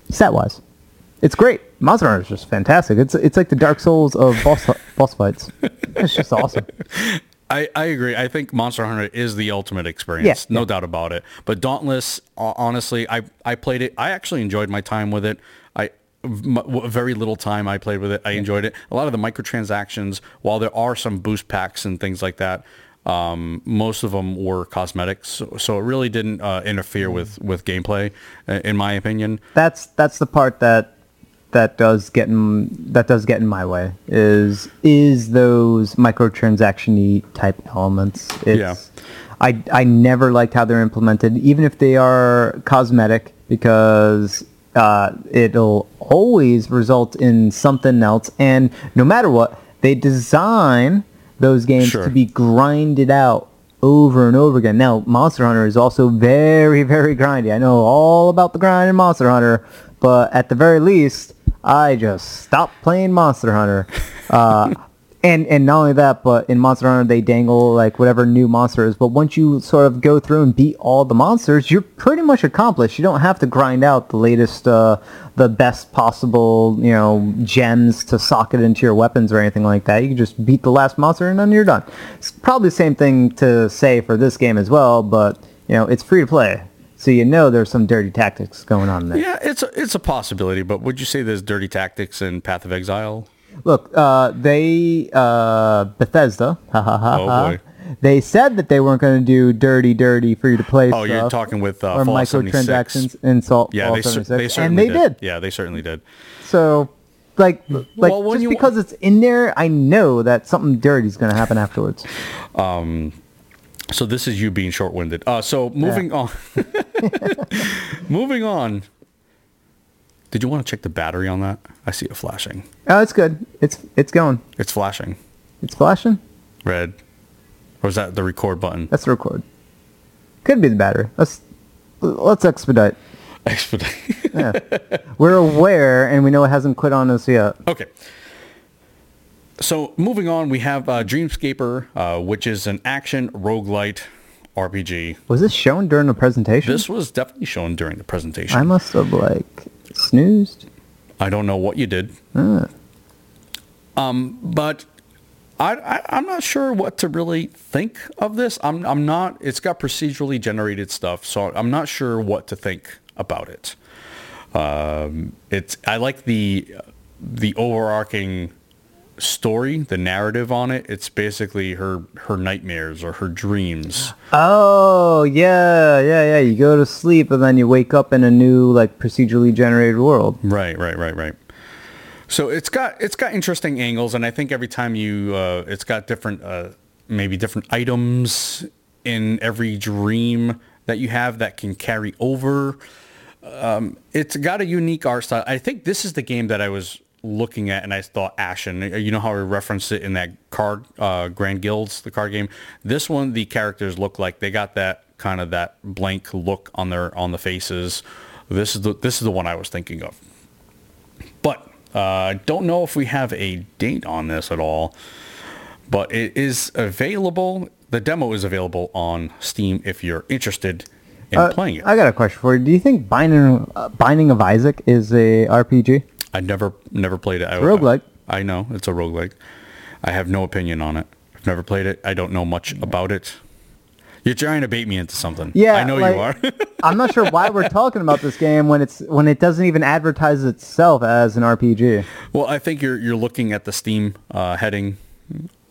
[SPEAKER 2] Stat wise. It's great. Monster Hunter is just fantastic. It's it's like the Dark Souls of boss boss fights. It's just awesome.
[SPEAKER 1] I, I agree. I think Monster Hunter is the ultimate experience,
[SPEAKER 2] Yeah,
[SPEAKER 1] no
[SPEAKER 2] yeah.
[SPEAKER 1] doubt about it. But Dauntless, ho- honestly, I, I played it. I actually enjoyed my time with it. I m- w- very little time I played with it. I enjoyed it. A lot of the microtransactions, while there are some boost packs and things like that, um, most of them were cosmetics, so, so it really didn't uh, interfere with
[SPEAKER 2] Mm.
[SPEAKER 1] with gameplay, uh, in my opinion.
[SPEAKER 2] That's that's the part that that does get in that does get in my way is is those microtransaction-y type elements. It's, I I never liked how they're implemented, even if they are cosmetic, because uh, it'll always result in something else. And no matter what, they design those games
[SPEAKER 1] Sure.
[SPEAKER 2] to be grinded out over and over again. Now, Monster Hunter is also very, very grindy. I know all about the grind in Monster Hunter, but at the very least, I just stopped playing Monster Hunter. Uh, And and not only that, but in Monster Hunter they dangle like whatever new monster is. But once you sort of go through and beat all the monsters, you're pretty much accomplished. You don't have to grind out the latest, uh, the best possible you know gems to socket into your weapons or anything like that. You can just beat the last monster and then you're done. It's probably the same thing to say for this game as well, but you know it's free to play, so you know there's some dirty tactics going on there.
[SPEAKER 1] Yeah, it's a, it's a possibility, but would you say there's dirty tactics in Path of Exile?
[SPEAKER 2] Look, uh, they uh, Bethesda. Ha ha ha.
[SPEAKER 1] Oh,
[SPEAKER 2] ha.
[SPEAKER 1] boy.
[SPEAKER 2] They said that they weren't going to do dirty, dirty free to play
[SPEAKER 1] Oh,
[SPEAKER 2] stuff.
[SPEAKER 1] you're talking with uh,
[SPEAKER 2] or
[SPEAKER 1] Fallout 76.
[SPEAKER 2] microtransactions and Salt.
[SPEAKER 1] Yeah,
[SPEAKER 2] Fallout
[SPEAKER 1] they, cer-
[SPEAKER 2] 76,
[SPEAKER 1] they
[SPEAKER 2] and
[SPEAKER 1] certainly
[SPEAKER 2] they did.
[SPEAKER 1] Yeah, they certainly did.
[SPEAKER 2] So, like, like
[SPEAKER 1] Well, when
[SPEAKER 2] just
[SPEAKER 1] you-
[SPEAKER 2] because it's in there, I know that something dirty is going to happen afterwards.
[SPEAKER 1] So this is you being short-winded. Uh, so moving on. moving on. Did you want to check the battery on that? I see it flashing.
[SPEAKER 2] Oh, it's good. It's it's going.
[SPEAKER 1] It's flashing.
[SPEAKER 2] It's flashing.
[SPEAKER 1] Red. Or is that the record button?
[SPEAKER 2] That's the record. Could be the battery. Let's let's expedite.
[SPEAKER 1] Expedite.
[SPEAKER 2] We're aware, and we know it hasn't quit on us yet.
[SPEAKER 1] okay. So moving on, we have uh, Dreamscaper, uh, which is an action roguelite RPG.
[SPEAKER 2] Was this shown during the presentation?
[SPEAKER 1] This was definitely shown during the presentation.
[SPEAKER 2] I must have like snoozed.
[SPEAKER 1] I don't know what you did. Um, but I, I, I'm not sure what to really think of this. I'm, I'm not, it's got procedurally generated stuff, so I'm not sure what to think about it. Um, it's, I like the, the overarching story, the narrative on it. It's basically her, her nightmares or her dreams.
[SPEAKER 2] Oh yeah, yeah, yeah. You go to sleep and then you wake up in a new like procedurally generated world.
[SPEAKER 1] Right, right, right, right. So it's got it's got interesting angles, and I think every time you, uh, it's got different uh, maybe different items in every dream that you have that can carry over. Um, it's got a unique art style. I think this is the game that I was looking at, and I thought Ashen. uh, You know how I referenced it in that card uh, Grand Guilds, the card game. This one, the characters look like they got that kind of that blank look on their on the faces. This is the this is the one I was thinking of. But uh, I don't know if we have a date on this at all. But it is available. The demo is available on Steam if you're interested in playing it. I,
[SPEAKER 2] Uh, I got a question for you. Do you think Binding uh, Binding of Isaac is a RPG?
[SPEAKER 1] never never played it. I,
[SPEAKER 2] roguelike.
[SPEAKER 1] I, know it's a roguelike. I have no opinion on it. I've never played it. I don't know much about it. You're trying to bait me into something.
[SPEAKER 2] Yeah,
[SPEAKER 1] I know
[SPEAKER 2] like-
[SPEAKER 1] you are.
[SPEAKER 2] I'm not sure why we're talking about this game when it's when it doesn't even advertise itself as an RPG.
[SPEAKER 1] well, I think you're you're looking at the Steam uh, heading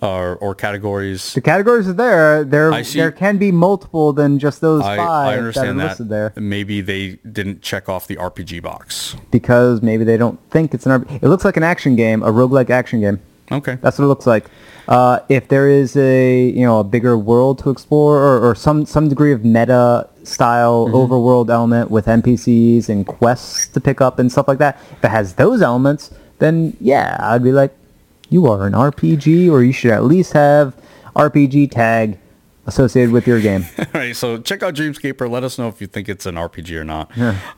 [SPEAKER 1] or or categories.
[SPEAKER 2] The categories are there.
[SPEAKER 1] I
[SPEAKER 2] There
[SPEAKER 1] see.
[SPEAKER 2] there can be multiple than just those
[SPEAKER 1] I,
[SPEAKER 2] five
[SPEAKER 1] I understand
[SPEAKER 2] that are
[SPEAKER 1] that.
[SPEAKER 2] listed there.
[SPEAKER 1] Maybe they didn't check off the RPG box.
[SPEAKER 2] because maybe they don't think it's an RPG. It looks like an action game, a roguelike action game.
[SPEAKER 1] Okay.
[SPEAKER 2] That's what it looks like. Uh, if there is a you know a bigger world to explore, or, or some some degree of meta style
[SPEAKER 1] Mm-hmm.
[SPEAKER 2] overworld element with NPCs and quests to pick up and stuff like that, if it has those elements, then yeah, I'd be like, you are an RPG, or you should at least have RPG tag associated with your game.
[SPEAKER 1] All right, so check out Dreamscaper. Let us know if you think it's an RPG or not.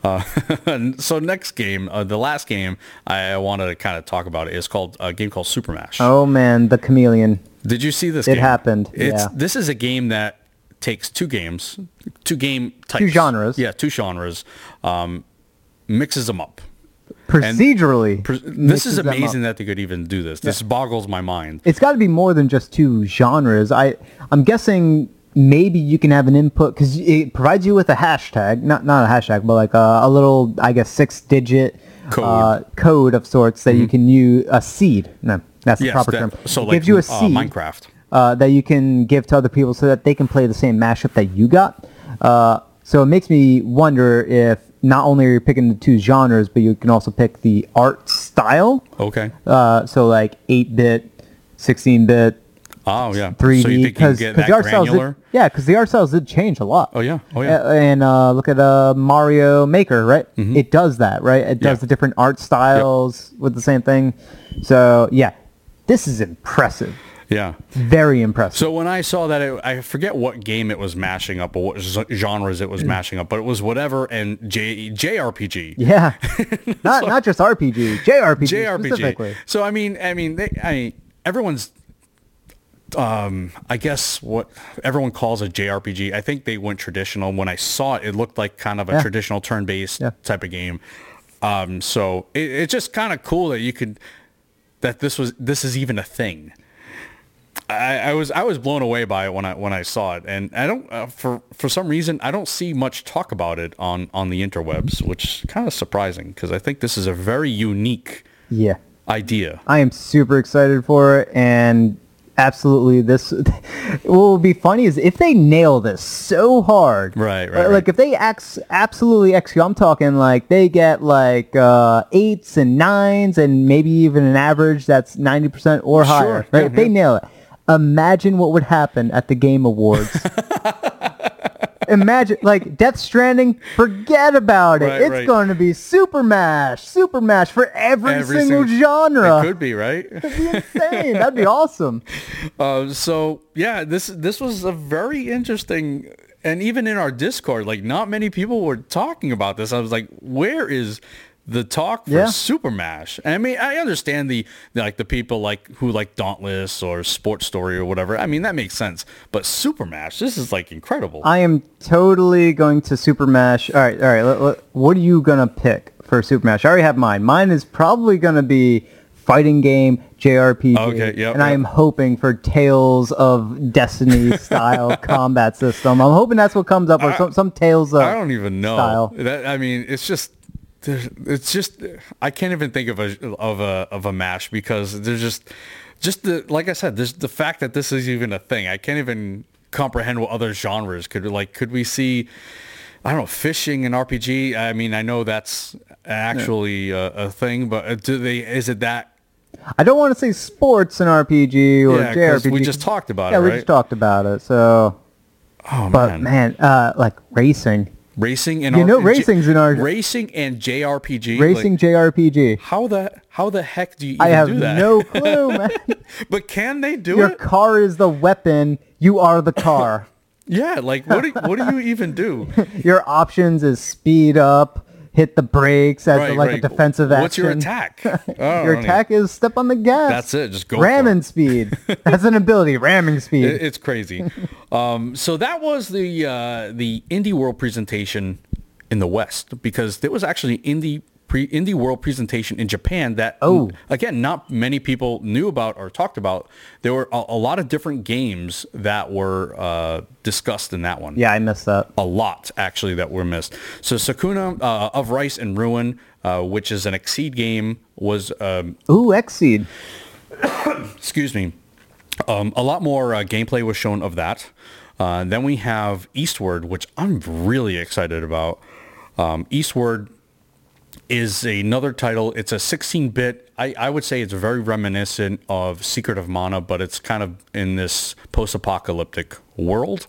[SPEAKER 1] Uh, and so next game, uh, the last game I wanted to kind of talk about is called a game called Super Mash.
[SPEAKER 2] oh man, the chameleon.
[SPEAKER 1] Did you see this?
[SPEAKER 2] It
[SPEAKER 1] game?
[SPEAKER 2] happened,
[SPEAKER 1] It's
[SPEAKER 2] yeah.
[SPEAKER 1] this is a game that takes two games, two game types,
[SPEAKER 2] genres.
[SPEAKER 1] Yeah, two genres, um, mixes them up.
[SPEAKER 2] Procedurally,
[SPEAKER 1] Pres- This
[SPEAKER 2] mixes
[SPEAKER 1] is
[SPEAKER 2] them up.
[SPEAKER 1] amazing that they could even do this. This boggles my mind.
[SPEAKER 2] it's got to be more than just two genres. I I'm guessing maybe you can have an input because it provides you with a hashtag, not not a hashtag, but like a, a little I guess six digit
[SPEAKER 1] Code. Mm-hmm.
[SPEAKER 2] Uh, code of sorts that you can use a seed. No, that's the
[SPEAKER 1] Yes,
[SPEAKER 2] proper
[SPEAKER 1] that-
[SPEAKER 2] term.
[SPEAKER 1] so
[SPEAKER 2] it
[SPEAKER 1] like
[SPEAKER 2] gives you a
[SPEAKER 1] uh,
[SPEAKER 2] seed
[SPEAKER 1] Minecraft.
[SPEAKER 2] uh, that you can give to other people so that they can play the same mashup that you got. Uh, so it makes me wonder if not only are you picking the two genres, but you can also pick the art style.
[SPEAKER 1] Okay.
[SPEAKER 2] Uh, so like 8-bit, 16-bit,
[SPEAKER 1] Oh yeah.
[SPEAKER 2] 3D.
[SPEAKER 1] So you think you can
[SPEAKER 2] cause,
[SPEAKER 1] get
[SPEAKER 2] 'cause
[SPEAKER 1] that
[SPEAKER 2] the art styles
[SPEAKER 1] granular?
[SPEAKER 2] Did, yeah, because the art styles did change a lot.
[SPEAKER 1] Oh, yeah. Oh, yeah. Mm-hmm.
[SPEAKER 2] A- And uh, look at uh, Mario Maker, right? It does that, right? It does
[SPEAKER 1] Yeah.
[SPEAKER 2] the different art styles with the same thing. So yeah, this is impressive.
[SPEAKER 1] Yeah.
[SPEAKER 2] Very impressive.
[SPEAKER 1] So when I saw that, it, I forget what game it was mashing up or what z- genres it was mashing up, but it was whatever and J, JRPG.
[SPEAKER 2] yeah, not not just RPG, JRPG,
[SPEAKER 1] JRPG.
[SPEAKER 2] specifically.
[SPEAKER 1] So I mean, I mean, they, I mean, everyone's um, I guess what everyone calls a JRPG. I think they went traditional. When I saw it, it looked like kind of a
[SPEAKER 2] Yeah.
[SPEAKER 1] traditional turn-based
[SPEAKER 2] Yeah.
[SPEAKER 1] type of game. Um, so it, it's just kind of cool that you could that this was this is even a thing. I, I was I was blown away by it when I when I saw it, and I don't uh, for for some reason I don't see much talk about it on on the interwebs, which is kind of surprising because I think this is a very unique
[SPEAKER 2] Yeah.
[SPEAKER 1] idea.
[SPEAKER 2] I am super excited for it, and absolutely, this. what will be funny is if they nail this so hard.
[SPEAKER 1] Right, right,
[SPEAKER 2] Like,
[SPEAKER 1] right.
[SPEAKER 2] like, if they ex- absolutely execute, I'm talking like they get like uh, eights and nines, and maybe even an average that's ninety percent or higher. Right?
[SPEAKER 1] yeah,
[SPEAKER 2] if they nail it, imagine what would happen at the Game Awards. Imagine like Death Stranding. Forget about it.
[SPEAKER 1] Right,
[SPEAKER 2] it's
[SPEAKER 1] right.
[SPEAKER 2] going to be Super Mash, Super Mash for every, single
[SPEAKER 1] sing-
[SPEAKER 2] genre
[SPEAKER 1] it could be right.
[SPEAKER 2] insane. That'd be awesome.
[SPEAKER 1] Uh, so yeah, this this was a very interesting, and even in our Discord, like not many people were talking about this. I was like, where is the talk for
[SPEAKER 2] Yeah.
[SPEAKER 1] Super Mash? And I mean, I understand the like the people like who like Dauntless or Sports Story or whatever. I mean, that makes sense. But Super Mash, this is like incredible.
[SPEAKER 2] I am totally going to Super Mash. All right, all right. Let, let- what are you gonna pick for Super Mash? I already have mine. Mine is probably gonna be fighting game JRPG.
[SPEAKER 1] Okay, yep,
[SPEAKER 2] And I
[SPEAKER 1] yep.
[SPEAKER 2] am hoping for Tales of Destiny style combat system. I'm hoping that's what comes up, or some some Tales of.
[SPEAKER 1] I don't even know.
[SPEAKER 2] style.
[SPEAKER 1] That I mean, it's just there's- it's just I can't even think of a of a of a mash because there's just just the like I said, there's the fact that this is even a thing. I can't even comprehend what other genres could like could we see I don't know fishing and RPG. I mean, I know that's actually a, a thing, but uh, do they is it that
[SPEAKER 2] I don't want to say sports in RPG or
[SPEAKER 1] Yeah, 'cause
[SPEAKER 2] JRPG.
[SPEAKER 1] we just talked about
[SPEAKER 2] Yeah,
[SPEAKER 1] it,
[SPEAKER 2] we
[SPEAKER 1] right?
[SPEAKER 2] just talked about it. So,
[SPEAKER 1] oh
[SPEAKER 2] but man, uh, like racing,
[SPEAKER 1] racing and
[SPEAKER 2] You know racing's in our-
[SPEAKER 1] racing and JRPG like,
[SPEAKER 2] racing JRPG.
[SPEAKER 1] how the how the heck do you even
[SPEAKER 2] I have
[SPEAKER 1] do that?
[SPEAKER 2] no clue, man.
[SPEAKER 1] But can they do
[SPEAKER 2] Your
[SPEAKER 1] it?
[SPEAKER 2] car is the weapon. You are the car.
[SPEAKER 1] Yeah, like what do, what do you even do?
[SPEAKER 2] your options is speed up, hit the brakes as a- like a defensive action.
[SPEAKER 1] What's your attack? Oh, I
[SPEAKER 2] Your
[SPEAKER 1] don't
[SPEAKER 2] attack is step on the gas.
[SPEAKER 1] That's it, just go for
[SPEAKER 2] Ramming speed. That's an ability. Ramming speed.
[SPEAKER 1] even- it- It's crazy. Um, so that was the uh, the indie world presentation in the West because there was actually indie pre indie world presentation in Japan that
[SPEAKER 2] Oh.
[SPEAKER 1] again not many people knew about or talked about. There were a, a lot of different games that were uh, discussed in that one.
[SPEAKER 2] yeah, I missed that.
[SPEAKER 1] a lot actually that were missed. So Sakuna uh, of Rice and Ruin, uh, which is an Exceed game, was um,
[SPEAKER 2] Ooh, Xseed.
[SPEAKER 1] excuse me, um, a lot more uh, gameplay was shown of that. Uh, then we have Eastward, which I'm really excited about. Um, Eastward is another title. It's a 16-bit. I, I would say it's very reminiscent of Secret of Mana, but it's kind of in this post-apocalyptic world.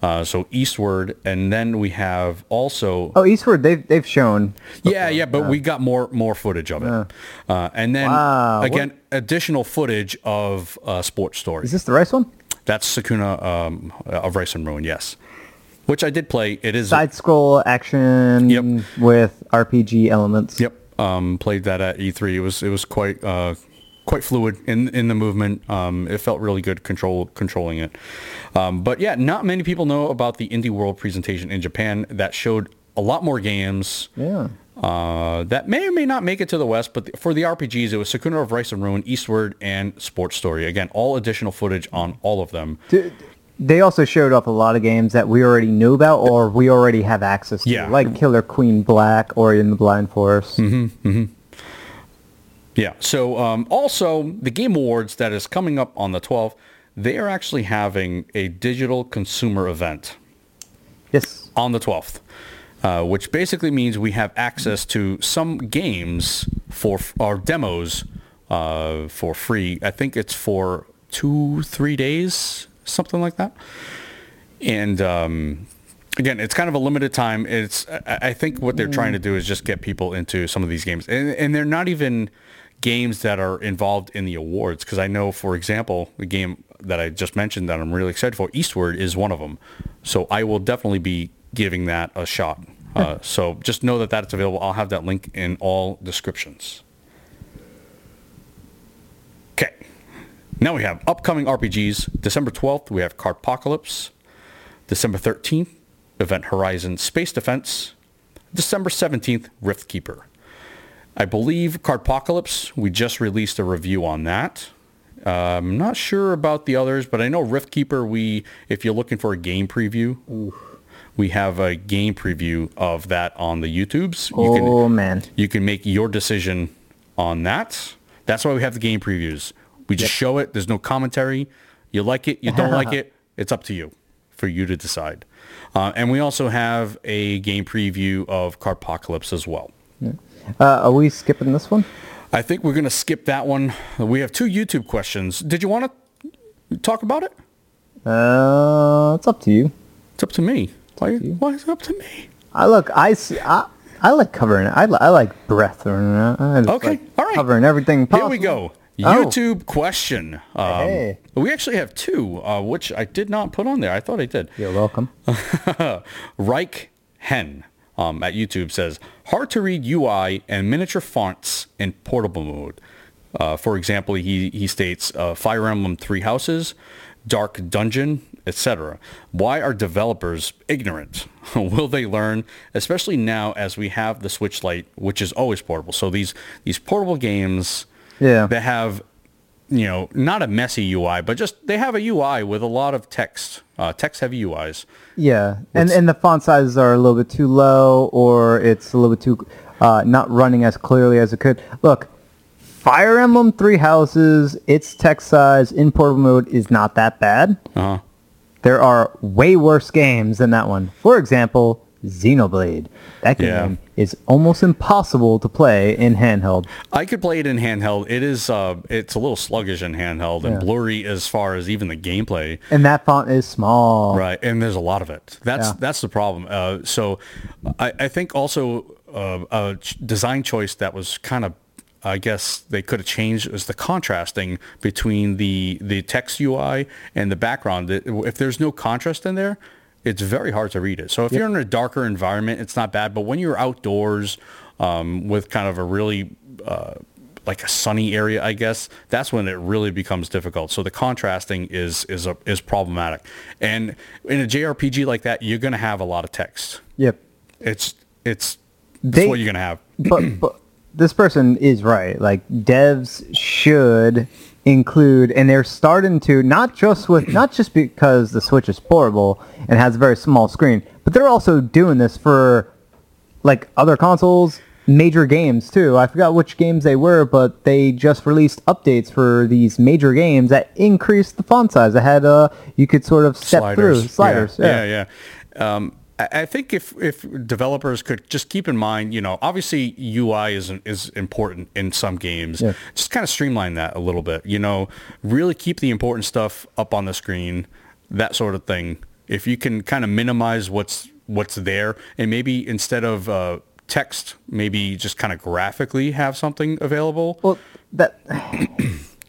[SPEAKER 1] Uh, so Eastward, and then we have also
[SPEAKER 2] Oh, Eastward. They've they've shown.
[SPEAKER 1] yeah, yeah, but we got more more footage of it, uh, and then
[SPEAKER 2] Wow, what-
[SPEAKER 1] again additional footage of uh, Sports Story.
[SPEAKER 2] Is this the rice one?
[SPEAKER 1] That's Sakuna um, of Rice and Ruin, yes, which I did play. It is
[SPEAKER 2] Side scroll action
[SPEAKER 1] Yep.
[SPEAKER 2] with RPG elements.
[SPEAKER 1] Yep. Um, played that at E3. It was it was quite uh, quite fluid in in the movement. Um, it felt really good control controlling it. Um, but yeah, not many people know about the Indie World presentation in Japan that showed a lot more games.
[SPEAKER 2] Yeah.
[SPEAKER 1] Uh, that may or may not make it to the West, but for the RPGs, it was Sakuna of Rice and Ruin, Eastward, and Sports Story. Again, all additional footage on all of them.
[SPEAKER 2] Th- They also showed off a lot of games that we already knew about or we already have access to,
[SPEAKER 1] Yeah. Mm-hmm.
[SPEAKER 2] like Killer Queen Black or In the Blind Forest.
[SPEAKER 1] Yeah. So um, also the Game Awards that is coming up on the 12th, they are actually having a digital consumer event
[SPEAKER 2] Yes.
[SPEAKER 1] on the 12th, uh, which basically means we have access to some games for our demos uh, for free. I think it's for two, three days, something like that. And um, again, it's kind of a limited time. It's I, I think what they're trying to do is just get people into some of these games, and and they're not even games that are involved in the awards because I know, for example, the game that I just mentioned that I'm really excited for, Eastward, is one of them. So I will definitely be giving that a shot. Uh, so just know that that's available. I'll have that link in all descriptions. Okay. Now we have upcoming RPGs. December 12th, we have Cardpocalypse. December 13th, Event Horizon Space Defense. December 17th, Rift Keeper. I believe Cardpocalypse, we just released a review on that. Uh, I'm not sure about the others, but I know Rift Keeper, we, if you're looking for a game preview, we have a game preview of that on the YouTubes. You can-
[SPEAKER 2] oh man.
[SPEAKER 1] you can make your decision on that. That's why we have the game previews. We just show it. There's no commentary. You like it, you don't like it. It's up to you for you to decide. Uh, and we also have a game preview of Carpocalypse as well.
[SPEAKER 2] Uh, are we skipping this one?
[SPEAKER 1] I think we're going to skip that one. We have two YouTube questions. Did you want to talk about it?
[SPEAKER 2] Uh, it's up to you.
[SPEAKER 1] It's up to me. Why, why is it up to me?
[SPEAKER 2] I look. I see. I, I like covering it. I, li- I like breath. I just
[SPEAKER 1] Okay,
[SPEAKER 2] like
[SPEAKER 1] all right.
[SPEAKER 2] Covering everything. Possible.
[SPEAKER 1] Here we go.
[SPEAKER 2] Oh.
[SPEAKER 1] YouTube question. Um,
[SPEAKER 2] Hey.
[SPEAKER 1] We actually have two, uh, which I did not put on there. I thought I did.
[SPEAKER 2] You're welcome.
[SPEAKER 1] Reich Hen um, at YouTube says, hard to read UI and miniature fonts in portable mode. Uh, for example, he, he states uh, Fire Emblem Three Houses, Dark Dungeon, etc. Why are developers ignorant? Will they learn, especially now as we have the Switch Lite, which is always portable? So these these portable games
[SPEAKER 2] Yeah.
[SPEAKER 1] that have you know not a messy UI, but just they have a UI with a lot of text, uh, text heavy UIs.
[SPEAKER 2] Yeah, and and the font sizes are a little bit too low, or it's a little bit too uh, not running as clearly as it could. Look, Fire Emblem Three Houses, its text size in portable mode is not that bad.
[SPEAKER 1] Uh-huh.
[SPEAKER 2] There are way worse games than that one. For example, Xenoblade. That game
[SPEAKER 1] Yeah.
[SPEAKER 2] is almost impossible to play in handheld.
[SPEAKER 1] I could play it in handheld. It is uh it's a little sluggish in handheld and
[SPEAKER 2] Yeah.
[SPEAKER 1] blurry as far as even the gameplay.
[SPEAKER 2] And that font is small.
[SPEAKER 1] Right. And there's a lot of it. That's
[SPEAKER 2] Yeah.
[SPEAKER 1] that's the problem. Uh so I, I think also uh, a ch- design choice that was kind of I guess they could have changed was the contrasting between the the text UI and the background. It- If there's no contrast in there, it's very hard to read it. So if you're in a darker environment, it's not bad. But when you're outdoors um, with kind of a really uh, like a sunny area, I guess, that's when it really becomes difficult. So the contrasting is is a, is problematic. And in a JRPG like that, you're going to have a lot of text.
[SPEAKER 2] Yep.
[SPEAKER 1] It's it's that's
[SPEAKER 2] They-
[SPEAKER 1] what you're going to have.
[SPEAKER 2] but, but this person is right. Like devs should include, and they're starting to not just with not just because the Switch is portable and has a very small screen, but they're also doing this for like other consoles, major games too. I forgot which games they were, but they just released updates for these major games that increased the font size. It had uh, you could sort of step
[SPEAKER 1] sliders.
[SPEAKER 2] through sliders. Yeah.
[SPEAKER 1] yeah, yeah. Um, I, I think if if developers could just keep in mind, you know, obviously UI is is important in some games.
[SPEAKER 2] Yeah.
[SPEAKER 1] Just kind of streamline that a little bit. You know, really keep the important stuff up on the screen, that sort of thing. If you can kind of minimize what's what's there, and maybe instead of uh, text, maybe just kind of graphically have something available.
[SPEAKER 2] Well, that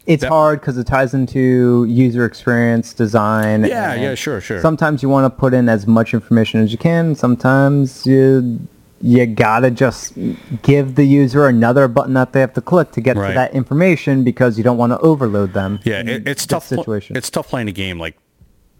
[SPEAKER 2] it's hard 'cause hard because it ties into user experience design.
[SPEAKER 1] yeah,
[SPEAKER 2] and
[SPEAKER 1] yeah, sure, sure.
[SPEAKER 2] Sometimes you want to put in as much information as you can. Sometimes you you gotta just give the user another button that they have to click to get
[SPEAKER 1] Right.
[SPEAKER 2] to that information because you don't want to overload them.
[SPEAKER 1] Yeah,
[SPEAKER 2] in
[SPEAKER 1] it,
[SPEAKER 2] this
[SPEAKER 1] it's tough. pl-
[SPEAKER 2] Mm. situation.
[SPEAKER 1] It's tough playing a game like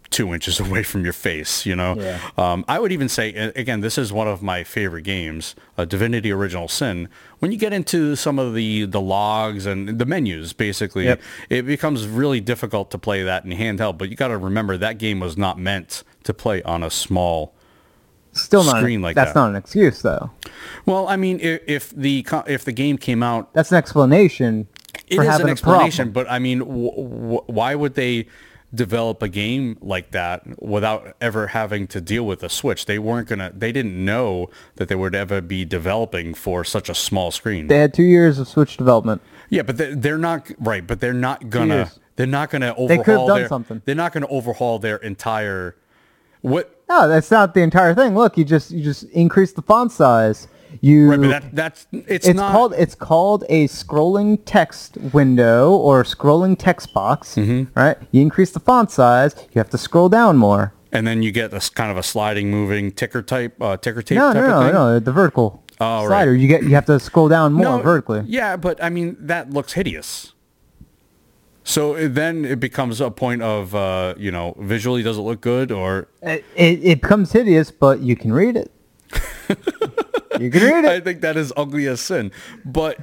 [SPEAKER 1] two inches away from your face. You know,
[SPEAKER 2] Yeah.
[SPEAKER 1] um, I would even say a- again, this is one of my favorite games, uh, Divinity: Original Sin. When you get into some of the the logs and the menus, basically,
[SPEAKER 2] Yep.
[SPEAKER 1] it becomes really difficult to play that in handheld. But you got to remember that game was not meant to play on a small
[SPEAKER 2] Still not.
[SPEAKER 1] screen like
[SPEAKER 2] that's
[SPEAKER 1] that.
[SPEAKER 2] not an excuse though.
[SPEAKER 1] well, I mean, if, if the co- if the game came out
[SPEAKER 2] That's an explanation
[SPEAKER 1] It is
[SPEAKER 2] for having
[SPEAKER 1] an
[SPEAKER 2] a problem.
[SPEAKER 1] explanation, but I mean, w- w- why would they develop a game like that without ever having to deal with a Switch? They weren't gonna. They didn't know that they would ever be developing for such a small screen.
[SPEAKER 2] They had two years of Switch development.
[SPEAKER 1] yeah, but they- they're not right. But they're not gonna.
[SPEAKER 2] years.
[SPEAKER 1] They're not gonna overhaul.
[SPEAKER 2] could've done
[SPEAKER 1] their,
[SPEAKER 2] something.
[SPEAKER 1] They're not gonna overhaul their entire. What?
[SPEAKER 2] No, that's not the entire thing. Look, you just you just increase the font size. You
[SPEAKER 1] Right, but that, that's it's,
[SPEAKER 2] it's
[SPEAKER 1] not
[SPEAKER 2] called it's called a scrolling text window or scrolling text box,
[SPEAKER 1] Mm-hmm.
[SPEAKER 2] right? You increase the font size, you have to scroll down more.
[SPEAKER 1] and then you get this kind of a sliding, moving ticker type, uh, ticker tape
[SPEAKER 2] No, no,
[SPEAKER 1] type of
[SPEAKER 2] no,
[SPEAKER 1] thing.
[SPEAKER 2] no, the vertical
[SPEAKER 1] Oh, right.
[SPEAKER 2] slider. You get you have to scroll down more vertically.
[SPEAKER 1] Yeah, but I mean that looks hideous. So it- then it becomes a point of, uh, you know, visually does it look good or
[SPEAKER 2] It, it, it becomes hideous, but you can read it. you can read
[SPEAKER 1] I
[SPEAKER 2] it.
[SPEAKER 1] think that is ugly as sin. But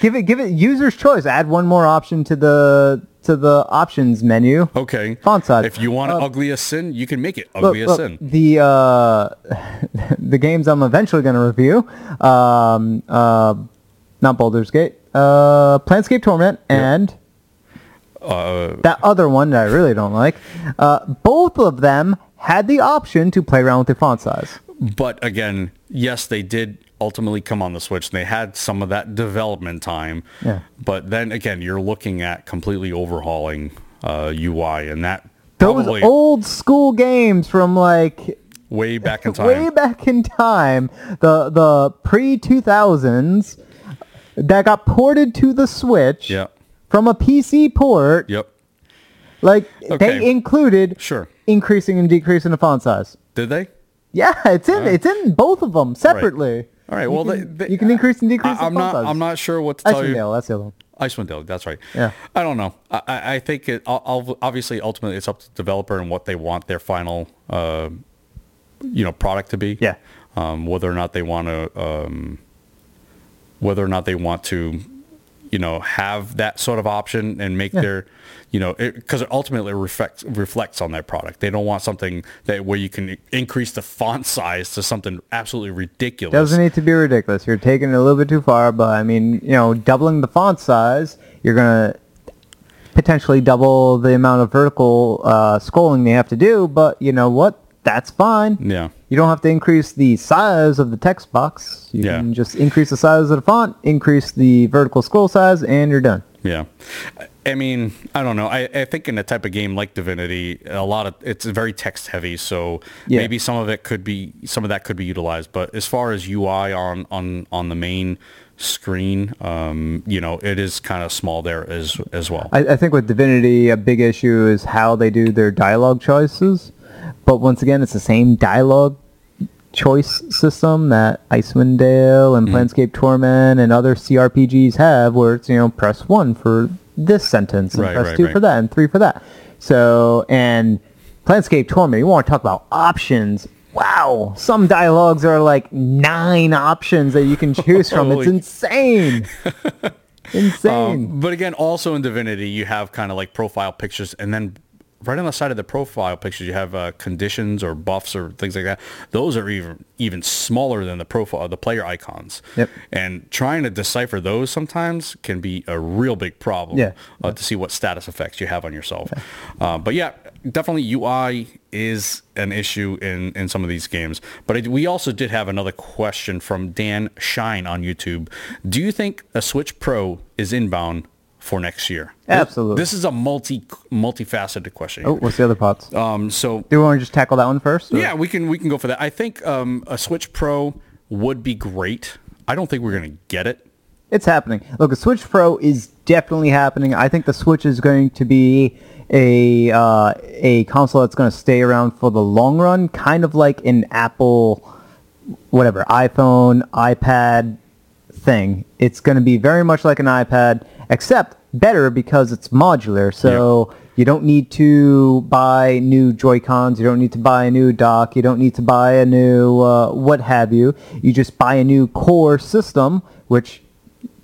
[SPEAKER 2] Give it give it user's choice. Add one more option to the to the options menu.
[SPEAKER 1] okay,
[SPEAKER 2] Font size.
[SPEAKER 1] Oh, If you want ugly as sin, you can make it ugly as sin.
[SPEAKER 2] the uh, the games I'm eventually going to review, um, uh, not Baldur's Gate, uh, Planscape Torment, and
[SPEAKER 1] Uh,
[SPEAKER 2] that other one that I really don't like. Uh, both of them had the option to play around with the font size.
[SPEAKER 1] But again, yes, they did ultimately come on the Switch. And they had some of that development time.
[SPEAKER 2] Yeah.
[SPEAKER 1] But then again, you're looking at completely overhauling uh, UI and that
[SPEAKER 2] Those
[SPEAKER 1] probably
[SPEAKER 2] old school games from like
[SPEAKER 1] way back in time.
[SPEAKER 2] way back in time, the the pre two thousands, that got ported to the Switch.
[SPEAKER 1] Yeah.
[SPEAKER 2] From a PC port,
[SPEAKER 1] Yep.
[SPEAKER 2] Like
[SPEAKER 1] Okay.
[SPEAKER 2] they included
[SPEAKER 1] Sure.
[SPEAKER 2] increasing and decreasing the font size.
[SPEAKER 1] Did they?
[SPEAKER 2] Yeah, it's
[SPEAKER 1] Uh-huh.
[SPEAKER 2] in it's in both of them separately.
[SPEAKER 1] All right. Well,
[SPEAKER 2] you
[SPEAKER 1] they-
[SPEAKER 2] can,
[SPEAKER 1] they-
[SPEAKER 2] you can increase and decrease
[SPEAKER 1] I,
[SPEAKER 2] the
[SPEAKER 1] am
[SPEAKER 2] font
[SPEAKER 1] not.
[SPEAKER 2] size.
[SPEAKER 1] I'm not sure what to tell
[SPEAKER 2] Actually,
[SPEAKER 1] you.
[SPEAKER 2] no, that's the other one.
[SPEAKER 1] Icewind Dale. That's right.
[SPEAKER 2] Yeah.
[SPEAKER 1] I don't know. I, I I think it. I'll, I'll- obviously ultimately it's up to the developer and what they want their final, uh, you know, product to be.
[SPEAKER 2] Yeah.
[SPEAKER 1] Um, whether or not they want to, um, whether or not they want to, you know, have that sort of option and make their, you know, because it, ultimately reflects reflects on that product. They don't want something that where you can increase the font size to something absolutely ridiculous.
[SPEAKER 2] Doesn't need to be ridiculous. You're taking it a little bit too far, but I mean, you know, doubling the font size, you're gonna potentially double the amount of vertical uh, scrolling they have to do. But you know what? That's fine.
[SPEAKER 1] Yeah.
[SPEAKER 2] You don't have to increase the size of the text box. You
[SPEAKER 1] Yeah.
[SPEAKER 2] can just increase the size of the font, increase the vertical scroll size, and you're done.
[SPEAKER 1] Yeah. I- I mean, I don't know. I, I think in a type of game like Divinity, a lot of it's very text heavy, so
[SPEAKER 2] Yeah.
[SPEAKER 1] maybe some of it could be some of that could be utilized. But as far as UI on on on the main screen, um, you know, it is kind of small there as as well.
[SPEAKER 2] I, I think with Divinity, a big issue is how they do their dialogue choices. But once again, it's the same dialogue choice system that Icewind Dale
[SPEAKER 1] Mm-hmm.
[SPEAKER 2] and Planescape Torment and other CRPGs have, where it's you know press one for this sentence and
[SPEAKER 1] Right,
[SPEAKER 2] press
[SPEAKER 1] right,
[SPEAKER 2] two
[SPEAKER 1] right.
[SPEAKER 2] for that and three for that. So and Planescape Torment, you want to talk about options? Wow, some dialogues are like nine options that you can choose from. It's
[SPEAKER 1] Holy- Um,
[SPEAKER 2] insane. insane.
[SPEAKER 1] But again, also in Divinity, you have kind of like profile pictures, and then right on the side of the profile pictures, you have uh, conditions or buffs or things like that. Those are even even smaller than the profile, the player icons.
[SPEAKER 2] Yep.
[SPEAKER 1] And trying to decipher those sometimes can be a real big problem.
[SPEAKER 2] Yeah.
[SPEAKER 1] Uh, to see what status effects you have on yourself. Uh, but yeah, definitely UI is an issue in, in some of these games. But I, we also did have another question from Dan Shine on YouTube. Do you think a Switch Pro is inbound for next year?
[SPEAKER 2] Absolutely.
[SPEAKER 1] This is a multi multifaceted question.
[SPEAKER 2] oh, what's the other pots?
[SPEAKER 1] Um, so
[SPEAKER 2] Do we want to just tackle that one first? or-
[SPEAKER 1] yeah, we can we can go for that. I think um, a Switch Pro would be great. I don't think we're gonna get it.
[SPEAKER 2] It's happening. Look, the Switch Pro is definitely happening. I think the Switch is going to be a uh, a console that's going to stay around for the long run, kind of like an Apple, whatever, iPhone, iPad thing. It's going to be very much like an iPad, except better because it's modular. So you don't need to buy new Joy Cons. You don't need to buy a new dock. You don't need to buy a new uh, what have you. You just buy a new core system, which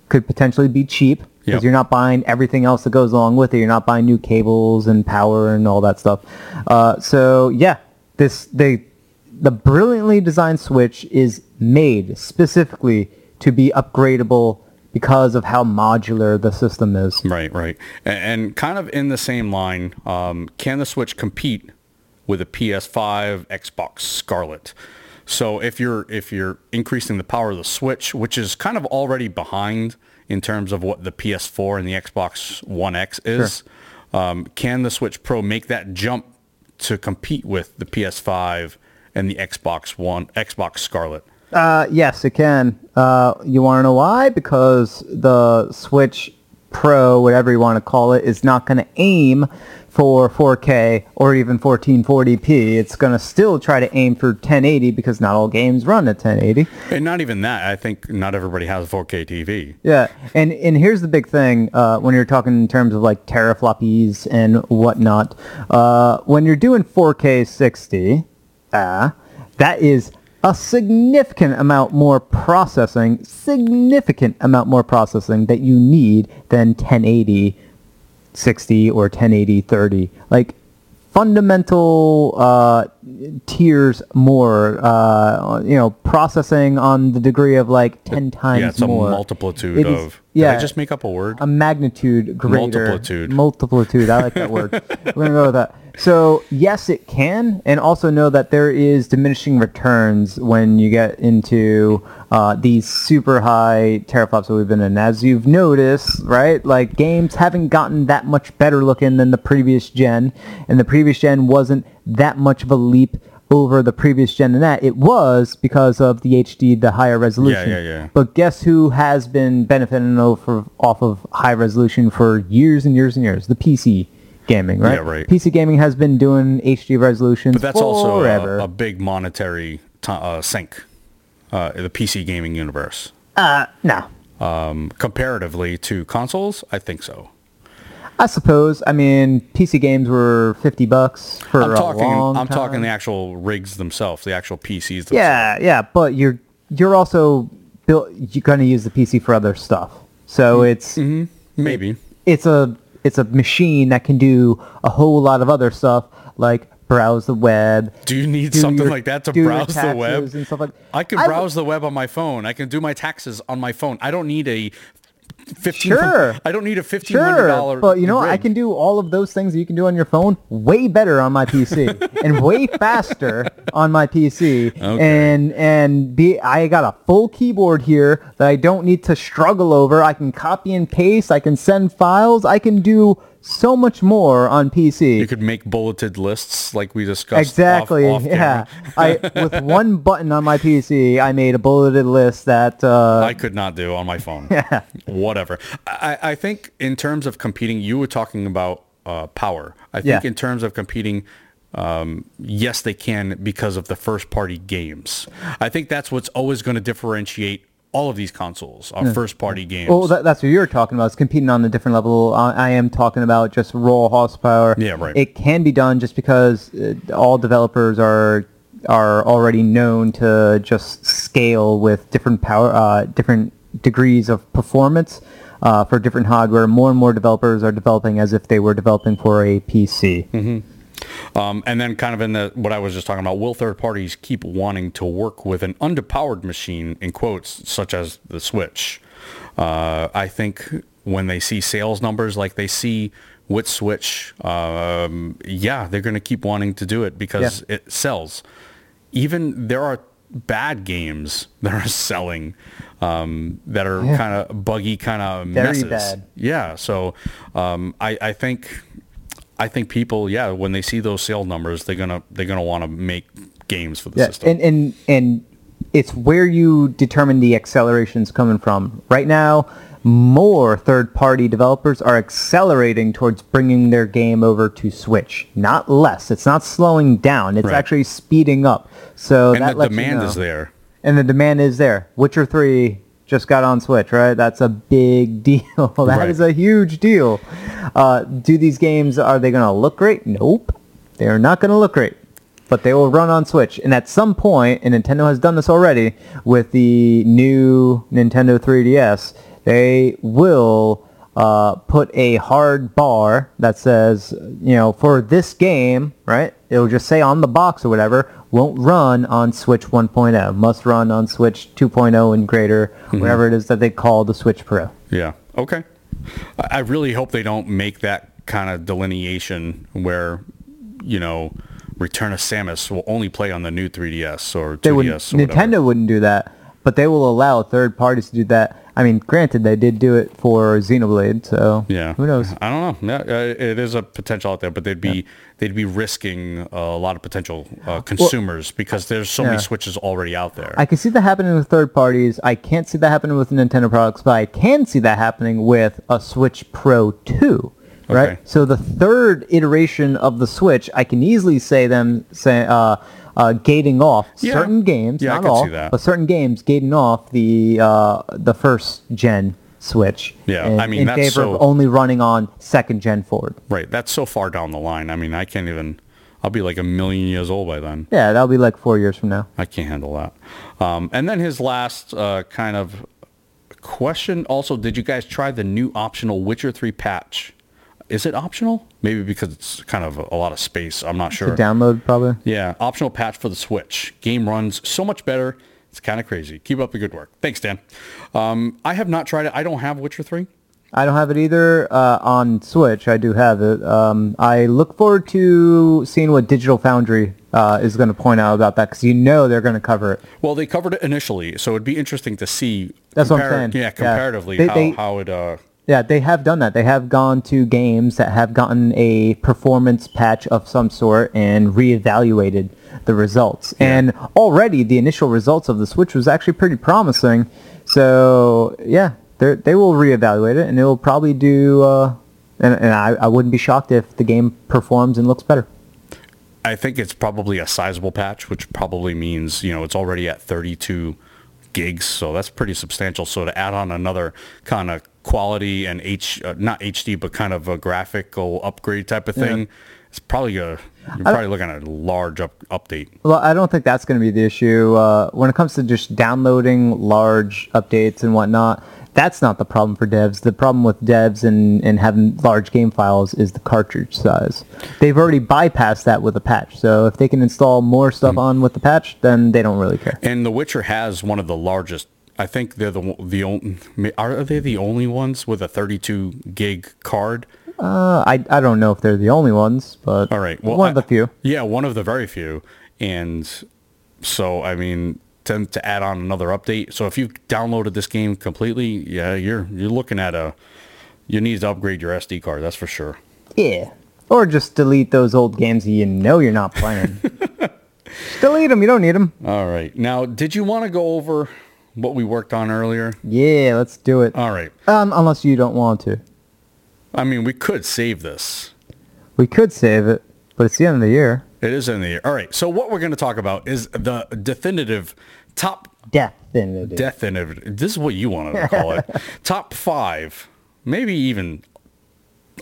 [SPEAKER 2] could potentially be cheap because
[SPEAKER 1] Yep.
[SPEAKER 2] you're not buying everything else that goes along with it. You're not buying new cables and power and all that stuff. Uh, so yeah, this they the brilliantly designed Switch is made specifically to be upgradable because of how modular the system is.
[SPEAKER 1] Right, right. A- And, and kind of in the same line, um, can the Switch compete with a PS5, Xbox Scarlet? So if you're if you're increasing the power of the Switch, which is kind of already behind in terms of what the PS4 and the Xbox One X is, um, can the Switch Pro make that jump to compete with the PS5 and the Xbox One, Xbox Scarlet?
[SPEAKER 2] Uh, yes, it can. Uh, you want to know why? Because the Switch Pro, whatever you want to call it, is not going to aim for 4K or even 1440p. It's going to still try to aim for 1080 because not all games run at 1080.
[SPEAKER 1] And not even that. I think not everybody has a 4K TV.
[SPEAKER 2] Yeah, and and here's the big thing uh, when you're talking in terms of like terafloppies and whatnot. Uh, when you're doing 4K 60, uh, that is a significant amount more processing, significant amount more processing that you need than 1080 60 or 1080 30. Like fundamental uh, tiers more, uh, you know, processing on the degree of like 10 times
[SPEAKER 1] Yeah, it's a
[SPEAKER 2] more.
[SPEAKER 1] multitude
[SPEAKER 2] It is-
[SPEAKER 1] of. Did
[SPEAKER 2] yeah.
[SPEAKER 1] I just make up a word?
[SPEAKER 2] a magnitude greater.
[SPEAKER 1] Multiplitude.
[SPEAKER 2] Multiplitude. I like that word. We're going to go with that. So, yes, it can. And also know that there is diminishing returns when you get into uh, these super high teraflops that we've been in. As you've noticed, right, like games haven't gotten that much better looking than the previous gen. And the previous gen wasn't that much of a leap over the previous gen and that it was because of the HD the higher resolution
[SPEAKER 1] yeah, yeah.
[SPEAKER 2] but guess who has been benefiting off of, off of high resolution for years and years and years? The PC gaming, right?
[SPEAKER 1] Yeah, right.
[SPEAKER 2] PC gaming has been doing HD resolutions
[SPEAKER 1] But that's also uh,
[SPEAKER 2] forever.
[SPEAKER 1] a, a big monetary t- uh, sink, uh, in the PC gaming universe.
[SPEAKER 2] no,
[SPEAKER 1] Comparatively to consoles, I think so.
[SPEAKER 2] I suppose. I mean, PC games were fifty bucks for
[SPEAKER 1] I'm
[SPEAKER 2] a
[SPEAKER 1] talking.
[SPEAKER 2] long
[SPEAKER 1] I'm
[SPEAKER 2] time.
[SPEAKER 1] talking the actual rigs themselves, the actual PCs. Themselves.
[SPEAKER 2] yeah, yeah, but you're you're also built. You're going to use the PC for other stuff, so
[SPEAKER 1] Mm-hmm.
[SPEAKER 2] it's
[SPEAKER 1] maybe.
[SPEAKER 2] it's a it's a machine that can do a whole lot of other stuff like browse the web.
[SPEAKER 1] Do you need
[SPEAKER 2] do
[SPEAKER 1] something
[SPEAKER 2] your-
[SPEAKER 1] like that to
[SPEAKER 2] do your
[SPEAKER 1] browse the web?
[SPEAKER 2] taxes and stuff like-
[SPEAKER 1] I can
[SPEAKER 2] I w-
[SPEAKER 1] browse the web on my phone. I can do my taxes on my phone. I don't need a fifteen.
[SPEAKER 2] Sure.
[SPEAKER 1] I don't need a fifteen hundred dollar.
[SPEAKER 2] Sure, but you know what? I can do all of those things that you can do on your phone way better on my PC and way faster on my PC.
[SPEAKER 1] Okay.
[SPEAKER 2] And and be I got a full keyboard here that I don't need to struggle over. I can copy and paste. I can send files. I can do so much more on PC.
[SPEAKER 1] You could make bulleted lists like we discussed. off-
[SPEAKER 2] Exactly.
[SPEAKER 1] off
[SPEAKER 2] yeah.
[SPEAKER 1] camera.
[SPEAKER 2] I with one button on my PC, I made a bulleted list that uh,
[SPEAKER 1] I could not do on my phone. Whatever. I, I think in terms of competing, you were talking about uh, power. I think
[SPEAKER 2] Yeah.
[SPEAKER 1] in terms of competing, um, yes, they can because of the first party games. I think that's what's always going to differentiate all of these consoles are first party games.
[SPEAKER 2] Well, that, that's what you're talking about. It's competing on a different level. I, I am talking about just raw horsepower.
[SPEAKER 1] Yeah, right.
[SPEAKER 2] It can be done just because uh, all developers are are already known to just scale with different power, uh, different degrees of performance uh, for different hardware. More and more developers are developing as if they were developing for a PC.
[SPEAKER 1] Um, and then kind of in the what I was just talking about, will third parties keep wanting to work with an underpowered machine in quotes, such as the Switch? Uh, I think when they see sales numbers like they see with Switch, um, yeah, they're going to keep wanting to do it because it sells. Even there are bad games that are selling um, that are
[SPEAKER 2] Yeah.
[SPEAKER 1] kind of buggy, kind of
[SPEAKER 2] Very
[SPEAKER 1] messes.
[SPEAKER 2] bad.
[SPEAKER 1] Yeah. So um, I, I think I think people, yeah, when they see those sale numbers, they're gonna they're gonna want to make games for the system.
[SPEAKER 2] And, and and it's where you determine the acceleration's coming from. Right now, more third-party developers are accelerating towards bringing their game over to Switch, not less. It's not slowing down. It's
[SPEAKER 1] Right.
[SPEAKER 2] actually speeding up. So
[SPEAKER 1] And
[SPEAKER 2] that
[SPEAKER 1] the
[SPEAKER 2] lets you
[SPEAKER 1] demand
[SPEAKER 2] know.
[SPEAKER 1] is there.
[SPEAKER 2] And the demand is there. Witcher 3 just got on Switch, right? That's a big deal. That is
[SPEAKER 1] Right.
[SPEAKER 2] a huge deal. Uh, do these games, are they going to look great? Nope. They are not going to look great. But they will run on Switch. And at some point, and Nintendo has done this already with the new Nintendo 3DS, they will uh, put a hard bar that says, you know, for this game, right? It'll just say on the box or whatever, won't run on Switch 1.0, must run on Switch 2.0 and greater, whatever it is that they call the Switch Pro.
[SPEAKER 1] Yeah. Okay. I I really hope they don't make that kind of delineation where, you know, Return of Samus will only play on the new 3DS or 2DS.
[SPEAKER 2] They
[SPEAKER 1] or
[SPEAKER 2] would
[SPEAKER 1] whatever.
[SPEAKER 2] Nintendo wouldn't do that, but they will allow third parties to do that. I mean, granted, they did do it for Xenoblade, so
[SPEAKER 1] Yeah.
[SPEAKER 2] who knows?
[SPEAKER 1] I don't know. Yeah, uh, it is a potential out there, but they'd be they'd be risking uh, a lot of potential uh, consumers because there's so
[SPEAKER 2] Yeah.
[SPEAKER 1] many switches already out there.
[SPEAKER 2] I can see that happening with third parties. I can't see that happening with Nintendo products, but I can see that happening with a Switch Pro 2. Right.
[SPEAKER 1] Okay.
[SPEAKER 2] So the third iteration of the Switch, I can easily say them say, uh, uh, gating off
[SPEAKER 1] Yeah.
[SPEAKER 2] certain games,
[SPEAKER 1] Yeah, I
[SPEAKER 2] not
[SPEAKER 1] could
[SPEAKER 2] all,
[SPEAKER 1] see that.
[SPEAKER 2] but certain games gating off the uh, the first gen Switch.
[SPEAKER 1] Yeah,
[SPEAKER 2] in,
[SPEAKER 1] I mean,
[SPEAKER 2] in
[SPEAKER 1] that's
[SPEAKER 2] favor
[SPEAKER 1] so-
[SPEAKER 2] of only running on second gen forward.
[SPEAKER 1] right. That's so far down the line. I mean, I can't even. I'll be like a million years old by then.
[SPEAKER 2] Yeah, that'll be like four years from now.
[SPEAKER 1] I can't handle that. Um, and then his last uh, kind of question also, did you guys try the new optional Witcher 3 patch? Is it optional? Maybe because it's kind of a lot of space. I'm not sure.
[SPEAKER 2] To download probably.
[SPEAKER 1] yeah, optional patch for the Switch. Game runs so much better. It's kind of crazy. Keep up the good work. Thanks, Dan. Um, I have not tried it. I don't have Witcher 3.
[SPEAKER 2] I don't have it either uh, on Switch. I do have it. Um, I look forward to seeing what Digital Foundry uh, is going to point out about that because you know they're going to cover it.
[SPEAKER 1] Well, they covered it initially, so it'd be interesting to see.
[SPEAKER 2] That's what I'm saying.
[SPEAKER 1] Yeah,
[SPEAKER 2] Yeah.
[SPEAKER 1] comparatively,
[SPEAKER 2] They-
[SPEAKER 1] how,
[SPEAKER 2] they-
[SPEAKER 1] how it... Uh,
[SPEAKER 2] Yeah, they have done that. They have gone to games that have gotten a performance patch of some sort and reevaluated the results. And already the initial results of the Switch was actually pretty promising. So yeah, they they will reevaluate it and it will probably do. Uh, and, and I, I wouldn't be shocked if the game performs and looks better.
[SPEAKER 1] I think it's probably a sizable patch, which probably means you know it's already at 32 gigs, so that's pretty substantial. So to add on another kind of quality and H, uh, not HD, but kind of a graphical upgrade type of thing, it's probably a you're probably looking at a large up, update.
[SPEAKER 2] Well, I don't think that's going to be the issue. Uh, when it comes to just downloading large updates and whatnot, that's not the problem for devs. The problem with devs and, and having large game files is the cartridge size. They've already bypassed that with a patch. So if they can install more stuff
[SPEAKER 1] Mm-hmm.
[SPEAKER 2] on with the patch, then they don't really care.
[SPEAKER 1] And The Witcher has one of the largest. I think they're the the only are they the only ones with a 32 gig card.
[SPEAKER 2] Uh, I, I don't know if they're the only ones, but
[SPEAKER 1] All right. Well,
[SPEAKER 2] one
[SPEAKER 1] I-
[SPEAKER 2] of the few.
[SPEAKER 1] Yeah, one of the very few. And so, I mean, to, to add on another update. So if you downloaded this game completely, yeah, you're you're looking at a you need to upgrade your SD card. That's for sure.
[SPEAKER 2] Yeah. Or just delete those old games that you know you're not playing. Just delete them. You don't need them.
[SPEAKER 1] All right. Now, did you want to go over what we worked on earlier?
[SPEAKER 2] Yeah, let's do it.
[SPEAKER 1] All right.
[SPEAKER 2] Um, unless you don't want to.
[SPEAKER 1] I mean, we could save this.
[SPEAKER 2] We could save it, but it's the end of the year.
[SPEAKER 1] It is in the air. All right. So what we're going to talk about is the definitive top
[SPEAKER 2] Death in the day.
[SPEAKER 1] death in it. This is what you wanted to call it. Top five, maybe even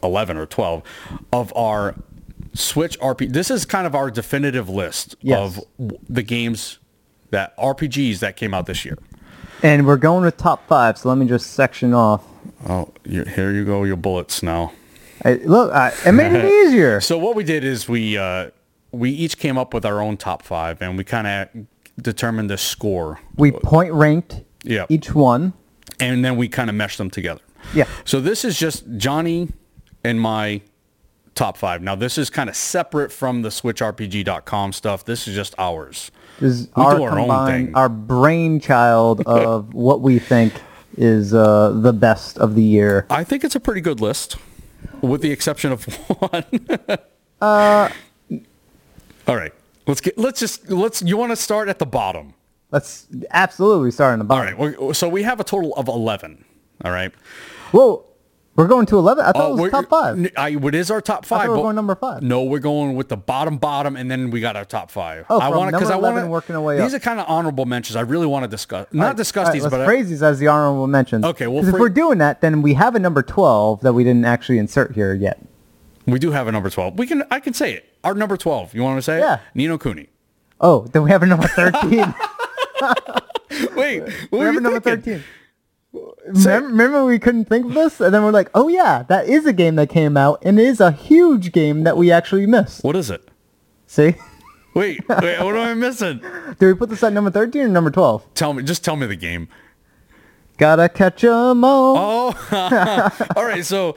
[SPEAKER 1] eleven or twelve of our Switch RPG. This is kind of our definitive list
[SPEAKER 2] Yes.
[SPEAKER 1] of w- the games that RPGs that came out this year.
[SPEAKER 2] And we're going with top five, so let me just section off.
[SPEAKER 1] Oh, you, here you go, your bullets now.
[SPEAKER 2] I, look, I, it made it easier.
[SPEAKER 1] So what we did is we uh, we each came up with our own top five, and we kind of determined the score.
[SPEAKER 2] We point ranked
[SPEAKER 1] Yeah.
[SPEAKER 2] each one.
[SPEAKER 1] and then we kind of mesh them together.
[SPEAKER 2] Yeah.
[SPEAKER 1] So this is just Johnny and my top five. Now this is kind of separate from the SwitchRPG.com stuff. This is just ours.
[SPEAKER 2] This is
[SPEAKER 1] We do
[SPEAKER 2] our
[SPEAKER 1] our own
[SPEAKER 2] combined,
[SPEAKER 1] thing.
[SPEAKER 2] our brainchild of what we think is uh, the best of the year.
[SPEAKER 1] I think it's a pretty good list, with the exception of one. uh. All right. Let's get. Let's just. Let's. You want to start at the bottom?
[SPEAKER 2] Let's absolutely start on the
[SPEAKER 1] All
[SPEAKER 2] bottom.
[SPEAKER 1] right. we're- So we have a total of eleven. All right.
[SPEAKER 2] Whoa, we're going to 11? I thought
[SPEAKER 1] Oh,
[SPEAKER 2] it was
[SPEAKER 1] we're-
[SPEAKER 2] top five.
[SPEAKER 1] n- I, it is our top five.
[SPEAKER 2] we were
[SPEAKER 1] but-
[SPEAKER 2] going number five.
[SPEAKER 1] No, we're going with the bottom, bottom, and then we got our top five.
[SPEAKER 2] Oh,
[SPEAKER 1] I
[SPEAKER 2] from
[SPEAKER 1] want because
[SPEAKER 2] number
[SPEAKER 1] I want
[SPEAKER 2] 11 working our way
[SPEAKER 1] These
[SPEAKER 2] up.
[SPEAKER 1] are kind of honorable mentions. I really want to discuss, not discuss
[SPEAKER 2] All right,
[SPEAKER 1] these,
[SPEAKER 2] let's
[SPEAKER 1] but I-
[SPEAKER 2] phrase these uh, as the honorable mentions.
[SPEAKER 1] Okay, well,
[SPEAKER 2] 'Cause if
[SPEAKER 1] phr-
[SPEAKER 2] we're doing that, then we have a number 12 that we didn't actually insert here yet.
[SPEAKER 1] we do have a number twelve. We can, I can say it. Our number twelve. You want to say it?
[SPEAKER 2] Yeah.
[SPEAKER 1] Nino Cooney.
[SPEAKER 2] Oh, then we have a number 13.
[SPEAKER 1] Wait, what
[SPEAKER 2] we
[SPEAKER 1] were
[SPEAKER 2] have
[SPEAKER 1] you
[SPEAKER 2] a number
[SPEAKER 1] thinking?
[SPEAKER 2] 13. Remember, remember we couldn't think of this? And then we're like, oh yeah, that is a game that came out and it is a huge game that we actually missed.
[SPEAKER 1] What is it?
[SPEAKER 2] See?
[SPEAKER 1] Wait, wait, what am I missing?
[SPEAKER 2] Do we put this at number 13 or number 12?
[SPEAKER 1] Tell me, just tell me the game. Oh,
[SPEAKER 2] Gotta catch 'em all.
[SPEAKER 1] All right, so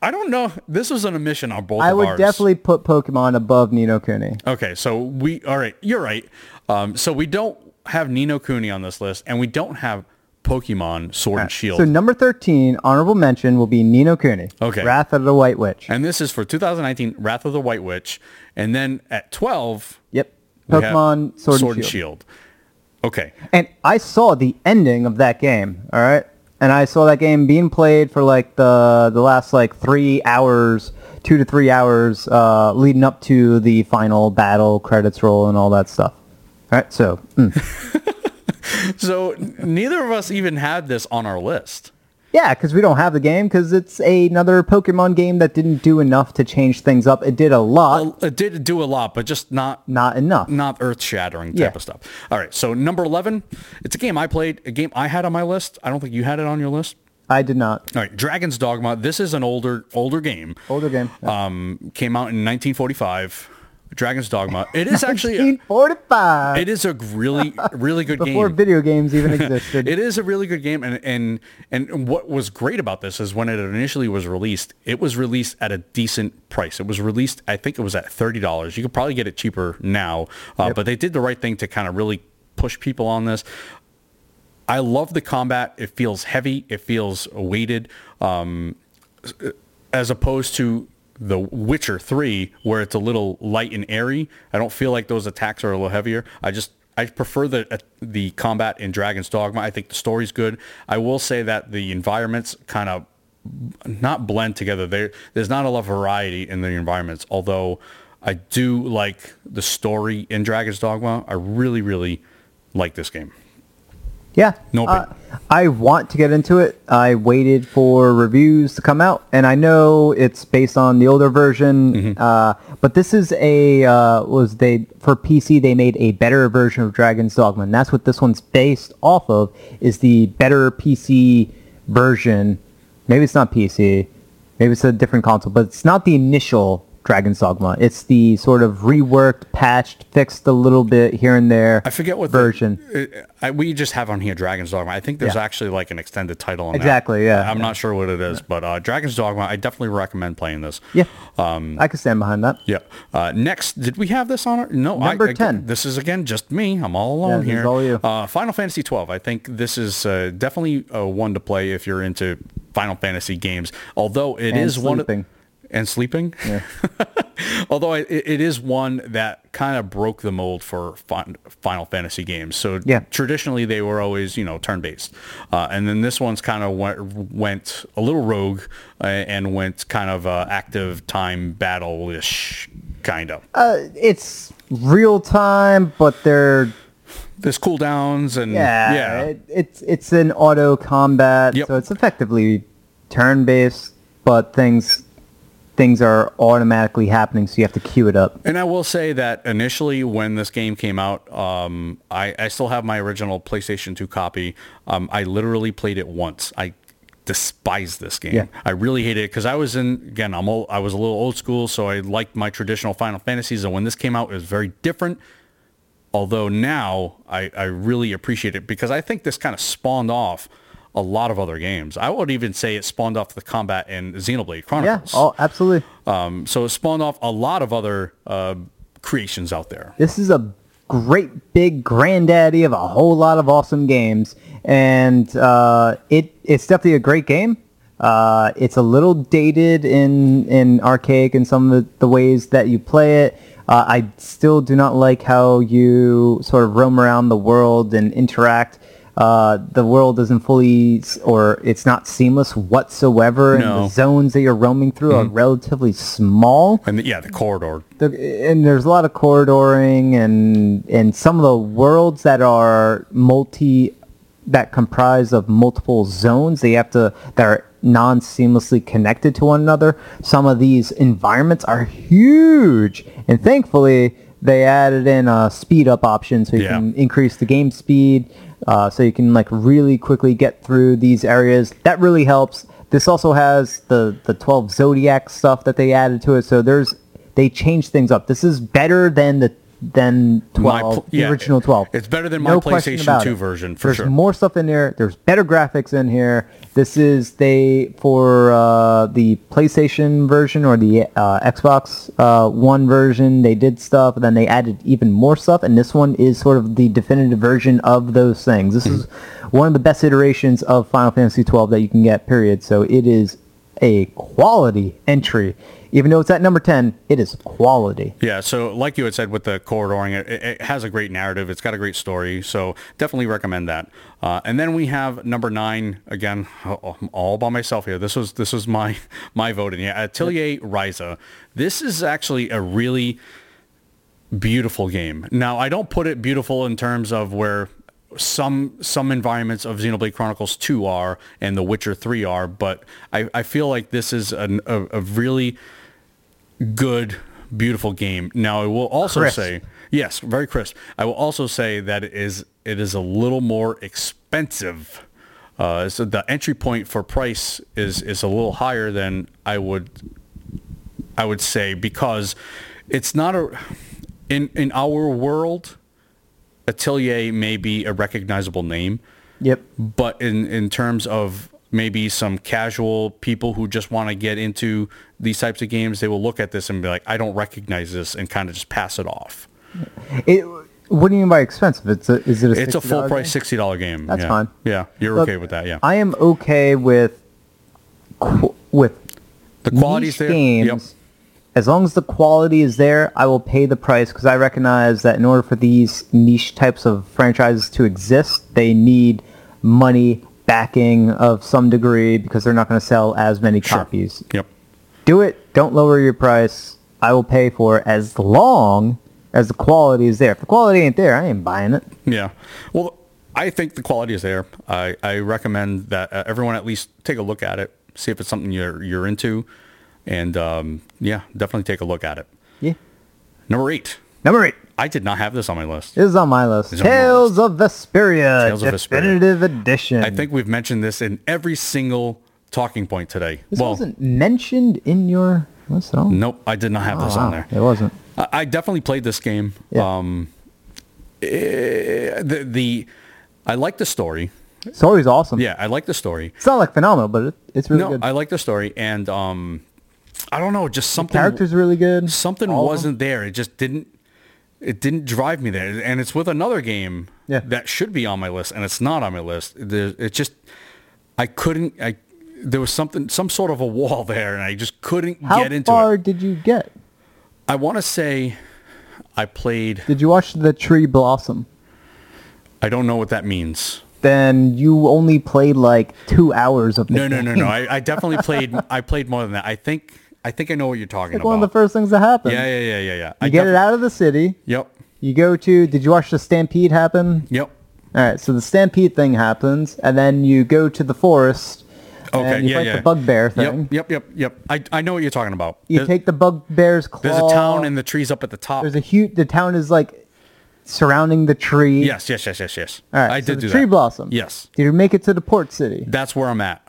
[SPEAKER 1] I don't know. This was an omission on both
[SPEAKER 2] I
[SPEAKER 1] of
[SPEAKER 2] would
[SPEAKER 1] ours.
[SPEAKER 2] definitely put Pokemon above Nino Kuni.
[SPEAKER 1] Okay, so we all right. You're right. Um, so we don't have Nino Cooney on this list, and we don't have Pokemon Sword and Shield.
[SPEAKER 2] Uh, So number 13, honorable mention, will be Nino Cooney.
[SPEAKER 1] Okay.
[SPEAKER 2] Wrath of the White Witch.
[SPEAKER 1] and this is for 2019 Wrath of the White Witch. And then at 12,
[SPEAKER 2] yep.
[SPEAKER 1] we have
[SPEAKER 2] Pokemon Sword, and Shield.
[SPEAKER 1] Okay.
[SPEAKER 2] And I saw the ending of that game, all right? And I saw that game being played for like the the last like 3 hours, 2 to 3 hours uh, leading up to the final battle credits roll and all that stuff. All right? So, mm.
[SPEAKER 1] So n- neither of us even had this on our list.
[SPEAKER 2] yeah, cuz we don't have the game cuz it's another Pokemon game that didn't do enough to change things up. It did a lot,
[SPEAKER 1] Well, Uh, It did do a lot, but just not
[SPEAKER 2] not enough.
[SPEAKER 1] not earth-shattering type
[SPEAKER 2] Yeah.
[SPEAKER 1] of stuff. All right, so number 11, it's a game I played, a game I had on my list. I don't think you had it on your list.
[SPEAKER 2] I did not.
[SPEAKER 1] All right, Dragon's Dogma. This is an older older game.
[SPEAKER 2] Older game.
[SPEAKER 1] Um, came out in 1945. Dragon's Dogma. It is actually
[SPEAKER 2] 1945
[SPEAKER 1] it is a really really good
[SPEAKER 2] before
[SPEAKER 1] game.
[SPEAKER 2] video games even existed.
[SPEAKER 1] It is a really good game, and and and what was great about this is when it initially was released, it was released at a decent price. It was released, I think it was at thirty dollars. You could probably get it cheaper now, uh, but they did the right thing to kind of really push people on this. I love the combat. It feels heavy. It feels weighted, um, as opposed to the Witcher Three, where it's a little light and airy. I don't feel like those attacks are a little heavier. I just I prefer the uh, the combat in Dragon's Dogma. I think the story's good. I will say that the environments kind of not blend together. There, there's not a lot of variety in the environments. Although I do like the story in Dragon's Dogma. I really, really like this game.
[SPEAKER 2] yeah.
[SPEAKER 1] No
[SPEAKER 2] Uh,
[SPEAKER 1] big-
[SPEAKER 2] I want to get into it. I waited for reviews to come out, and I know it's based on the older version.
[SPEAKER 1] Mm-hmm.
[SPEAKER 2] Uh, but this is a uh, was they for PC they made a better version of Dragon's Dogma, and that's what this one's based off of. Is the better PC version? Maybe it's not PC. Maybe it's a different console, but it's not the initial Dragon's Dogma. It's the sort of reworked, patched, fixed a little bit here and there.
[SPEAKER 1] I forget what the-
[SPEAKER 2] version.
[SPEAKER 1] uh, I, we just have on here Dragon's Dogma. I think there's
[SPEAKER 2] Yeah.
[SPEAKER 1] actually like an extended title on
[SPEAKER 2] Exactly,
[SPEAKER 1] that.
[SPEAKER 2] yeah,
[SPEAKER 1] I'm not sure what it is, but uh, Dragon's Dogma. I definitely recommend playing this.
[SPEAKER 2] Yeah.
[SPEAKER 1] Um,
[SPEAKER 2] I could stand behind that.
[SPEAKER 1] Yeah. Uh, next, did we have this on? Our, no. I-
[SPEAKER 2] Number
[SPEAKER 1] I-
[SPEAKER 2] 10.
[SPEAKER 1] This is again just me. I'm all alone
[SPEAKER 2] this is
[SPEAKER 1] here.
[SPEAKER 2] all you.
[SPEAKER 1] Uh, Final Fantasy 12. I think this is uh, definitely uh, one to play if you're into Final Fantasy games. Although it is
[SPEAKER 2] And
[SPEAKER 1] one
[SPEAKER 2] sleeping.
[SPEAKER 1] and sleeping. Although I, it, it is one that kind of broke the mold for fin- Final Fantasy games. So
[SPEAKER 2] Yeah.
[SPEAKER 1] traditionally they were always you know turn based, uh, and then this one's kind of went, went a little rogue uh, and went kind of uh, active time battle ish kind of.
[SPEAKER 2] Uh, it's real time, but they're
[SPEAKER 1] There's cooldowns and
[SPEAKER 2] yeah,
[SPEAKER 1] yeah.
[SPEAKER 2] It, it's it's an auto combat,
[SPEAKER 1] Yep.
[SPEAKER 2] so it's effectively turn based, but things things are automatically happening, so you have to queue it up.
[SPEAKER 1] And I will say that initially, when this game came out, um, I, I still have my original PlayStation 2 copy. Um, I literally played it once. I despise this game.
[SPEAKER 2] Yeah.
[SPEAKER 1] I really hate it because I was in again. I'm old, I was a little old school, so I liked my traditional Final Fantasies. And when this came out, it was very different. Although now I, I really appreciate it because I think this kind of spawned off a lot of other games. I would even say it spawned off the combat in Xenoblade
[SPEAKER 2] Yeah,
[SPEAKER 1] Chronicles.
[SPEAKER 2] oh, absolutely.
[SPEAKER 1] Um, so it spawned off a lot of other uh, creations out there.
[SPEAKER 2] This is a great big granddaddy of a whole lot of awesome games, and uh, it it's definitely a great game. Uh, it's a little dated in in archaic in some of the, the ways that you play it. Uh, I still do not like how you sort of roam around the world and interact. Uh, the world doesn't fully, s- or it's not seamless whatsoever, and
[SPEAKER 1] No.
[SPEAKER 2] the zones that you're roaming through are relatively small
[SPEAKER 1] And the, yeah, the corridor.
[SPEAKER 2] the, and there's a lot of corridoring and and some of the worlds that are multi that comprise of multiple zones they have to that are non seamlessly connected to one another some of these environments are huge and thankfully they added in a speed up option so you
[SPEAKER 1] Yeah.
[SPEAKER 2] can um, increase the game speed uh, so you can like really quickly get through these areas that really helps this also has the the 12 zodiac stuff that they added to it so there's they changed things up this is better than the than
[SPEAKER 1] My
[SPEAKER 2] 12,
[SPEAKER 1] pl- yeah,
[SPEAKER 2] the original 12.
[SPEAKER 1] it's better than my
[SPEAKER 2] question
[SPEAKER 1] PlayStation
[SPEAKER 2] about
[SPEAKER 1] 2
[SPEAKER 2] it.
[SPEAKER 1] version, for
[SPEAKER 2] There's
[SPEAKER 1] sure.
[SPEAKER 2] more stuff in there. There's better graphics in here. This is they for uh, the PlayStation version or the uh, Xbox uh, One version. They did stuff, and then they added even more stuff. And this one is sort of the definitive version of those things. This is one of the best iterations of Final Fantasy twelve that you can get. Period. So it is a quality entry, even though it's at number ten. It is quality.
[SPEAKER 1] Yeah, so like you had said with the corridoring, it, it has a great narrative. It's got a great story, so definitely recommend that. Uh, and then we have number nine again. I'm all by myself here. This was this was my my voting. Yeah, Atelier Ryza. This is actually a really beautiful game. Now, I don't put it beautiful in terms of where some some environments of Xenoblade Chronicles 2 are and The Witcher 3 are, but I, I feel like this is an, a, a really good, beautiful game. Now, I will also
[SPEAKER 2] Crisp.
[SPEAKER 1] say, yes, very crisp. I will also say that it is it is a little more expensive. Uh, so the entry point for price is is a little higher than I would I would say because it's not a in in our world Atelier may be a recognizable name,
[SPEAKER 2] Yep.
[SPEAKER 1] but in in terms of maybe some casual people who just want to get into these types of games, they will look at this and be like, I don't recognize this and kind of just pass it off.
[SPEAKER 2] It. What do you mean by expensive? It's a, is it a
[SPEAKER 1] It's a full
[SPEAKER 2] $60
[SPEAKER 1] price
[SPEAKER 2] game?
[SPEAKER 1] sixty dollar game.
[SPEAKER 2] That's
[SPEAKER 1] yeah.
[SPEAKER 2] fine.
[SPEAKER 1] Yeah. You're
[SPEAKER 2] Look,
[SPEAKER 1] okay with that, yeah.
[SPEAKER 2] I am okay with qu- with
[SPEAKER 1] the quality's
[SPEAKER 2] niche
[SPEAKER 1] there. Yep.
[SPEAKER 2] games. As long as the quality is there, I will pay the price because I recognize that in order for these niche types of franchises to exist, they need money backing of some degree because they're not going to sell as many
[SPEAKER 1] Sure.
[SPEAKER 2] copies.
[SPEAKER 1] Yep.
[SPEAKER 2] Do it. Don't lower your price. I will pay for it as long as the quality is there. If the quality ain't there, I ain't buying it.
[SPEAKER 1] Yeah. Well, I think the quality is there. I, I recommend that uh, everyone at least take a look at it, see if it's something you're you're into, and um, yeah, definitely take a look at it.
[SPEAKER 2] Yeah.
[SPEAKER 1] Number eight.
[SPEAKER 2] Number eight.
[SPEAKER 1] I did not have this on my list.
[SPEAKER 2] This is on my list.
[SPEAKER 1] It's on my
[SPEAKER 2] Tales of Vesperia,
[SPEAKER 1] Tales of Vesperia.
[SPEAKER 2] definitive edition.
[SPEAKER 1] I think we've mentioned this in every single talking point today.
[SPEAKER 2] this
[SPEAKER 1] well,
[SPEAKER 2] wasn't mentioned in your list at all.
[SPEAKER 1] nope, I did not have this
[SPEAKER 2] Oh, Wow,
[SPEAKER 1] on there.
[SPEAKER 2] It wasn't.
[SPEAKER 1] I, I definitely played this game.
[SPEAKER 2] Ah. Yeah.
[SPEAKER 1] Um, eh, the, the I like the story.
[SPEAKER 2] Story's awesome.
[SPEAKER 1] Yeah, I like the story.
[SPEAKER 2] It's not like phenomenal, but it, it's really
[SPEAKER 1] no,
[SPEAKER 2] good.
[SPEAKER 1] I like the story, and um, I don't know, just something.
[SPEAKER 2] Characters are really good.
[SPEAKER 1] something
[SPEAKER 2] All of
[SPEAKER 1] wasn't there. It just didn't. It didn't drive me there, and it's with another game
[SPEAKER 2] Yeah.
[SPEAKER 1] that should be on my list, and it's not on my list. There, it just, I couldn't. I there was something, some sort of a wall there, and I just couldn't
[SPEAKER 2] How
[SPEAKER 1] get into
[SPEAKER 2] far
[SPEAKER 1] it.
[SPEAKER 2] did you get?
[SPEAKER 1] I want to say, I played.
[SPEAKER 2] Did you watch the tree blossom?
[SPEAKER 1] I don't know what that means.
[SPEAKER 2] Then you only played like two hours of. The
[SPEAKER 1] No, no,
[SPEAKER 2] game.
[SPEAKER 1] no, no. I, I definitely played. I played more than that. I think. I think I know what you're talking
[SPEAKER 2] One of the
[SPEAKER 1] about.
[SPEAKER 2] first things that happened.
[SPEAKER 1] yeah, yeah, yeah, yeah, yeah.
[SPEAKER 2] You
[SPEAKER 1] I
[SPEAKER 2] get it
[SPEAKER 1] defi-
[SPEAKER 2] out of the city.
[SPEAKER 1] Yep.
[SPEAKER 2] You go to. Did you watch the stampede happen?
[SPEAKER 1] Yep.
[SPEAKER 2] All right, so the stampede thing happens, and then you go to the forest,
[SPEAKER 1] Okay.
[SPEAKER 2] and you
[SPEAKER 1] yeah,
[SPEAKER 2] fight
[SPEAKER 1] yeah.
[SPEAKER 2] the bugbear thing.
[SPEAKER 1] Yep. Yep. Yep. Yep. I, I know what you're talking about.
[SPEAKER 2] You
[SPEAKER 1] There's-
[SPEAKER 2] take the bugbear's claw.
[SPEAKER 1] There's a town and the trees up at the top.
[SPEAKER 2] Oh. there's a huge. The town is like surrounding the tree.
[SPEAKER 1] yes, yes, yes, yes, yes.
[SPEAKER 2] All right,
[SPEAKER 1] I
[SPEAKER 2] so
[SPEAKER 1] did
[SPEAKER 2] the
[SPEAKER 1] do
[SPEAKER 2] tree
[SPEAKER 1] that.
[SPEAKER 2] blossom.
[SPEAKER 1] Yes,
[SPEAKER 2] Did you make it to the port city?
[SPEAKER 1] that's where I'm at.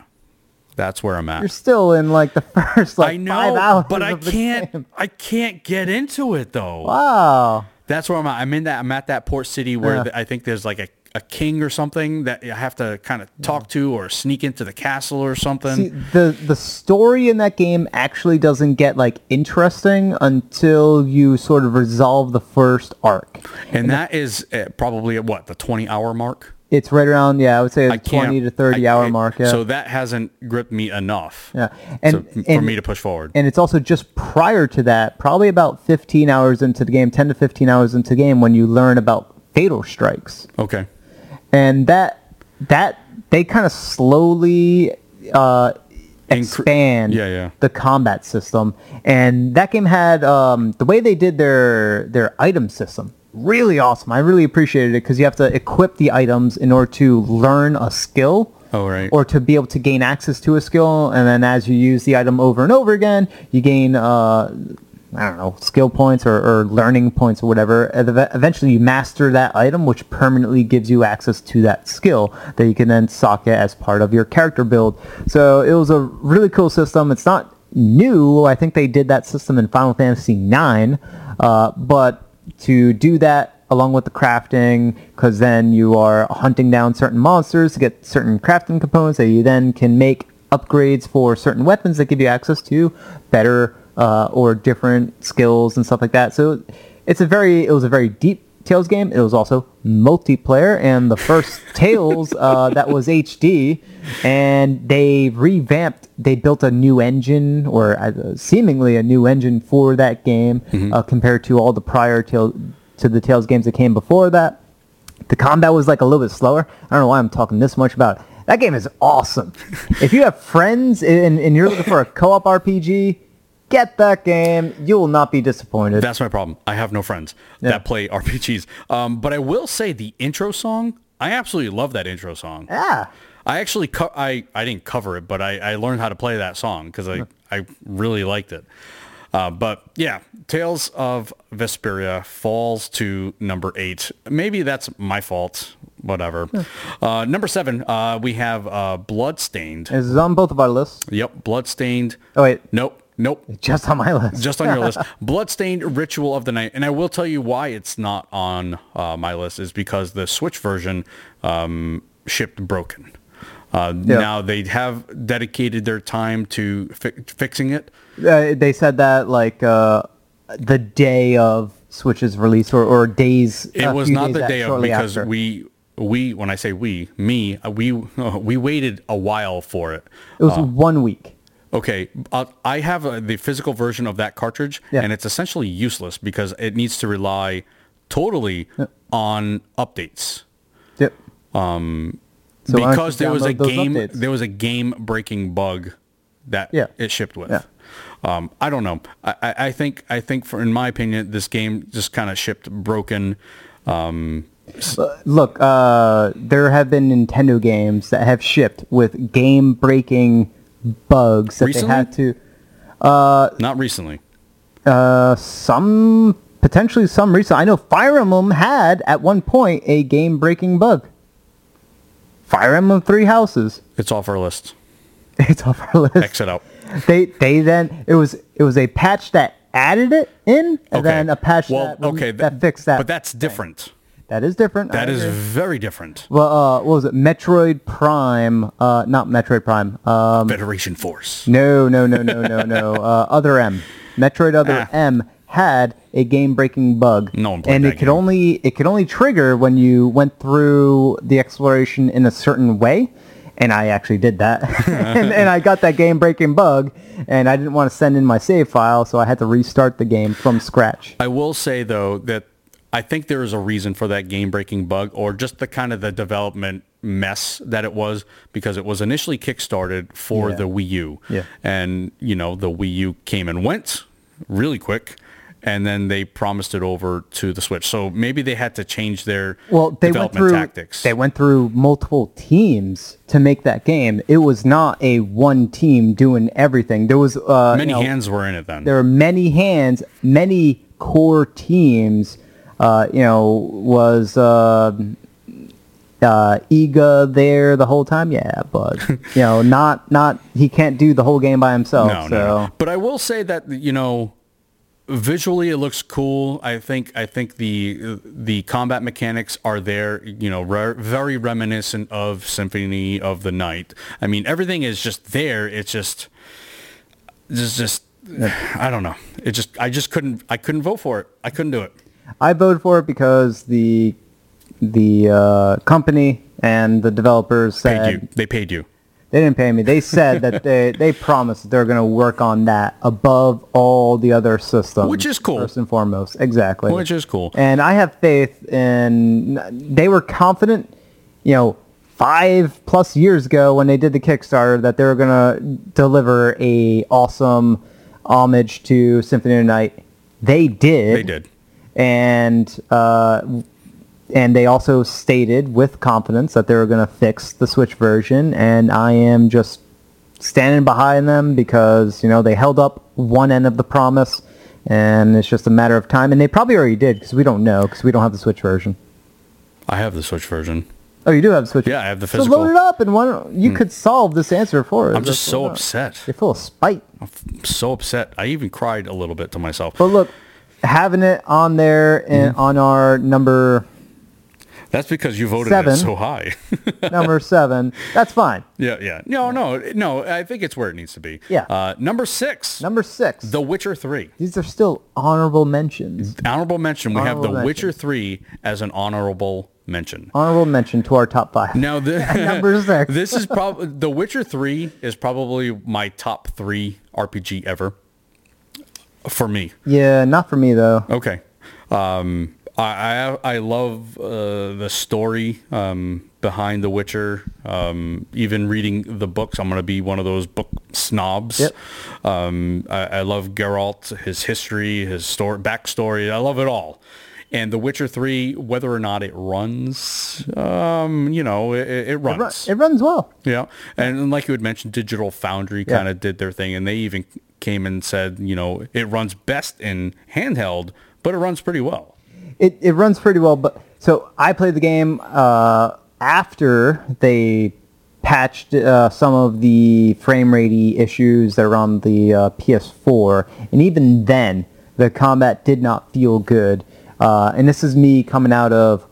[SPEAKER 1] That's where I'm at.
[SPEAKER 2] You're still in like the first like
[SPEAKER 1] I
[SPEAKER 2] five
[SPEAKER 1] know,
[SPEAKER 2] hours.
[SPEAKER 1] but I
[SPEAKER 2] of the
[SPEAKER 1] can't.
[SPEAKER 2] game.
[SPEAKER 1] I can't get into it though.
[SPEAKER 2] Wow.
[SPEAKER 1] That's where I'm at. I'm in that. I'm at that port city where
[SPEAKER 2] Yeah.
[SPEAKER 1] th- I think there's like a, a king or something that I have to kind of talk to or sneak into the castle or something.
[SPEAKER 2] See, the the story in that game actually doesn't get like interesting until you sort of resolve the first arc.
[SPEAKER 1] and that is uh, probably at what the 20 hour mark.
[SPEAKER 2] It's right around yeah, I would say the
[SPEAKER 1] I can't-
[SPEAKER 2] twenty to thirty
[SPEAKER 1] I-
[SPEAKER 2] hour
[SPEAKER 1] I-
[SPEAKER 2] mark. Yeah.
[SPEAKER 1] So that hasn't gripped me enough.
[SPEAKER 2] yeah. And,
[SPEAKER 1] to, for
[SPEAKER 2] and
[SPEAKER 1] me to push forward.
[SPEAKER 2] and it's also just prior to that, probably about 15 hours into the game, 10 to 15 hours into the game, when you learn about fatal strikes,
[SPEAKER 1] okay.
[SPEAKER 2] and that that they kind of slowly uh, expand
[SPEAKER 1] Yeah, yeah.
[SPEAKER 2] the combat system, and that game had um, the way they did their their item system really awesome. I really appreciated it because you have to equip the items in order to learn a skill
[SPEAKER 1] Oh, right.
[SPEAKER 2] or to be able to gain access to a skill, and then as you use the item over and over again, you gain uh, I don't know skill points or, or learning points or whatever. And ev- Eventually, you master that item, which permanently gives you access to that skill that you can then socket as part of your character build. So it was a really cool system. It's not new. I think they did that system in Final Fantasy IX, uh, but to do that along with the crafting because then you are hunting down certain monsters to get certain crafting components that you then can make upgrades for certain weapons that give you access to better uh, or different skills and stuff like that. So it's a very it was a very deep Tails game. It was also multiplayer, and the first Tails uh, that was HD, and they revamped. They built a new engine, or uh, seemingly a new engine for that game, uh, compared to all the prior Tails to the Tails games that came before that. The combat was like a little bit slower. I don't know why I'm talking this much about. It. That game is awesome. if you have friends and, and you're looking for a co-op RPG, get that game. You will not be disappointed.
[SPEAKER 1] That's my problem. I have no friends that play RPGs. Um, but I will say the intro song, I absolutely love that intro song.
[SPEAKER 2] yeah.
[SPEAKER 1] I actually, co- I, I didn't cover it, but I, I learned how to play that song because I, I really liked it. Uh, but yeah, Tales of Vesperia falls to number eight. Maybe that's my fault. Whatever. Uh, number seven, uh, we have uh, Bloodstained.
[SPEAKER 2] This is on both of our lists.
[SPEAKER 1] Yep, Bloodstained.
[SPEAKER 2] Oh wait,
[SPEAKER 1] Nope, nope.
[SPEAKER 2] just on my list.
[SPEAKER 1] just on your list. Bloodstained Ritual of the Night, and I will tell you why it's not on uh, my list is because the Switch version um, shipped broken. Uh,
[SPEAKER 2] Yeah.
[SPEAKER 1] Now they have dedicated their time to fi- fixing it.
[SPEAKER 2] Uh, they said that like uh, the day of Switch's release, or, or days.
[SPEAKER 1] It
[SPEAKER 2] a
[SPEAKER 1] was
[SPEAKER 2] few
[SPEAKER 1] not
[SPEAKER 2] days
[SPEAKER 1] the
[SPEAKER 2] a-
[SPEAKER 1] day of
[SPEAKER 2] shortly
[SPEAKER 1] because
[SPEAKER 2] after.
[SPEAKER 1] we we when I say we me uh, we we waited a while for it.
[SPEAKER 2] It was one week.
[SPEAKER 1] Okay, uh, I have uh, the physical version of that cartridge,
[SPEAKER 2] Yeah.
[SPEAKER 1] and it's essentially useless because it needs to rely totally on updates.
[SPEAKER 2] Yep. Um. So why don't
[SPEAKER 1] because
[SPEAKER 2] you
[SPEAKER 1] there was a
[SPEAKER 2] download those
[SPEAKER 1] game
[SPEAKER 2] updates?
[SPEAKER 1] there was a game breaking bug that
[SPEAKER 2] Yeah.
[SPEAKER 1] it shipped with.
[SPEAKER 2] Yeah.
[SPEAKER 1] Um, I don't know. I, I I think I think for in my opinion this game just kind of shipped broken. Um,
[SPEAKER 2] Look, uh, there have been Nintendo games that have shipped with game-breaking bugs that
[SPEAKER 1] Recently?
[SPEAKER 2] they had to.
[SPEAKER 1] not recently.
[SPEAKER 2] Uh, some potentially some recent. I know Fire Emblem had at one point a game-breaking bug. Fire Emblem Three Houses.
[SPEAKER 1] It's off our list.
[SPEAKER 2] It's off our list.
[SPEAKER 1] Exit out.
[SPEAKER 2] They they then it was it was a patch that added it in, and then a patch
[SPEAKER 1] Well,
[SPEAKER 2] that, rem-
[SPEAKER 1] okay,
[SPEAKER 2] that fixed that.
[SPEAKER 1] But that's different.
[SPEAKER 2] that is different.
[SPEAKER 1] That
[SPEAKER 2] I
[SPEAKER 1] is
[SPEAKER 2] agree.
[SPEAKER 1] very different.
[SPEAKER 2] well, uh, what was it? Metroid Prime? Uh, not Metroid Prime. Uh,
[SPEAKER 1] Federation Force.
[SPEAKER 2] no, no, no, no, no, no. Uh, Other M. Metroid Other M had a game-breaking bug.
[SPEAKER 1] Ah. No one played
[SPEAKER 2] and
[SPEAKER 1] that
[SPEAKER 2] it could
[SPEAKER 1] game.
[SPEAKER 2] only it could only trigger when you went through the exploration in a certain way. And I actually did that, and, and I got that game-breaking bug, and I didn't want to send in my save file, so I had to restart the game from scratch.
[SPEAKER 1] I will say though that I think there is a reason for that game breaking bug or just the kind of the development mess that it was because it was initially kickstarted for
[SPEAKER 2] Yeah.
[SPEAKER 1] the Wii U.
[SPEAKER 2] Yeah.
[SPEAKER 1] And you know, the Wii U came and went really quick and then they promised it over to the Switch. So maybe they had to change their
[SPEAKER 2] Well, they went
[SPEAKER 1] development
[SPEAKER 2] through
[SPEAKER 1] tactics.
[SPEAKER 2] they went through multiple teams to make that game. It was not a one team doing everything. There was uh, you
[SPEAKER 1] Many
[SPEAKER 2] know,
[SPEAKER 1] hands were in it then.
[SPEAKER 2] there are many hands, many core teams. Uh, you know, was uh, uh, Iga there the whole time? Yeah, but you know, not not he can't do the whole game by himself.
[SPEAKER 1] no,
[SPEAKER 2] so
[SPEAKER 1] no, no. But I will say that you know, visually it looks cool. I think I think the the combat mechanics are there. You know, re- very reminiscent of Symphony of the Night. I mean, everything is just there. It's just, just, just. I don't know. It just I just couldn't I couldn't vote for it. I couldn't do it.
[SPEAKER 2] I voted for it because the the uh, company and the developers
[SPEAKER 1] Paid
[SPEAKER 2] said
[SPEAKER 1] you. They paid you.
[SPEAKER 2] They didn't pay me. They said that they, they promised that they're going to work on that above all the other systems.
[SPEAKER 1] Which is cool.
[SPEAKER 2] First and foremost. Exactly.
[SPEAKER 1] Which is cool.
[SPEAKER 2] And I have faith in, they were confident, you know, five plus years ago when they did the Kickstarter that they were going to deliver a awesome homage to Symphony of the Night. They did.
[SPEAKER 1] They did.
[SPEAKER 2] And, uh, and they also stated with confidence that they were going to fix the Switch version, and I am just standing behind them because you know they held up one end of the promise, and it's just a matter of time. And they probably already did because we don't know because we don't have the Switch version.
[SPEAKER 1] I have the Switch version.
[SPEAKER 2] Oh, you do have the Switch.
[SPEAKER 1] Yeah, I have the
[SPEAKER 2] So
[SPEAKER 1] physical. Hmm.
[SPEAKER 2] load it up, and one you could solve this answer for us.
[SPEAKER 1] I'm just
[SPEAKER 2] That's
[SPEAKER 1] so
[SPEAKER 2] why not.
[SPEAKER 1] upset.
[SPEAKER 2] You're full of spite.
[SPEAKER 1] I'm so upset. I even cried a little bit to myself.
[SPEAKER 2] But look, having it on there and
[SPEAKER 1] Mm-hmm.
[SPEAKER 2] on our number
[SPEAKER 1] That's because you voted
[SPEAKER 2] Seven.
[SPEAKER 1] it so high.
[SPEAKER 2] number seven, that's fine.
[SPEAKER 1] yeah, yeah. No, no, no. I think it's where it needs to be.
[SPEAKER 2] Yeah.
[SPEAKER 1] Uh, number six,
[SPEAKER 2] Number six.
[SPEAKER 1] The Witcher 3.
[SPEAKER 2] These are still honorable mentions.
[SPEAKER 1] Honorable mention. We have
[SPEAKER 2] Honorable
[SPEAKER 1] The
[SPEAKER 2] mention.
[SPEAKER 1] Witcher 3 as an honorable mention.
[SPEAKER 2] Honorable mention to our top five.
[SPEAKER 1] Now, the,
[SPEAKER 2] number six.
[SPEAKER 1] this is probably The Witcher 3 is probably my top three RPG ever for me.
[SPEAKER 2] Yeah, not for me though.
[SPEAKER 1] Okay. Um, I, I I love uh, the story um, behind The Witcher. Um, even reading the books, I'm gonna be one of those book snobs.
[SPEAKER 2] Yep.
[SPEAKER 1] Um, I, I love Geralt, his history, his story, backstory. I love it all. And The Witcher Three, whether or not it runs, um, you know, it, it it
[SPEAKER 2] It, run-
[SPEAKER 1] runs.
[SPEAKER 2] it runs well.
[SPEAKER 1] Yeah, and like you had mentioned, Digital Foundry
[SPEAKER 2] Yeah.
[SPEAKER 1] kind of did their thing, and they even came and said, you know, it runs best in handheld, but it runs pretty well.
[SPEAKER 2] It it runs pretty well. But so I played the game uh, after they patched uh, some of the frame ratey issues that were on the uh, PS4, and even then the combat did not feel good. Uh, and this is me coming out of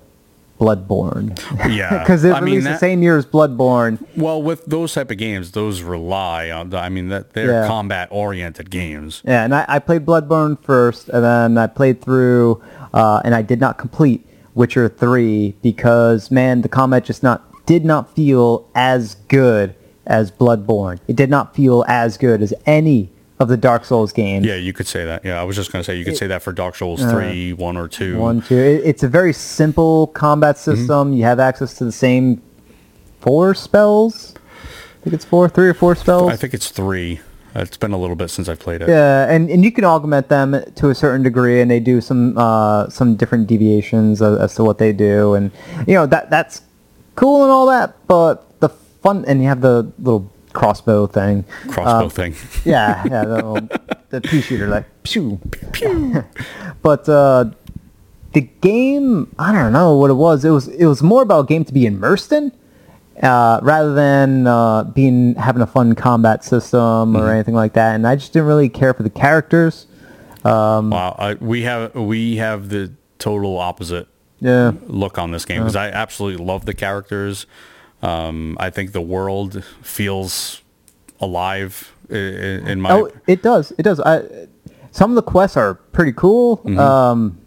[SPEAKER 2] Bloodborne
[SPEAKER 1] Yeah,
[SPEAKER 2] because it
[SPEAKER 1] I mean
[SPEAKER 2] released the
[SPEAKER 1] that.
[SPEAKER 2] same year as Bloodborne.
[SPEAKER 1] well, with those type of games, those rely on. The, I mean, that they're
[SPEAKER 2] Yeah.
[SPEAKER 1] combat oriented games.
[SPEAKER 2] Yeah, and I, I played Bloodborne first, and then I played through, uh, and I did not complete Witcher three because man, the combat just not did not feel as good as Bloodborne. It did not feel as good as any of the Dark Souls games.
[SPEAKER 1] Yeah, you could say that. Yeah, I was just gonna say you could say that for Dark Souls three, one or two.
[SPEAKER 2] Uh, One, two. It, it's a very simple combat
[SPEAKER 1] Mm-hmm.
[SPEAKER 2] system. You have access to the same four spells. I think it's four, three or four spells.
[SPEAKER 1] I think it's three. It's been a little bit since I played it.
[SPEAKER 2] Yeah, and, and you can augment them to a certain degree, and they do some uh, some different deviations as, as to what they do, and you know that that's cool and all that, but the fun and you have the little crossbow thing. Um,
[SPEAKER 1] Crossbow thing.
[SPEAKER 2] Yeah, yeah, the, little, the pea shooter, like pew, pew. but uh, the game, I don't know what it was. It was it was more about a game to be immersed in, uh, rather than uh, being having a fun combat system or anything like that. And I just didn't really care for the characters.
[SPEAKER 1] Wow, I, we have we have the total opposite
[SPEAKER 2] Yeah,
[SPEAKER 1] look on this game because I absolutely love the characters. Um, I think the world feels alive i- i- in my.
[SPEAKER 2] oh, it does, it does. I some of the quests are pretty cool. Um, it, it,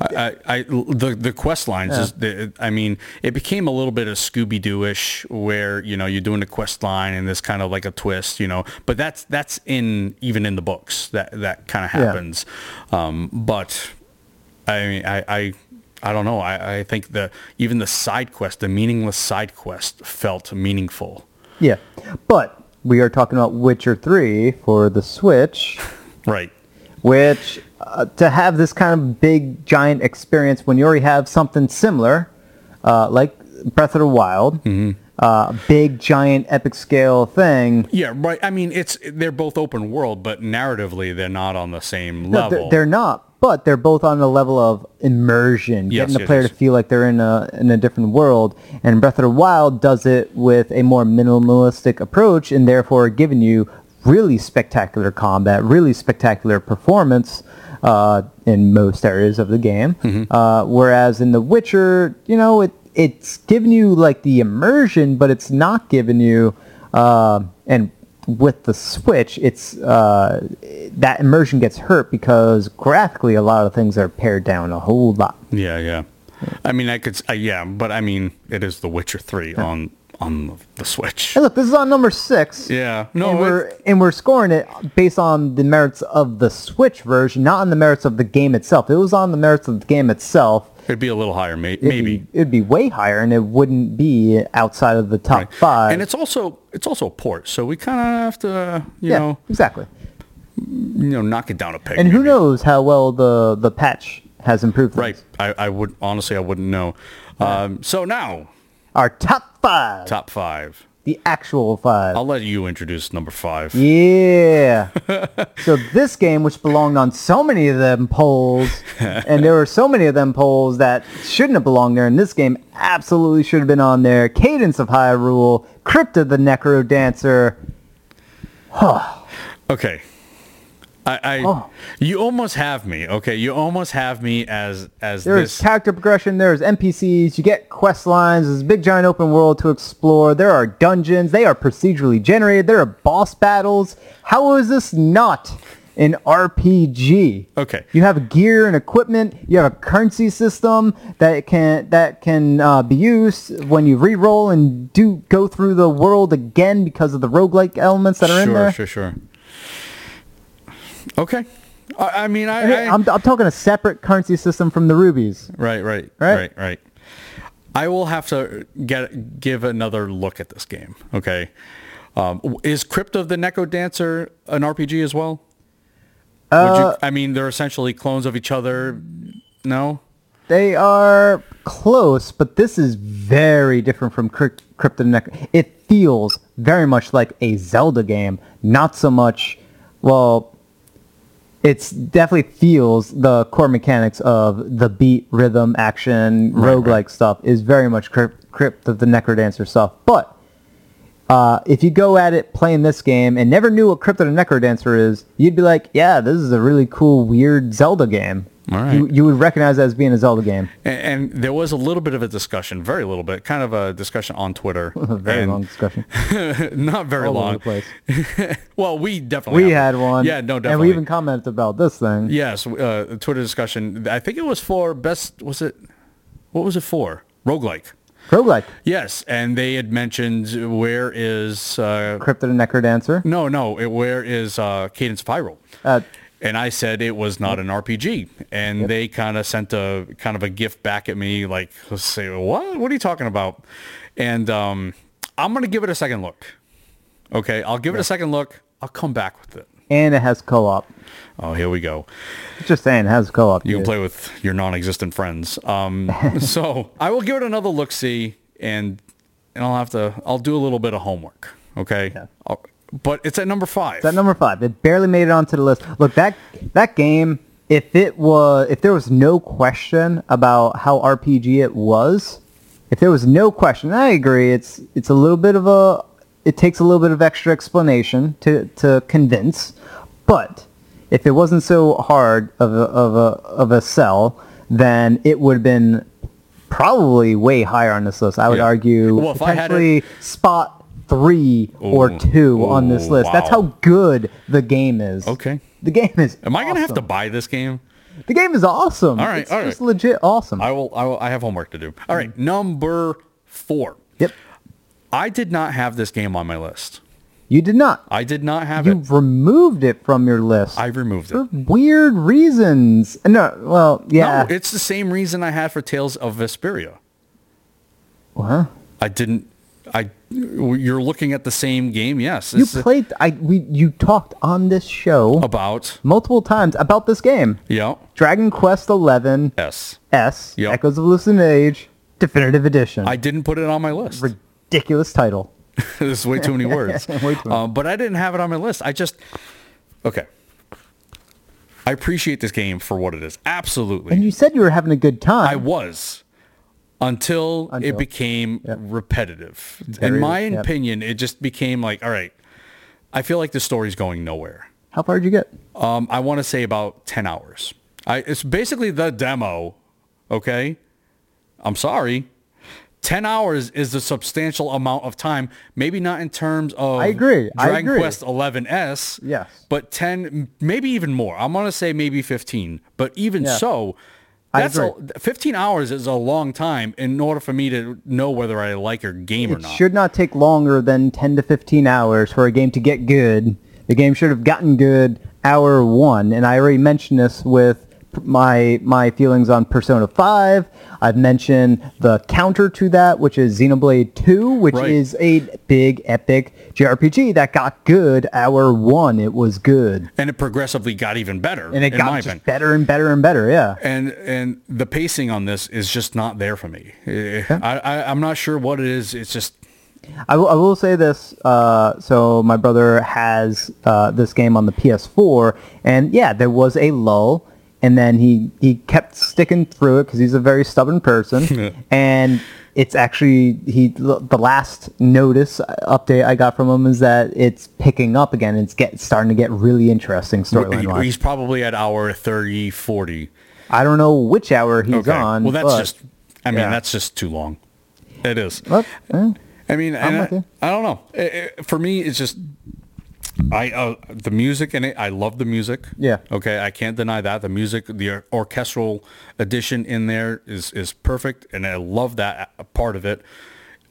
[SPEAKER 1] Mm-hmm. I, I the the quest lines is the, I mean it became a little bit of Scooby Doo ish where you know you're doing a quest line and there's kind of like a twist you know but that's that's in even in the books that that kind of
[SPEAKER 2] Yeah.
[SPEAKER 1] happens um, but I mean I. I I don't know. I, I think the even the side quest, the meaningless side quest, felt meaningful.
[SPEAKER 2] yeah, but we are talking about Witcher Three for the Switch.
[SPEAKER 1] Right.
[SPEAKER 2] which uh, to have this kind of big giant experience when you already have something similar uh, like breath of the wild
[SPEAKER 1] Mm-hmm.
[SPEAKER 2] uh, big giant epic scale thing
[SPEAKER 1] Yeah, right. I mean, it's they're both open world, but narratively they're not on the same
[SPEAKER 2] No, they're,
[SPEAKER 1] level.
[SPEAKER 2] they're not but they're both on the level of immersion
[SPEAKER 1] Yes,
[SPEAKER 2] getting the
[SPEAKER 1] yes,
[SPEAKER 2] player
[SPEAKER 1] yes.
[SPEAKER 2] to feel like they're in a, in a different world and breath of the wild does it with a more minimalistic approach and therefore giving you really spectacular combat really spectacular performance uh, in most areas of the game uh, whereas in the witcher you know it it's giving you like the immersion but it's not giving you uh, and with the Switch, it's uh, that immersion gets hurt because graphically, a lot of things are pared down a whole lot.
[SPEAKER 1] yeah, yeah. I mean, I could, s- uh, yeah, but I mean, it is The Witcher Three on on the, the Switch.
[SPEAKER 2] And look, this is on number six.
[SPEAKER 1] Yeah, no,
[SPEAKER 2] and we're
[SPEAKER 1] it's-
[SPEAKER 2] and we're scoring it based on the merits of the Switch version, not on the merits of the game itself. If It was on the merits of the game itself.
[SPEAKER 1] it'd be a little higher, may,
[SPEAKER 2] it'd
[SPEAKER 1] maybe.
[SPEAKER 2] be, it'd be way higher, and it wouldn't be outside of the top five.
[SPEAKER 1] And it's also it's also a port, so we kind of have to, you
[SPEAKER 2] yeah,
[SPEAKER 1] know,
[SPEAKER 2] exactly.
[SPEAKER 1] you know, knock it down a peg.
[SPEAKER 2] And who
[SPEAKER 1] maybe.
[SPEAKER 2] knows how well the the patch has improved. things.
[SPEAKER 1] Right. I, I would honestly, I wouldn't know. Um, so now,
[SPEAKER 2] Our top five,
[SPEAKER 1] top five.
[SPEAKER 2] the actual five.
[SPEAKER 1] I'll let you introduce number five.
[SPEAKER 2] Yeah. so this game, which belonged on so many of them polls, and there were so many of them polls that shouldn't have belonged there, and this game absolutely should have been on there. Cadence of Hyrule, Crypt of the Necro Dancer.
[SPEAKER 1] Okay. I, I
[SPEAKER 2] Oh.
[SPEAKER 1] you almost have me. Okay, you almost have me as as
[SPEAKER 2] There's
[SPEAKER 1] this.
[SPEAKER 2] character progression. There's NPCs. You get quest lines. There's a big giant open world to explore. There are dungeons. They are procedurally generated. There are boss battles. How is this not an RPG?
[SPEAKER 1] Okay.
[SPEAKER 2] You have gear and equipment. You have a currency system that can that can uh, be used when you re-roll and do go through the world again because of the roguelike elements that are in
[SPEAKER 1] sure,
[SPEAKER 2] there.
[SPEAKER 1] sure, sure. Okay, I, I mean,
[SPEAKER 2] I
[SPEAKER 1] I, I
[SPEAKER 2] mean, I'm, I'm talking a separate currency system from the rubies.
[SPEAKER 1] right, right,
[SPEAKER 2] Right?
[SPEAKER 1] right, right. I will have to get give another look at this game. Okay, um, w- is Crypt of the Necro Dancer an RPG as well?
[SPEAKER 2] Uh,
[SPEAKER 1] Would you, I mean, they're essentially clones of each other. No.
[SPEAKER 2] They are close, but this is very different from Crypt Necro. It feels very much like a Zelda game, not so much. Well, it's definitely feels the core mechanics of the beat, rhythm, action, roguelike stuff is very much Crypt, Crypt of the Necrodancer stuff. But uh, if you go at it playing this game and never knew what Crypt of the Necrodancer is, you'd be like, yeah, this is a really cool, weird Zelda game.
[SPEAKER 1] All right.
[SPEAKER 2] You, you would recognize that as being a Zelda game.
[SPEAKER 1] And, and there was a little bit of a discussion, very little bit, kind of a discussion on Twitter.
[SPEAKER 2] Very
[SPEAKER 1] and
[SPEAKER 2] long discussion.
[SPEAKER 1] Not very
[SPEAKER 2] All over
[SPEAKER 1] long.
[SPEAKER 2] the place.
[SPEAKER 1] well, we definitely
[SPEAKER 2] We had
[SPEAKER 1] have it.
[SPEAKER 2] one.
[SPEAKER 1] Yeah, no, definitely.
[SPEAKER 2] And we even commented about this thing.
[SPEAKER 1] yes, uh, a Twitter discussion. I think it was for best. Was it? What was it for? Roguelike.
[SPEAKER 2] Roguelike.
[SPEAKER 1] Yes, and they had mentioned where is uh,
[SPEAKER 2] Crypt of the Necrodancer.
[SPEAKER 1] no, no, it, where is uh, Cadence Pyro?
[SPEAKER 2] Uh,
[SPEAKER 1] and I said it was not an RPG, and they kind of sent a kind of a gift back at me, like say what? What are you talking about? And um, I'm gonna give it a second look. Okay, I'll give it a second look. I'll come back with it.
[SPEAKER 2] and it has co-op.
[SPEAKER 1] Oh, here we go.
[SPEAKER 2] Just saying, it has co-op.
[SPEAKER 1] You can
[SPEAKER 2] dude.
[SPEAKER 1] play with your non-existent friends. Um, so I will give it another look, see, and and I'll have to. I'll do a little bit of homework. Okay. I'll- but it's at number five.
[SPEAKER 2] It's at number five. It barely made it onto the list. Look, that that game, if it was, if there was no question about how RPG it was, if there was no question, I agree. It's it's a little bit of a, it takes a little bit of extra explanation to to convince, but if it wasn't so hard of a of a of a sell, then it would have been probably way higher on this list. I would
[SPEAKER 1] Yeah.
[SPEAKER 2] argue
[SPEAKER 1] Well, if I had it-
[SPEAKER 2] potentially spot three
[SPEAKER 1] Ooh.
[SPEAKER 2] or two on this
[SPEAKER 1] Ooh,
[SPEAKER 2] list. That's
[SPEAKER 1] wow.
[SPEAKER 2] how good the game is.
[SPEAKER 1] Okay.
[SPEAKER 2] The game is.
[SPEAKER 1] Am I gonna have to
[SPEAKER 2] awesome.
[SPEAKER 1] buy this game?
[SPEAKER 2] The game is awesome.
[SPEAKER 1] All right,
[SPEAKER 2] It's
[SPEAKER 1] all
[SPEAKER 2] just
[SPEAKER 1] right.
[SPEAKER 2] legit awesome.
[SPEAKER 1] I will, I will. I have homework to do. All right,
[SPEAKER 2] Mm-hmm.
[SPEAKER 1] number four.
[SPEAKER 2] Yep.
[SPEAKER 1] I did not have this game on my list.
[SPEAKER 2] You did not.
[SPEAKER 1] I did not have
[SPEAKER 2] You
[SPEAKER 1] it.
[SPEAKER 2] removed it from your list.
[SPEAKER 1] I removed
[SPEAKER 2] for
[SPEAKER 1] it.
[SPEAKER 2] weird reasons. No, well, yeah.
[SPEAKER 1] No, it's the same reason I had for Tales of Vesperia.
[SPEAKER 2] Huh?
[SPEAKER 1] I didn't. I. You're looking at the same game. Yes.
[SPEAKER 2] You
[SPEAKER 1] It's
[SPEAKER 2] played. I we you talked on this show
[SPEAKER 1] Oh. about.
[SPEAKER 2] multiple times about this game,
[SPEAKER 1] Yeah.
[SPEAKER 2] Dragon Quest Eleven
[SPEAKER 1] Yes.
[SPEAKER 2] S
[SPEAKER 1] Yep.
[SPEAKER 2] Echoes of Lucid Age Definitive Edition.
[SPEAKER 1] I didn't put it on my list.
[SPEAKER 2] Ridiculous title.
[SPEAKER 1] There's way too many words.
[SPEAKER 2] Way too many.
[SPEAKER 1] Um, but I didn't have it on my list. I just. Okay. I appreciate this game for what it is. Absolutely.
[SPEAKER 2] And you said you were having a good time.
[SPEAKER 1] I was until, it
[SPEAKER 2] Until.
[SPEAKER 1] became repetitive. In
[SPEAKER 2] Very-
[SPEAKER 1] my
[SPEAKER 2] yep.
[SPEAKER 1] opinion, it just became like, all right, I feel like the story's going nowhere.
[SPEAKER 2] How far did you get?
[SPEAKER 1] Um, I want to say about 10 hours. I, it's basically the demo, okay? I'm sorry. 10 hours is a substantial amount of time. Maybe not in terms of
[SPEAKER 2] I agree. I
[SPEAKER 1] Dragon
[SPEAKER 2] agree.
[SPEAKER 1] Quest 11S.
[SPEAKER 2] Yes.
[SPEAKER 1] But 10, maybe even more. I'm going to say maybe 15. But even
[SPEAKER 2] Yeah.
[SPEAKER 1] so,
[SPEAKER 2] I
[SPEAKER 1] that's a,
[SPEAKER 2] agree.
[SPEAKER 1] 15 hours is a long time in order for me to know whether I like your game or
[SPEAKER 2] It
[SPEAKER 1] not.
[SPEAKER 2] should not take longer than 10 to 15 hours for a game to get good. The game should have gotten good hour one, and I already mentioned this with p- my my feelings on Persona 5. I've mentioned the counter to that, which is Xenoblade 2, which
[SPEAKER 1] Right.
[SPEAKER 2] is a big epic JRPG that got good hour one. It was good,
[SPEAKER 1] And it progressively got even better.
[SPEAKER 2] and it
[SPEAKER 1] in my
[SPEAKER 2] got just
[SPEAKER 1] opinion.
[SPEAKER 2] better and better and better. Yeah,
[SPEAKER 1] and and the pacing on this is just not there for me. Eh, I, I I'm not sure what it is. It's just
[SPEAKER 2] I will, I will say this. Uh, so my brother has uh, this game on the PS4, and yeah, there was a lull and then he he kept sticking through it because he's a very stubborn person and it's actually he the last notice update i got from him is that it's picking up again it's get starting to get really interesting storyline
[SPEAKER 1] He-
[SPEAKER 2] wise
[SPEAKER 1] He's probably at hour 30, 40.
[SPEAKER 2] i don't know which hour he's
[SPEAKER 1] Okay.
[SPEAKER 2] on
[SPEAKER 1] well, that's
[SPEAKER 2] but-
[SPEAKER 1] just, I mean,
[SPEAKER 2] yeah.
[SPEAKER 1] that's just too long. It is.
[SPEAKER 2] Well, eh,
[SPEAKER 1] I mean, and
[SPEAKER 2] with
[SPEAKER 1] I,
[SPEAKER 2] you.
[SPEAKER 1] I don't know. It- it- for me, it's just I uh, the music in it. I love the music.
[SPEAKER 2] Yeah.
[SPEAKER 1] Okay, I can't deny that the music, the or- orchestral addition in there is is perfect, and I love that a- part of it.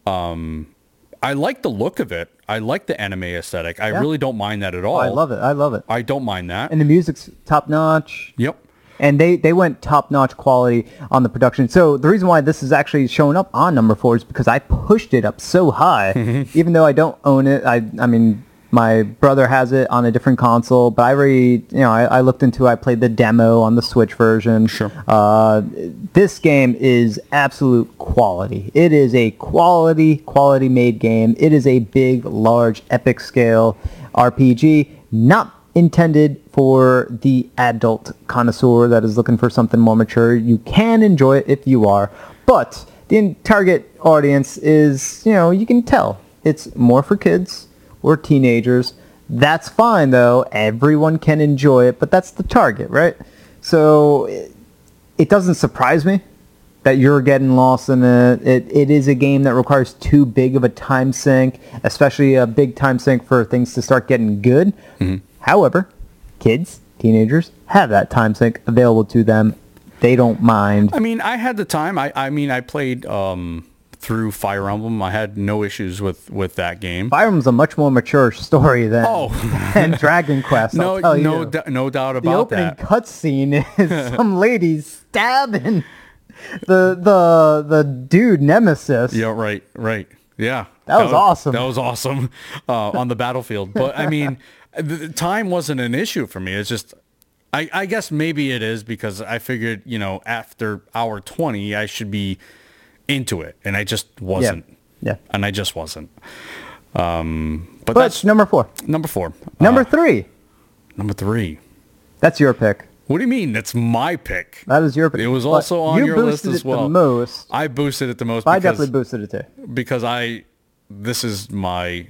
[SPEAKER 1] Um, I like the look of it. I like the anime aesthetic. I
[SPEAKER 2] Yeah. Oh,
[SPEAKER 1] really don't mind that at all.
[SPEAKER 2] i love it i love it
[SPEAKER 1] I don't mind that.
[SPEAKER 2] and the music's top notch
[SPEAKER 1] yep.
[SPEAKER 2] and they, they went top notch quality on the production. So the reason why this is actually showing up on number four is because I pushed it up so high, even though I don't own it. I I mean my brother has it on a different console, but I already you know I, I looked into it, I played the demo on the Switch version.
[SPEAKER 1] Sure.
[SPEAKER 2] Uh, this game is absolute quality. It is a quality quality made game. It is a big, large, epic scale RPG. Not intended for the adult connoisseur that is looking for something more mature. You can enjoy it if you are, but the target audience is, you know, you can tell it's more for kids or teenagers. That's fine though. Everyone can enjoy it, but that's the target, right? So it, it doesn't surprise me that you're getting lost in it. it. It is a game that requires too big of a time sink, especially a big time sink for things to start getting good.
[SPEAKER 1] Mm-hmm.
[SPEAKER 2] However, kids, teenagers have that time sink available to them. They don't mind.
[SPEAKER 1] I mean, I had the time. I, I mean, I played um, through Fire Emblem. I had no issues with with that game.
[SPEAKER 2] Byram's a much more mature story than,
[SPEAKER 1] Oh.
[SPEAKER 2] than Dragon Quest. I'll
[SPEAKER 1] no,
[SPEAKER 2] tell
[SPEAKER 1] no,
[SPEAKER 2] you.
[SPEAKER 1] d- no doubt
[SPEAKER 2] the
[SPEAKER 1] about
[SPEAKER 2] opening
[SPEAKER 1] that.
[SPEAKER 2] cutscene is some lady stabbing the the the dude nemesis.
[SPEAKER 1] Yeah, right, right. Yeah.
[SPEAKER 2] That was awesome.
[SPEAKER 1] That was awesome uh, on the battlefield. But I mean, the- the time wasn't an issue for me. It's just, I, I guess maybe it is because I figured, you know, after hour 20, I should be into it. And I just
[SPEAKER 2] yeah,
[SPEAKER 1] wasn't.
[SPEAKER 2] yeah.
[SPEAKER 1] And I just wasn't. Um, but,
[SPEAKER 2] But
[SPEAKER 1] that's
[SPEAKER 2] number four,
[SPEAKER 1] number four.
[SPEAKER 2] number
[SPEAKER 1] Uh,
[SPEAKER 2] three.
[SPEAKER 1] number three.
[SPEAKER 2] That's your pick.
[SPEAKER 1] What do you mean? That's my pick.
[SPEAKER 2] That is your pick.
[SPEAKER 1] It was
[SPEAKER 2] But
[SPEAKER 1] also on
[SPEAKER 2] you
[SPEAKER 1] your list
[SPEAKER 2] boosted
[SPEAKER 1] as
[SPEAKER 2] it the
[SPEAKER 1] well.
[SPEAKER 2] most.
[SPEAKER 1] I boosted it the most.
[SPEAKER 2] But I
[SPEAKER 1] because-
[SPEAKER 2] definitely boosted it too.
[SPEAKER 1] because I this is my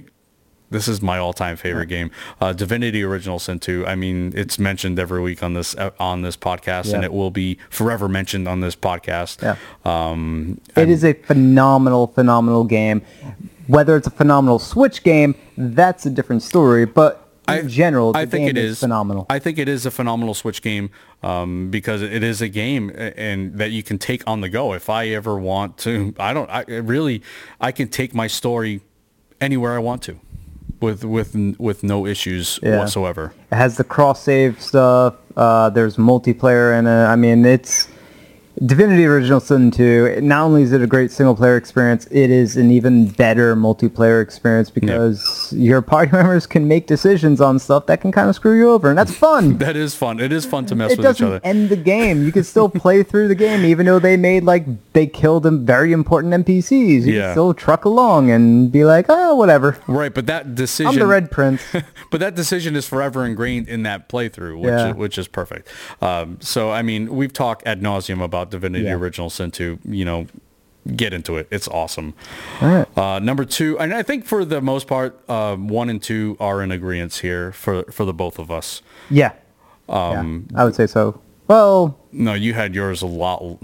[SPEAKER 1] this is my all-time favorite game, uh, Divinity: Original Sin 2. I mean, it's mentioned every week on this uh, on this podcast, and
[SPEAKER 2] Yeah.
[SPEAKER 1] it will be forever mentioned on this podcast.
[SPEAKER 2] Yeah.
[SPEAKER 1] Um,
[SPEAKER 2] It is a phenomenal, phenomenal game. Whether it's a phenomenal Switch game, that's a different story. But in general, the
[SPEAKER 1] I think
[SPEAKER 2] game
[SPEAKER 1] it
[SPEAKER 2] is,
[SPEAKER 1] is
[SPEAKER 2] phenomenal.
[SPEAKER 1] I think it is a phenomenal Switch game um, because it is a game a- and that you can take on the go. If I ever want to, I don't. I it really, I can take my story anywhere I want to, with with with no issues
[SPEAKER 2] Yeah.
[SPEAKER 1] whatsoever.
[SPEAKER 2] It has the cross save stuff. Uh, there's multiplayer in it. I mean, it's Divinity Original Sin 2. Not only is it a great single player experience, it is an even better multiplayer experience because your party members can make decisions on stuff that can kind of screw you over, and that's fun.
[SPEAKER 1] That is fun. It is fun to mess
[SPEAKER 2] it
[SPEAKER 1] with each
[SPEAKER 2] doesn't
[SPEAKER 1] other.
[SPEAKER 2] end the game. You can still play through the game, even though they made like they killed them very important NPCs. You
[SPEAKER 1] Yeah.
[SPEAKER 2] can still truck along and be like, oh, whatever.
[SPEAKER 1] Right, but that decision.
[SPEAKER 2] I'm the Red Prince.
[SPEAKER 1] But that decision is forever ingrained in that playthrough, which
[SPEAKER 2] Yeah.
[SPEAKER 1] is, which is perfect. Um, so I mean, we've talked ad nauseum about Divinity:
[SPEAKER 2] Yeah.
[SPEAKER 1] Original Sin 2. You know, get into it. It's awesome.
[SPEAKER 2] All right.
[SPEAKER 1] Uh, number two, and I think for the most part, uh, one and two are in agreement here for for the both of us.
[SPEAKER 2] Yeah. Um, I would say so. Well,
[SPEAKER 1] No, you had yours a lot. l-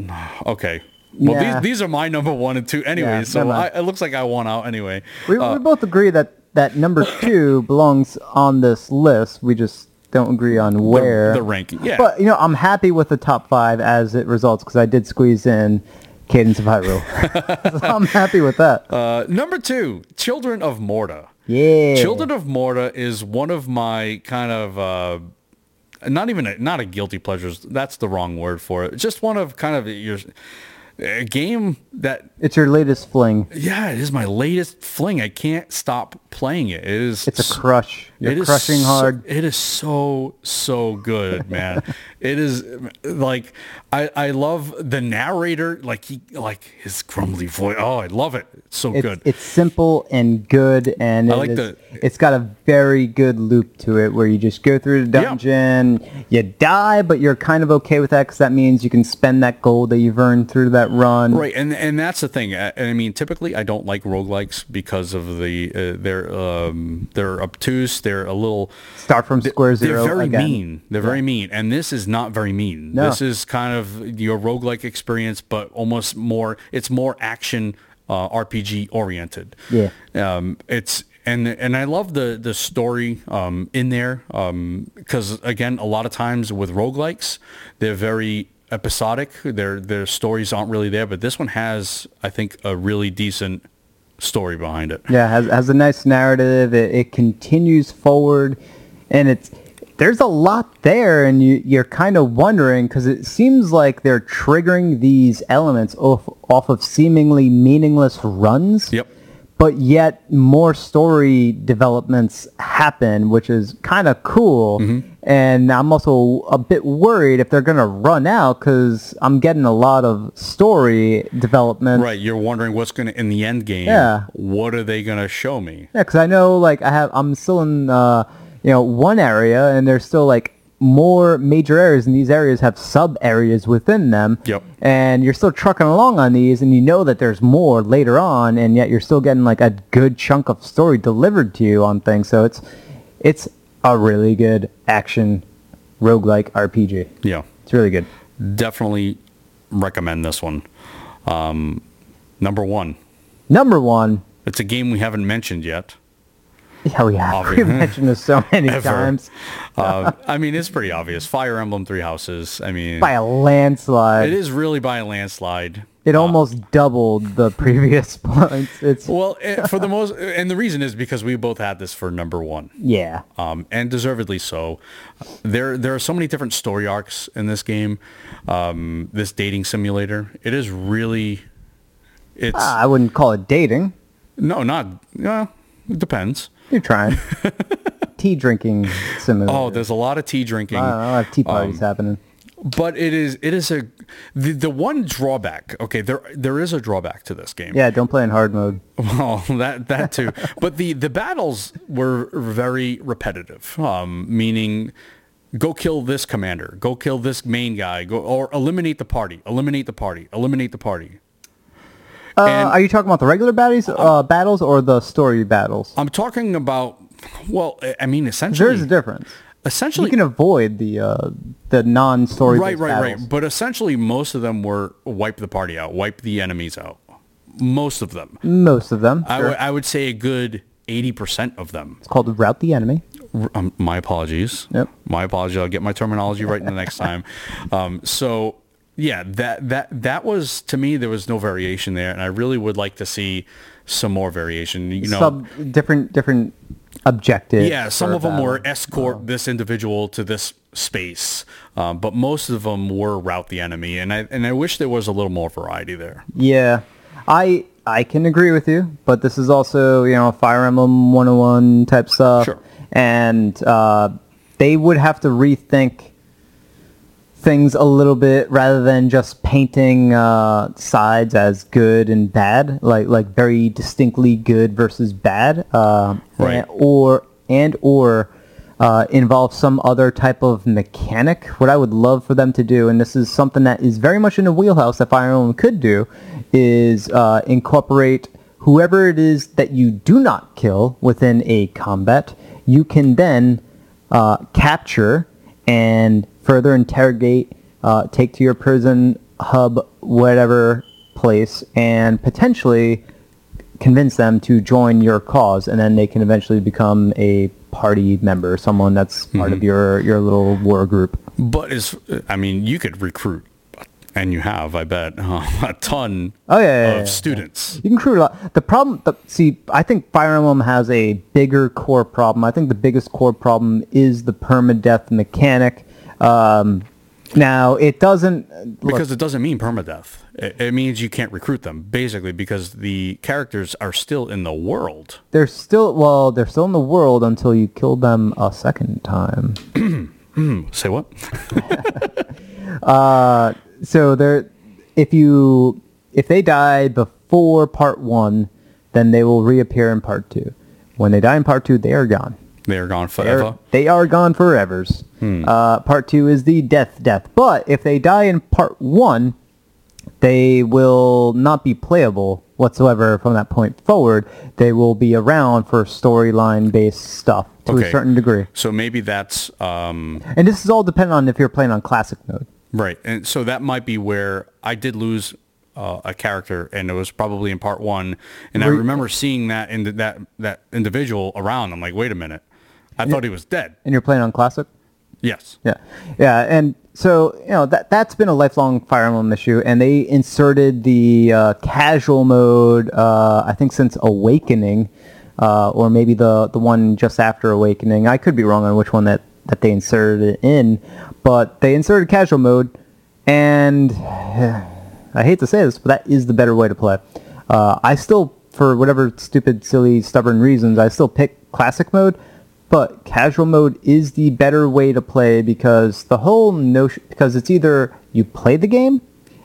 [SPEAKER 1] Okay. Well,
[SPEAKER 2] Yeah.
[SPEAKER 1] these, these are my number one and two anyway,
[SPEAKER 2] Yeah,
[SPEAKER 1] so
[SPEAKER 2] never
[SPEAKER 1] I,
[SPEAKER 2] mind.
[SPEAKER 1] it looks like I won out anyway.
[SPEAKER 2] We, we both agree that, that number two belongs on this list. We just don't agree on where.
[SPEAKER 1] the ranking, yeah.
[SPEAKER 2] But, you know, I'm happy with the top five as it results because I did squeeze in Cadence of Hyrule. so I'm happy with that.
[SPEAKER 1] Uh, number two, Children of Morta.
[SPEAKER 2] yeah.
[SPEAKER 1] Children of Morta is one of my kind of uh, not even a, not a guilty pleasures. That's the wrong word for it. Just one of kind of your a game that
[SPEAKER 2] It's your latest fling.
[SPEAKER 1] Yeah, it is my latest fling. I can't stop playing it. It is.
[SPEAKER 2] It's a crush. You're
[SPEAKER 1] It is
[SPEAKER 2] crushing
[SPEAKER 1] so-
[SPEAKER 2] hard.
[SPEAKER 1] It is so so good, man. it is like I I love the narrator. Like he like his grumbly voice. Oh, I love it. It's so
[SPEAKER 2] It's,
[SPEAKER 1] good.
[SPEAKER 2] it's simple and good, and it
[SPEAKER 1] like
[SPEAKER 2] is-
[SPEAKER 1] the-
[SPEAKER 2] it's got a very good loop to it where you just go through the
[SPEAKER 1] Yeah.
[SPEAKER 2] dungeon, you die, but you're kind of okay with that because that means you can spend that gold that you've earned through that run.
[SPEAKER 1] Right, and and that's the thing. I, I mean, typically I don't like roguelikes because of the uh, they're um, they're obtuse. They're a little
[SPEAKER 2] Start from square zero
[SPEAKER 1] They're very
[SPEAKER 2] again.
[SPEAKER 1] mean. They're very mean. And this is not very mean.
[SPEAKER 2] No.
[SPEAKER 1] This is kind of your roguelike experience, but almost more, it's more action uh, RPG oriented.
[SPEAKER 2] Yeah.
[SPEAKER 1] Um, it's, and, and I love the, the story um, in there because, again, a lot of times with roguelikes, they're very episodic. Their, their stories aren't really there, but this one has, I think, a really decent story behind it.
[SPEAKER 2] Yeah, has has a nice narrative. It, it continues forward, and it's there's a lot there, and you you're kind of wondering because it seems like they're triggering these elements off off of seemingly meaningless runs.
[SPEAKER 1] Yep.
[SPEAKER 2] But yet more story developments happen, which is kind of cool. And I'm also a bit worried if they're going to run out because I'm getting a lot of story developments.
[SPEAKER 1] Right, you're wondering what's gonna in the end game.
[SPEAKER 2] Yeah.
[SPEAKER 1] What are they gonna show me?
[SPEAKER 2] Yeah, because I know like I have I'm still in uh, you know one area and there's still like more major areas and these areas have sub areas within them.
[SPEAKER 1] Yep.
[SPEAKER 2] And you're still trucking along on these and you know that there's more later on and yet you're still getting like a good chunk of story delivered to you on things. So it's it's a really good action roguelike RPG.
[SPEAKER 1] Yeah,
[SPEAKER 2] It's really good.
[SPEAKER 1] definitely recommend this one. Um, number one,
[SPEAKER 2] Number one,
[SPEAKER 1] it's a game we haven't mentioned yet.
[SPEAKER 2] yeah, we have
[SPEAKER 1] Obvi-
[SPEAKER 2] we've mentioned this so many
[SPEAKER 1] Ever.
[SPEAKER 2] times
[SPEAKER 1] Uh, I mean, it's pretty obvious. Fire Emblem Three Houses. I mean,
[SPEAKER 2] by a landslide.
[SPEAKER 1] it is really by a landslide.
[SPEAKER 2] It almost doubled the previous points. It's
[SPEAKER 1] Well, eh, for the most, and the reason is because we both had this for number one.
[SPEAKER 2] yeah,
[SPEAKER 1] um, and deservedly so. There, there are so many different story arcs in this game. Um, this dating simulator, it is really, it's
[SPEAKER 2] uh, I wouldn't call it dating.
[SPEAKER 1] no, not yeah, it depends.
[SPEAKER 2] You're trying tea drinking similar.
[SPEAKER 1] Oh, um, there's a lot of tea drinking,
[SPEAKER 2] I don't know. I have tea parties happening.
[SPEAKER 1] but it is, it is a the, the one drawback. Okay, there there is a drawback to this game.
[SPEAKER 2] Yeah, don't play in hard mode. Uh,
[SPEAKER 1] Well, that that too. but the the battles were very repetitive, um, meaning go kill this commander, go kill this main guy, go or eliminate the party, eliminate the party, eliminate the party.
[SPEAKER 2] Uh,
[SPEAKER 1] And- Oh.
[SPEAKER 2] are you talking about the regular battles, uh, battles or the story battles?
[SPEAKER 1] I'm talking about well, I- I mean essentially
[SPEAKER 2] There's a difference. You
[SPEAKER 1] essentially
[SPEAKER 2] can avoid the uh, the non-story
[SPEAKER 1] right, right,
[SPEAKER 2] battles.
[SPEAKER 1] right. But essentially most of them were wipe the party out, wipe the enemies out. Most of them.
[SPEAKER 2] Most of them.
[SPEAKER 1] I
[SPEAKER 2] Sure.
[SPEAKER 1] would- I would say a good 80% of them.
[SPEAKER 2] it's called route the enemy.
[SPEAKER 1] R- um, my apologies.
[SPEAKER 2] Yep.
[SPEAKER 1] My apologies. I'll get my terminology right in the next time. Um, so yeah, that that that was to me there was no variation there, and I really would like to see some more variation. You know,
[SPEAKER 2] Sub different different objectives.
[SPEAKER 1] yeah, some
[SPEAKER 2] for Oh. a
[SPEAKER 1] of them
[SPEAKER 2] battle.
[SPEAKER 1] were escort this individual to this space, um, but most of them were route the enemy, and I and I wish there was a little more variety there.
[SPEAKER 2] Yeah, I I can agree with you, but this is also you know Fire Emblem 101 type stuff,
[SPEAKER 1] Sure.
[SPEAKER 2] and uh, they would have to rethink things a little bit rather than just painting uh, sides as good and bad, like like very distinctly good versus bad, uh,
[SPEAKER 1] Right.
[SPEAKER 2] and- or and or uh, involve some other type of mechanic. What I would love for them to do, and this is something that is very much in the wheelhouse that Fire Emblem could do, is uh, incorporate whoever it is that you do not kill within a combat. You can then uh, capture and further interrogate, uh, take to your prison hub, whatever place, and potentially convince them to join your cause, and then they can eventually become a party member, someone that's part of your your little war group.
[SPEAKER 1] But is I mean, you could recruit, and you have, I bet, a ton
[SPEAKER 2] Oh yeah, yeah,
[SPEAKER 1] of
[SPEAKER 2] yeah.
[SPEAKER 1] students.
[SPEAKER 2] You can crew a lot. The problem, the, see, I think Fire Emblem has a bigger core problem. I think the biggest core problem is the permadeath mechanic. Um, Now it doesn't look,
[SPEAKER 1] Because it doesn't mean permadeath. It, it means you can't recruit them, basically, because the characters are still in the world.
[SPEAKER 2] they're still well they're still in the world until you kill them a second time.
[SPEAKER 1] Say what?
[SPEAKER 2] So they're if you if they die before part one, then they will reappear in part two. When they die in part two, they are gone.
[SPEAKER 1] They are gone
[SPEAKER 2] They're-
[SPEAKER 1] forever.
[SPEAKER 2] They are gone forevers. Uh, part two is the death death. But if they die in part one, they will not be playable whatsoever from that point forward. They will be around for storyline based stuff to
[SPEAKER 1] Okay.
[SPEAKER 2] a certain degree.
[SPEAKER 1] So maybe that's um,
[SPEAKER 2] And this is all dependent on if you're playing on classic mode.
[SPEAKER 1] Right, and so that might be where I did lose uh, a character, and it was probably in part one. And I
[SPEAKER 2] Were-
[SPEAKER 1] remember seeing that in that that individual around. I'm like, wait a minute, I thought he was dead.
[SPEAKER 2] And you're playing on classic?
[SPEAKER 1] Yes,
[SPEAKER 2] Yeah, yeah, and so you know that that's been a lifelong Fire Emblem issue, and they inserted the uh, casual mode. Uh, I think since Awakening, uh, or maybe the the one just after Awakening. I could be wrong on which one that that they inserted it in, but they inserted casual mode, and I hate to say this, but that is the better way to play. Uh, I still, for whatever stupid, silly, stubborn reasons, I still pick classic mode, but casual mode is the better way to play because the whole notion, because it's either you play the game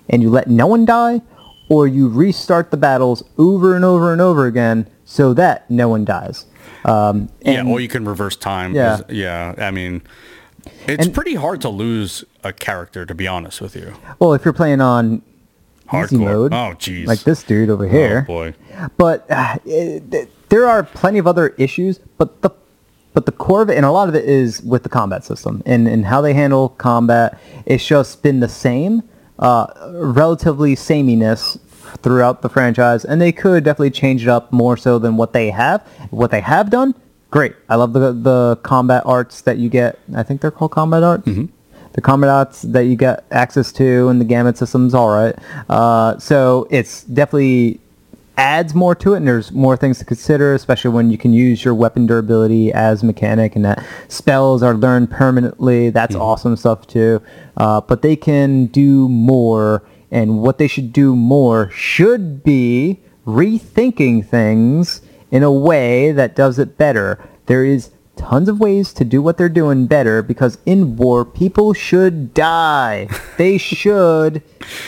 [SPEAKER 2] and you let no one die, or you restart the battles over and over and over again so that no one dies. Um, and
[SPEAKER 1] yeah, or you can reverse time.
[SPEAKER 2] Yeah.
[SPEAKER 1] yeah. I mean, it's
[SPEAKER 2] And-
[SPEAKER 1] pretty hard to lose a character, to be honest with you.
[SPEAKER 2] well, if you're playing on easy
[SPEAKER 1] Hardcore.
[SPEAKER 2] mode,
[SPEAKER 1] Oh, jeez.
[SPEAKER 2] like this dude over
[SPEAKER 1] Oh
[SPEAKER 2] here,
[SPEAKER 1] boy.
[SPEAKER 2] but uh, it, th- there are plenty of other issues. But the but the core of it, and a lot of it, is with the combat system and, and how they handle combat. It's just been the same, uh, relatively sameness throughout the franchise, and they could definitely change it up more so than what they have. What they have done, great. I love the the combat arts that you get. I think they're called combat arts. The combat arts that you get access to, and the gamut system's all right. Uh, so it's definitely adds more to it and there's more things to consider especially when you can use your weapon durability as mechanic and that spells are learned permanently that's awesome stuff too uh, but they can do more and what they should do more should be rethinking things in a way that does it better there is tons of ways to do what they're doing better because in war people should die they should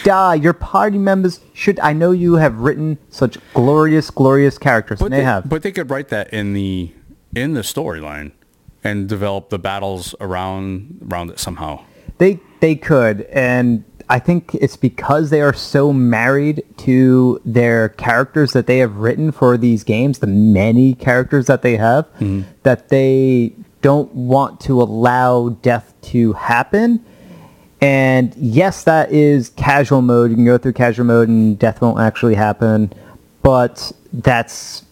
[SPEAKER 2] die your party members should i know you have written such glorious glorious characters and they, have
[SPEAKER 1] But they could write that in the in the storyline and develop the battles around around it somehow.
[SPEAKER 2] they they could and i think it's because they are so married to their characters that they have written for these games the many characters that they have
[SPEAKER 1] Mm-hmm.
[SPEAKER 2] that they don't want to allow death to happen And yes, that is casual mode. You can go through casual mode and death won't actually happen, but that's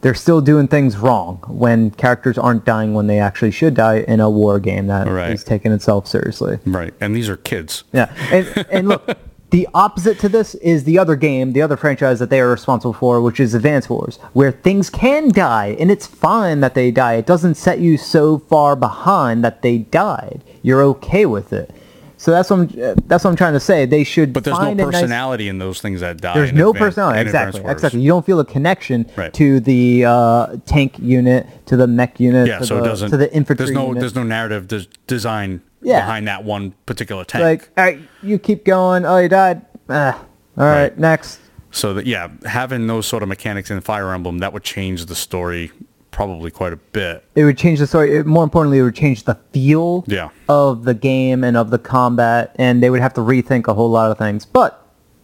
[SPEAKER 2] they're still doing things wrong when characters aren't dying when they actually should die in a war game that is
[SPEAKER 1] Right.
[SPEAKER 2] taking itself seriously.
[SPEAKER 1] Right, and these are kids.
[SPEAKER 2] Yeah, and, and look, the opposite to this is the other game, the other franchise that they are responsible for, which is Advance Wars, where things can die, and it's fine that they die. It doesn't set you so far behind that they died. You're okay with it. So that's what I'm, uh, that's what I'm trying to say. They should.
[SPEAKER 1] But there's
[SPEAKER 2] find
[SPEAKER 1] no
[SPEAKER 2] a nice-
[SPEAKER 1] personality in those things that die.
[SPEAKER 2] there's
[SPEAKER 1] in
[SPEAKER 2] no
[SPEAKER 1] Advan-
[SPEAKER 2] personality.
[SPEAKER 1] in Advance
[SPEAKER 2] Exactly.
[SPEAKER 1] Wars.
[SPEAKER 2] Exactly. You don't feel a connection
[SPEAKER 1] Right.
[SPEAKER 2] to the uh, tank unit, to the mech unit,
[SPEAKER 1] Yeah,
[SPEAKER 2] to,
[SPEAKER 1] so
[SPEAKER 2] the,
[SPEAKER 1] it doesn't.
[SPEAKER 2] to the infantry
[SPEAKER 1] There's no.
[SPEAKER 2] unit.
[SPEAKER 1] There's no narrative des- design
[SPEAKER 2] Yeah.
[SPEAKER 1] behind that one particular tank.
[SPEAKER 2] like, all right, you keep going. Oh, you died. Ah, all right,
[SPEAKER 1] Right.
[SPEAKER 2] next.
[SPEAKER 1] so that yeah, having those sort of mechanics in Fire Emblem that would change the story probably quite a bit.
[SPEAKER 2] it would change the story. It, more importantly, it would change the feel
[SPEAKER 1] Yeah.
[SPEAKER 2] of the game and of the combat, and they would have to rethink a whole lot of things. But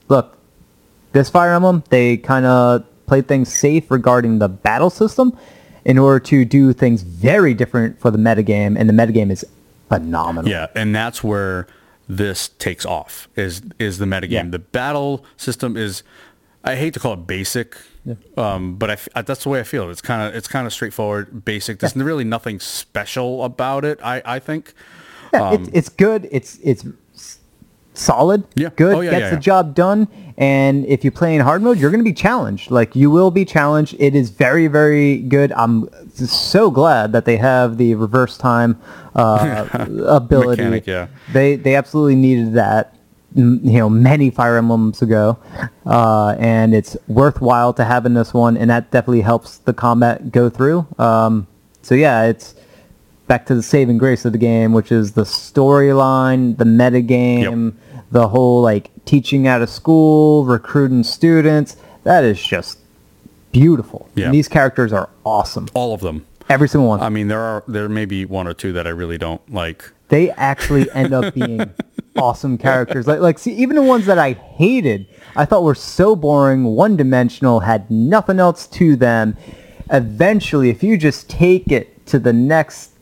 [SPEAKER 2] look, this Fire Emblem, they kind of played things safe regarding the battle system in order to do things very different for the metagame, and the metagame is phenomenal.
[SPEAKER 1] Yeah, and that's where this takes off is is the metagame.
[SPEAKER 2] Yeah.
[SPEAKER 1] The battle system is I hate to call it basic, um, but I f I that's the way I feel. It's kind of it's kind of straightforward, basic. There's really nothing special about it. I I think.
[SPEAKER 2] Yeah, it's, it's good. It's it's solid,
[SPEAKER 1] Um, Yeah.
[SPEAKER 2] good,
[SPEAKER 1] Oh, yeah,
[SPEAKER 2] gets
[SPEAKER 1] yeah,
[SPEAKER 2] the
[SPEAKER 1] yeah.
[SPEAKER 2] job done. And if you play in hard mode, you're going to be challenged. Like you will be challenged. It is very, very good. I'm so glad that they have the reverse time uh, ability.
[SPEAKER 1] Mechanic, yeah.
[SPEAKER 2] They they absolutely needed that. m- You know, many Fire Emblems ago, uh, and it's worthwhile to have in this one, and that definitely helps the combat go through. Um, so yeah, it's back to the saving grace of the game, which is the storyline, the metagame, the whole like teaching out of school, recruiting students. That is just beautiful.
[SPEAKER 1] Yeah.
[SPEAKER 2] And these characters are awesome.
[SPEAKER 1] All of them.
[SPEAKER 2] Every single one.
[SPEAKER 1] I mean, there are there may be one or two that I really don't like.
[SPEAKER 2] they actually end up being awesome characters. Like, like see, even the ones that I hated, I thought were so boring, one dimensional, had nothing else to them. Eventually, if you just take it to the next,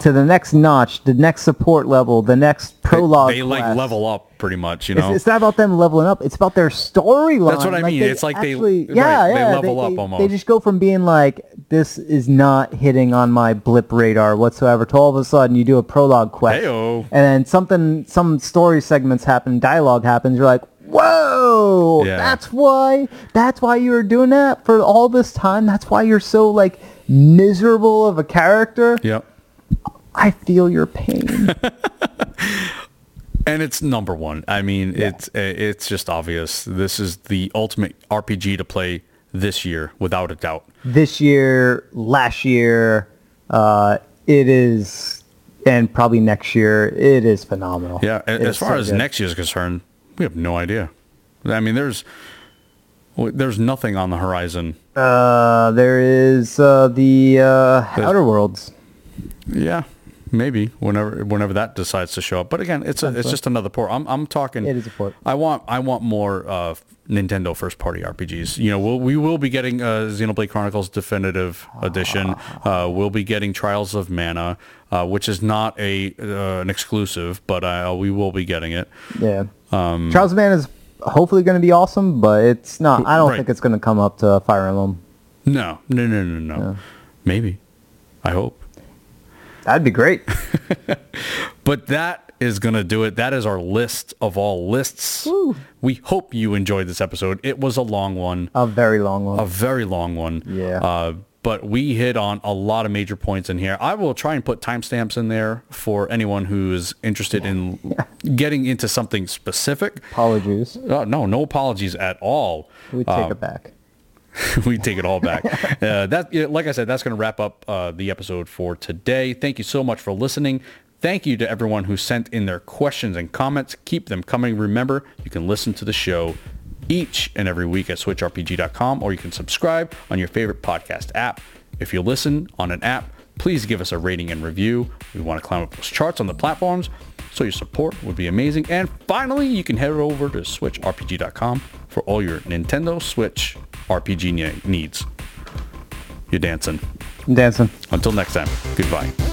[SPEAKER 2] to the next notch, the next support level, the next prologue,
[SPEAKER 1] they like
[SPEAKER 2] class,
[SPEAKER 1] level up pretty much, you
[SPEAKER 2] It's,
[SPEAKER 1] know.
[SPEAKER 2] it's not about them leveling up. It's about their storyline.
[SPEAKER 1] That's what I mean. It's like they- right,
[SPEAKER 2] yeah,
[SPEAKER 1] they
[SPEAKER 2] yeah,
[SPEAKER 1] level up
[SPEAKER 2] They
[SPEAKER 1] almost.
[SPEAKER 2] just go from being like, "This is not hitting on my blip radar whatsoever," to all of a sudden you do a prologue quest,
[SPEAKER 1] Heyo.
[SPEAKER 2] and then something, some story segments happen, dialogue happens. You're like, "Whoa,
[SPEAKER 1] Yeah.
[SPEAKER 2] that's why. That's why you were doing that for all this time. That's why you're so like miserable of a character.
[SPEAKER 1] yep.
[SPEAKER 2] I feel your pain."
[SPEAKER 1] And it's number one. I mean, it's it's just obvious. This is the ultimate RPG to play this year, without a doubt.
[SPEAKER 2] this year, last year, uh, it is, and probably next year, it is phenomenal.
[SPEAKER 1] Yeah. a-
[SPEAKER 2] It
[SPEAKER 1] As
[SPEAKER 2] is
[SPEAKER 1] far
[SPEAKER 2] so
[SPEAKER 1] as
[SPEAKER 2] good.
[SPEAKER 1] next year's concerned, we have no idea. I mean, there's w- there's nothing on the horizon.
[SPEAKER 2] uh, there is uh, the uh, Outer Worlds.
[SPEAKER 1] Yeah. Maybe whenever whenever that decides to show up, but again, it's a, it's just another port. I'm I'm talking.
[SPEAKER 2] It is a port.
[SPEAKER 1] I want I want more uh, Nintendo first party RPGs. You know, we'll, we will be getting uh, Xenoblade Chronicles Definitive Edition.
[SPEAKER 2] Ah.
[SPEAKER 1] Uh, we'll be getting Trials of Mana, uh, which is not a uh, an exclusive, but uh, we will be getting it.
[SPEAKER 2] Yeah, um, Charles Man is hopefully going to be awesome, but it's not. I don't
[SPEAKER 1] Right.
[SPEAKER 2] think it's going to come up to Fire Emblem.
[SPEAKER 1] No, no, no, no, no. Maybe, I hope.
[SPEAKER 2] That'd be great.
[SPEAKER 1] But that is going to do it. That is our list of all lists. We hope you enjoyed this episode. It was a long one,
[SPEAKER 2] A very long one.
[SPEAKER 1] a very long one.
[SPEAKER 2] Yeah.
[SPEAKER 1] Uh, but we hit on a lot of major points in here. I will try and put timestamps in there for anyone who is interested in getting into something specific.
[SPEAKER 2] Apologies.
[SPEAKER 1] Uh, no, no apologies at all.
[SPEAKER 2] We take
[SPEAKER 1] Um,
[SPEAKER 2] it back.
[SPEAKER 1] we take it all back. uh, that, yeah, like I said, that's going to wrap up uh, the episode for today. Thank you so much for listening. Thank you to everyone who sent in their questions and comments. Keep them coming. Remember, you can listen to the show each and every week at switchrpg.com or you can subscribe on your favorite podcast app. If you listen on an app, please give us a rating and review. We want to climb up those charts on the platforms, so your support would be amazing. And finally, you can head over to switchrpg.com for all your Nintendo Switch RPG ne- needs. You're dancing.
[SPEAKER 2] I'm dancing.
[SPEAKER 1] Until next time, goodbye.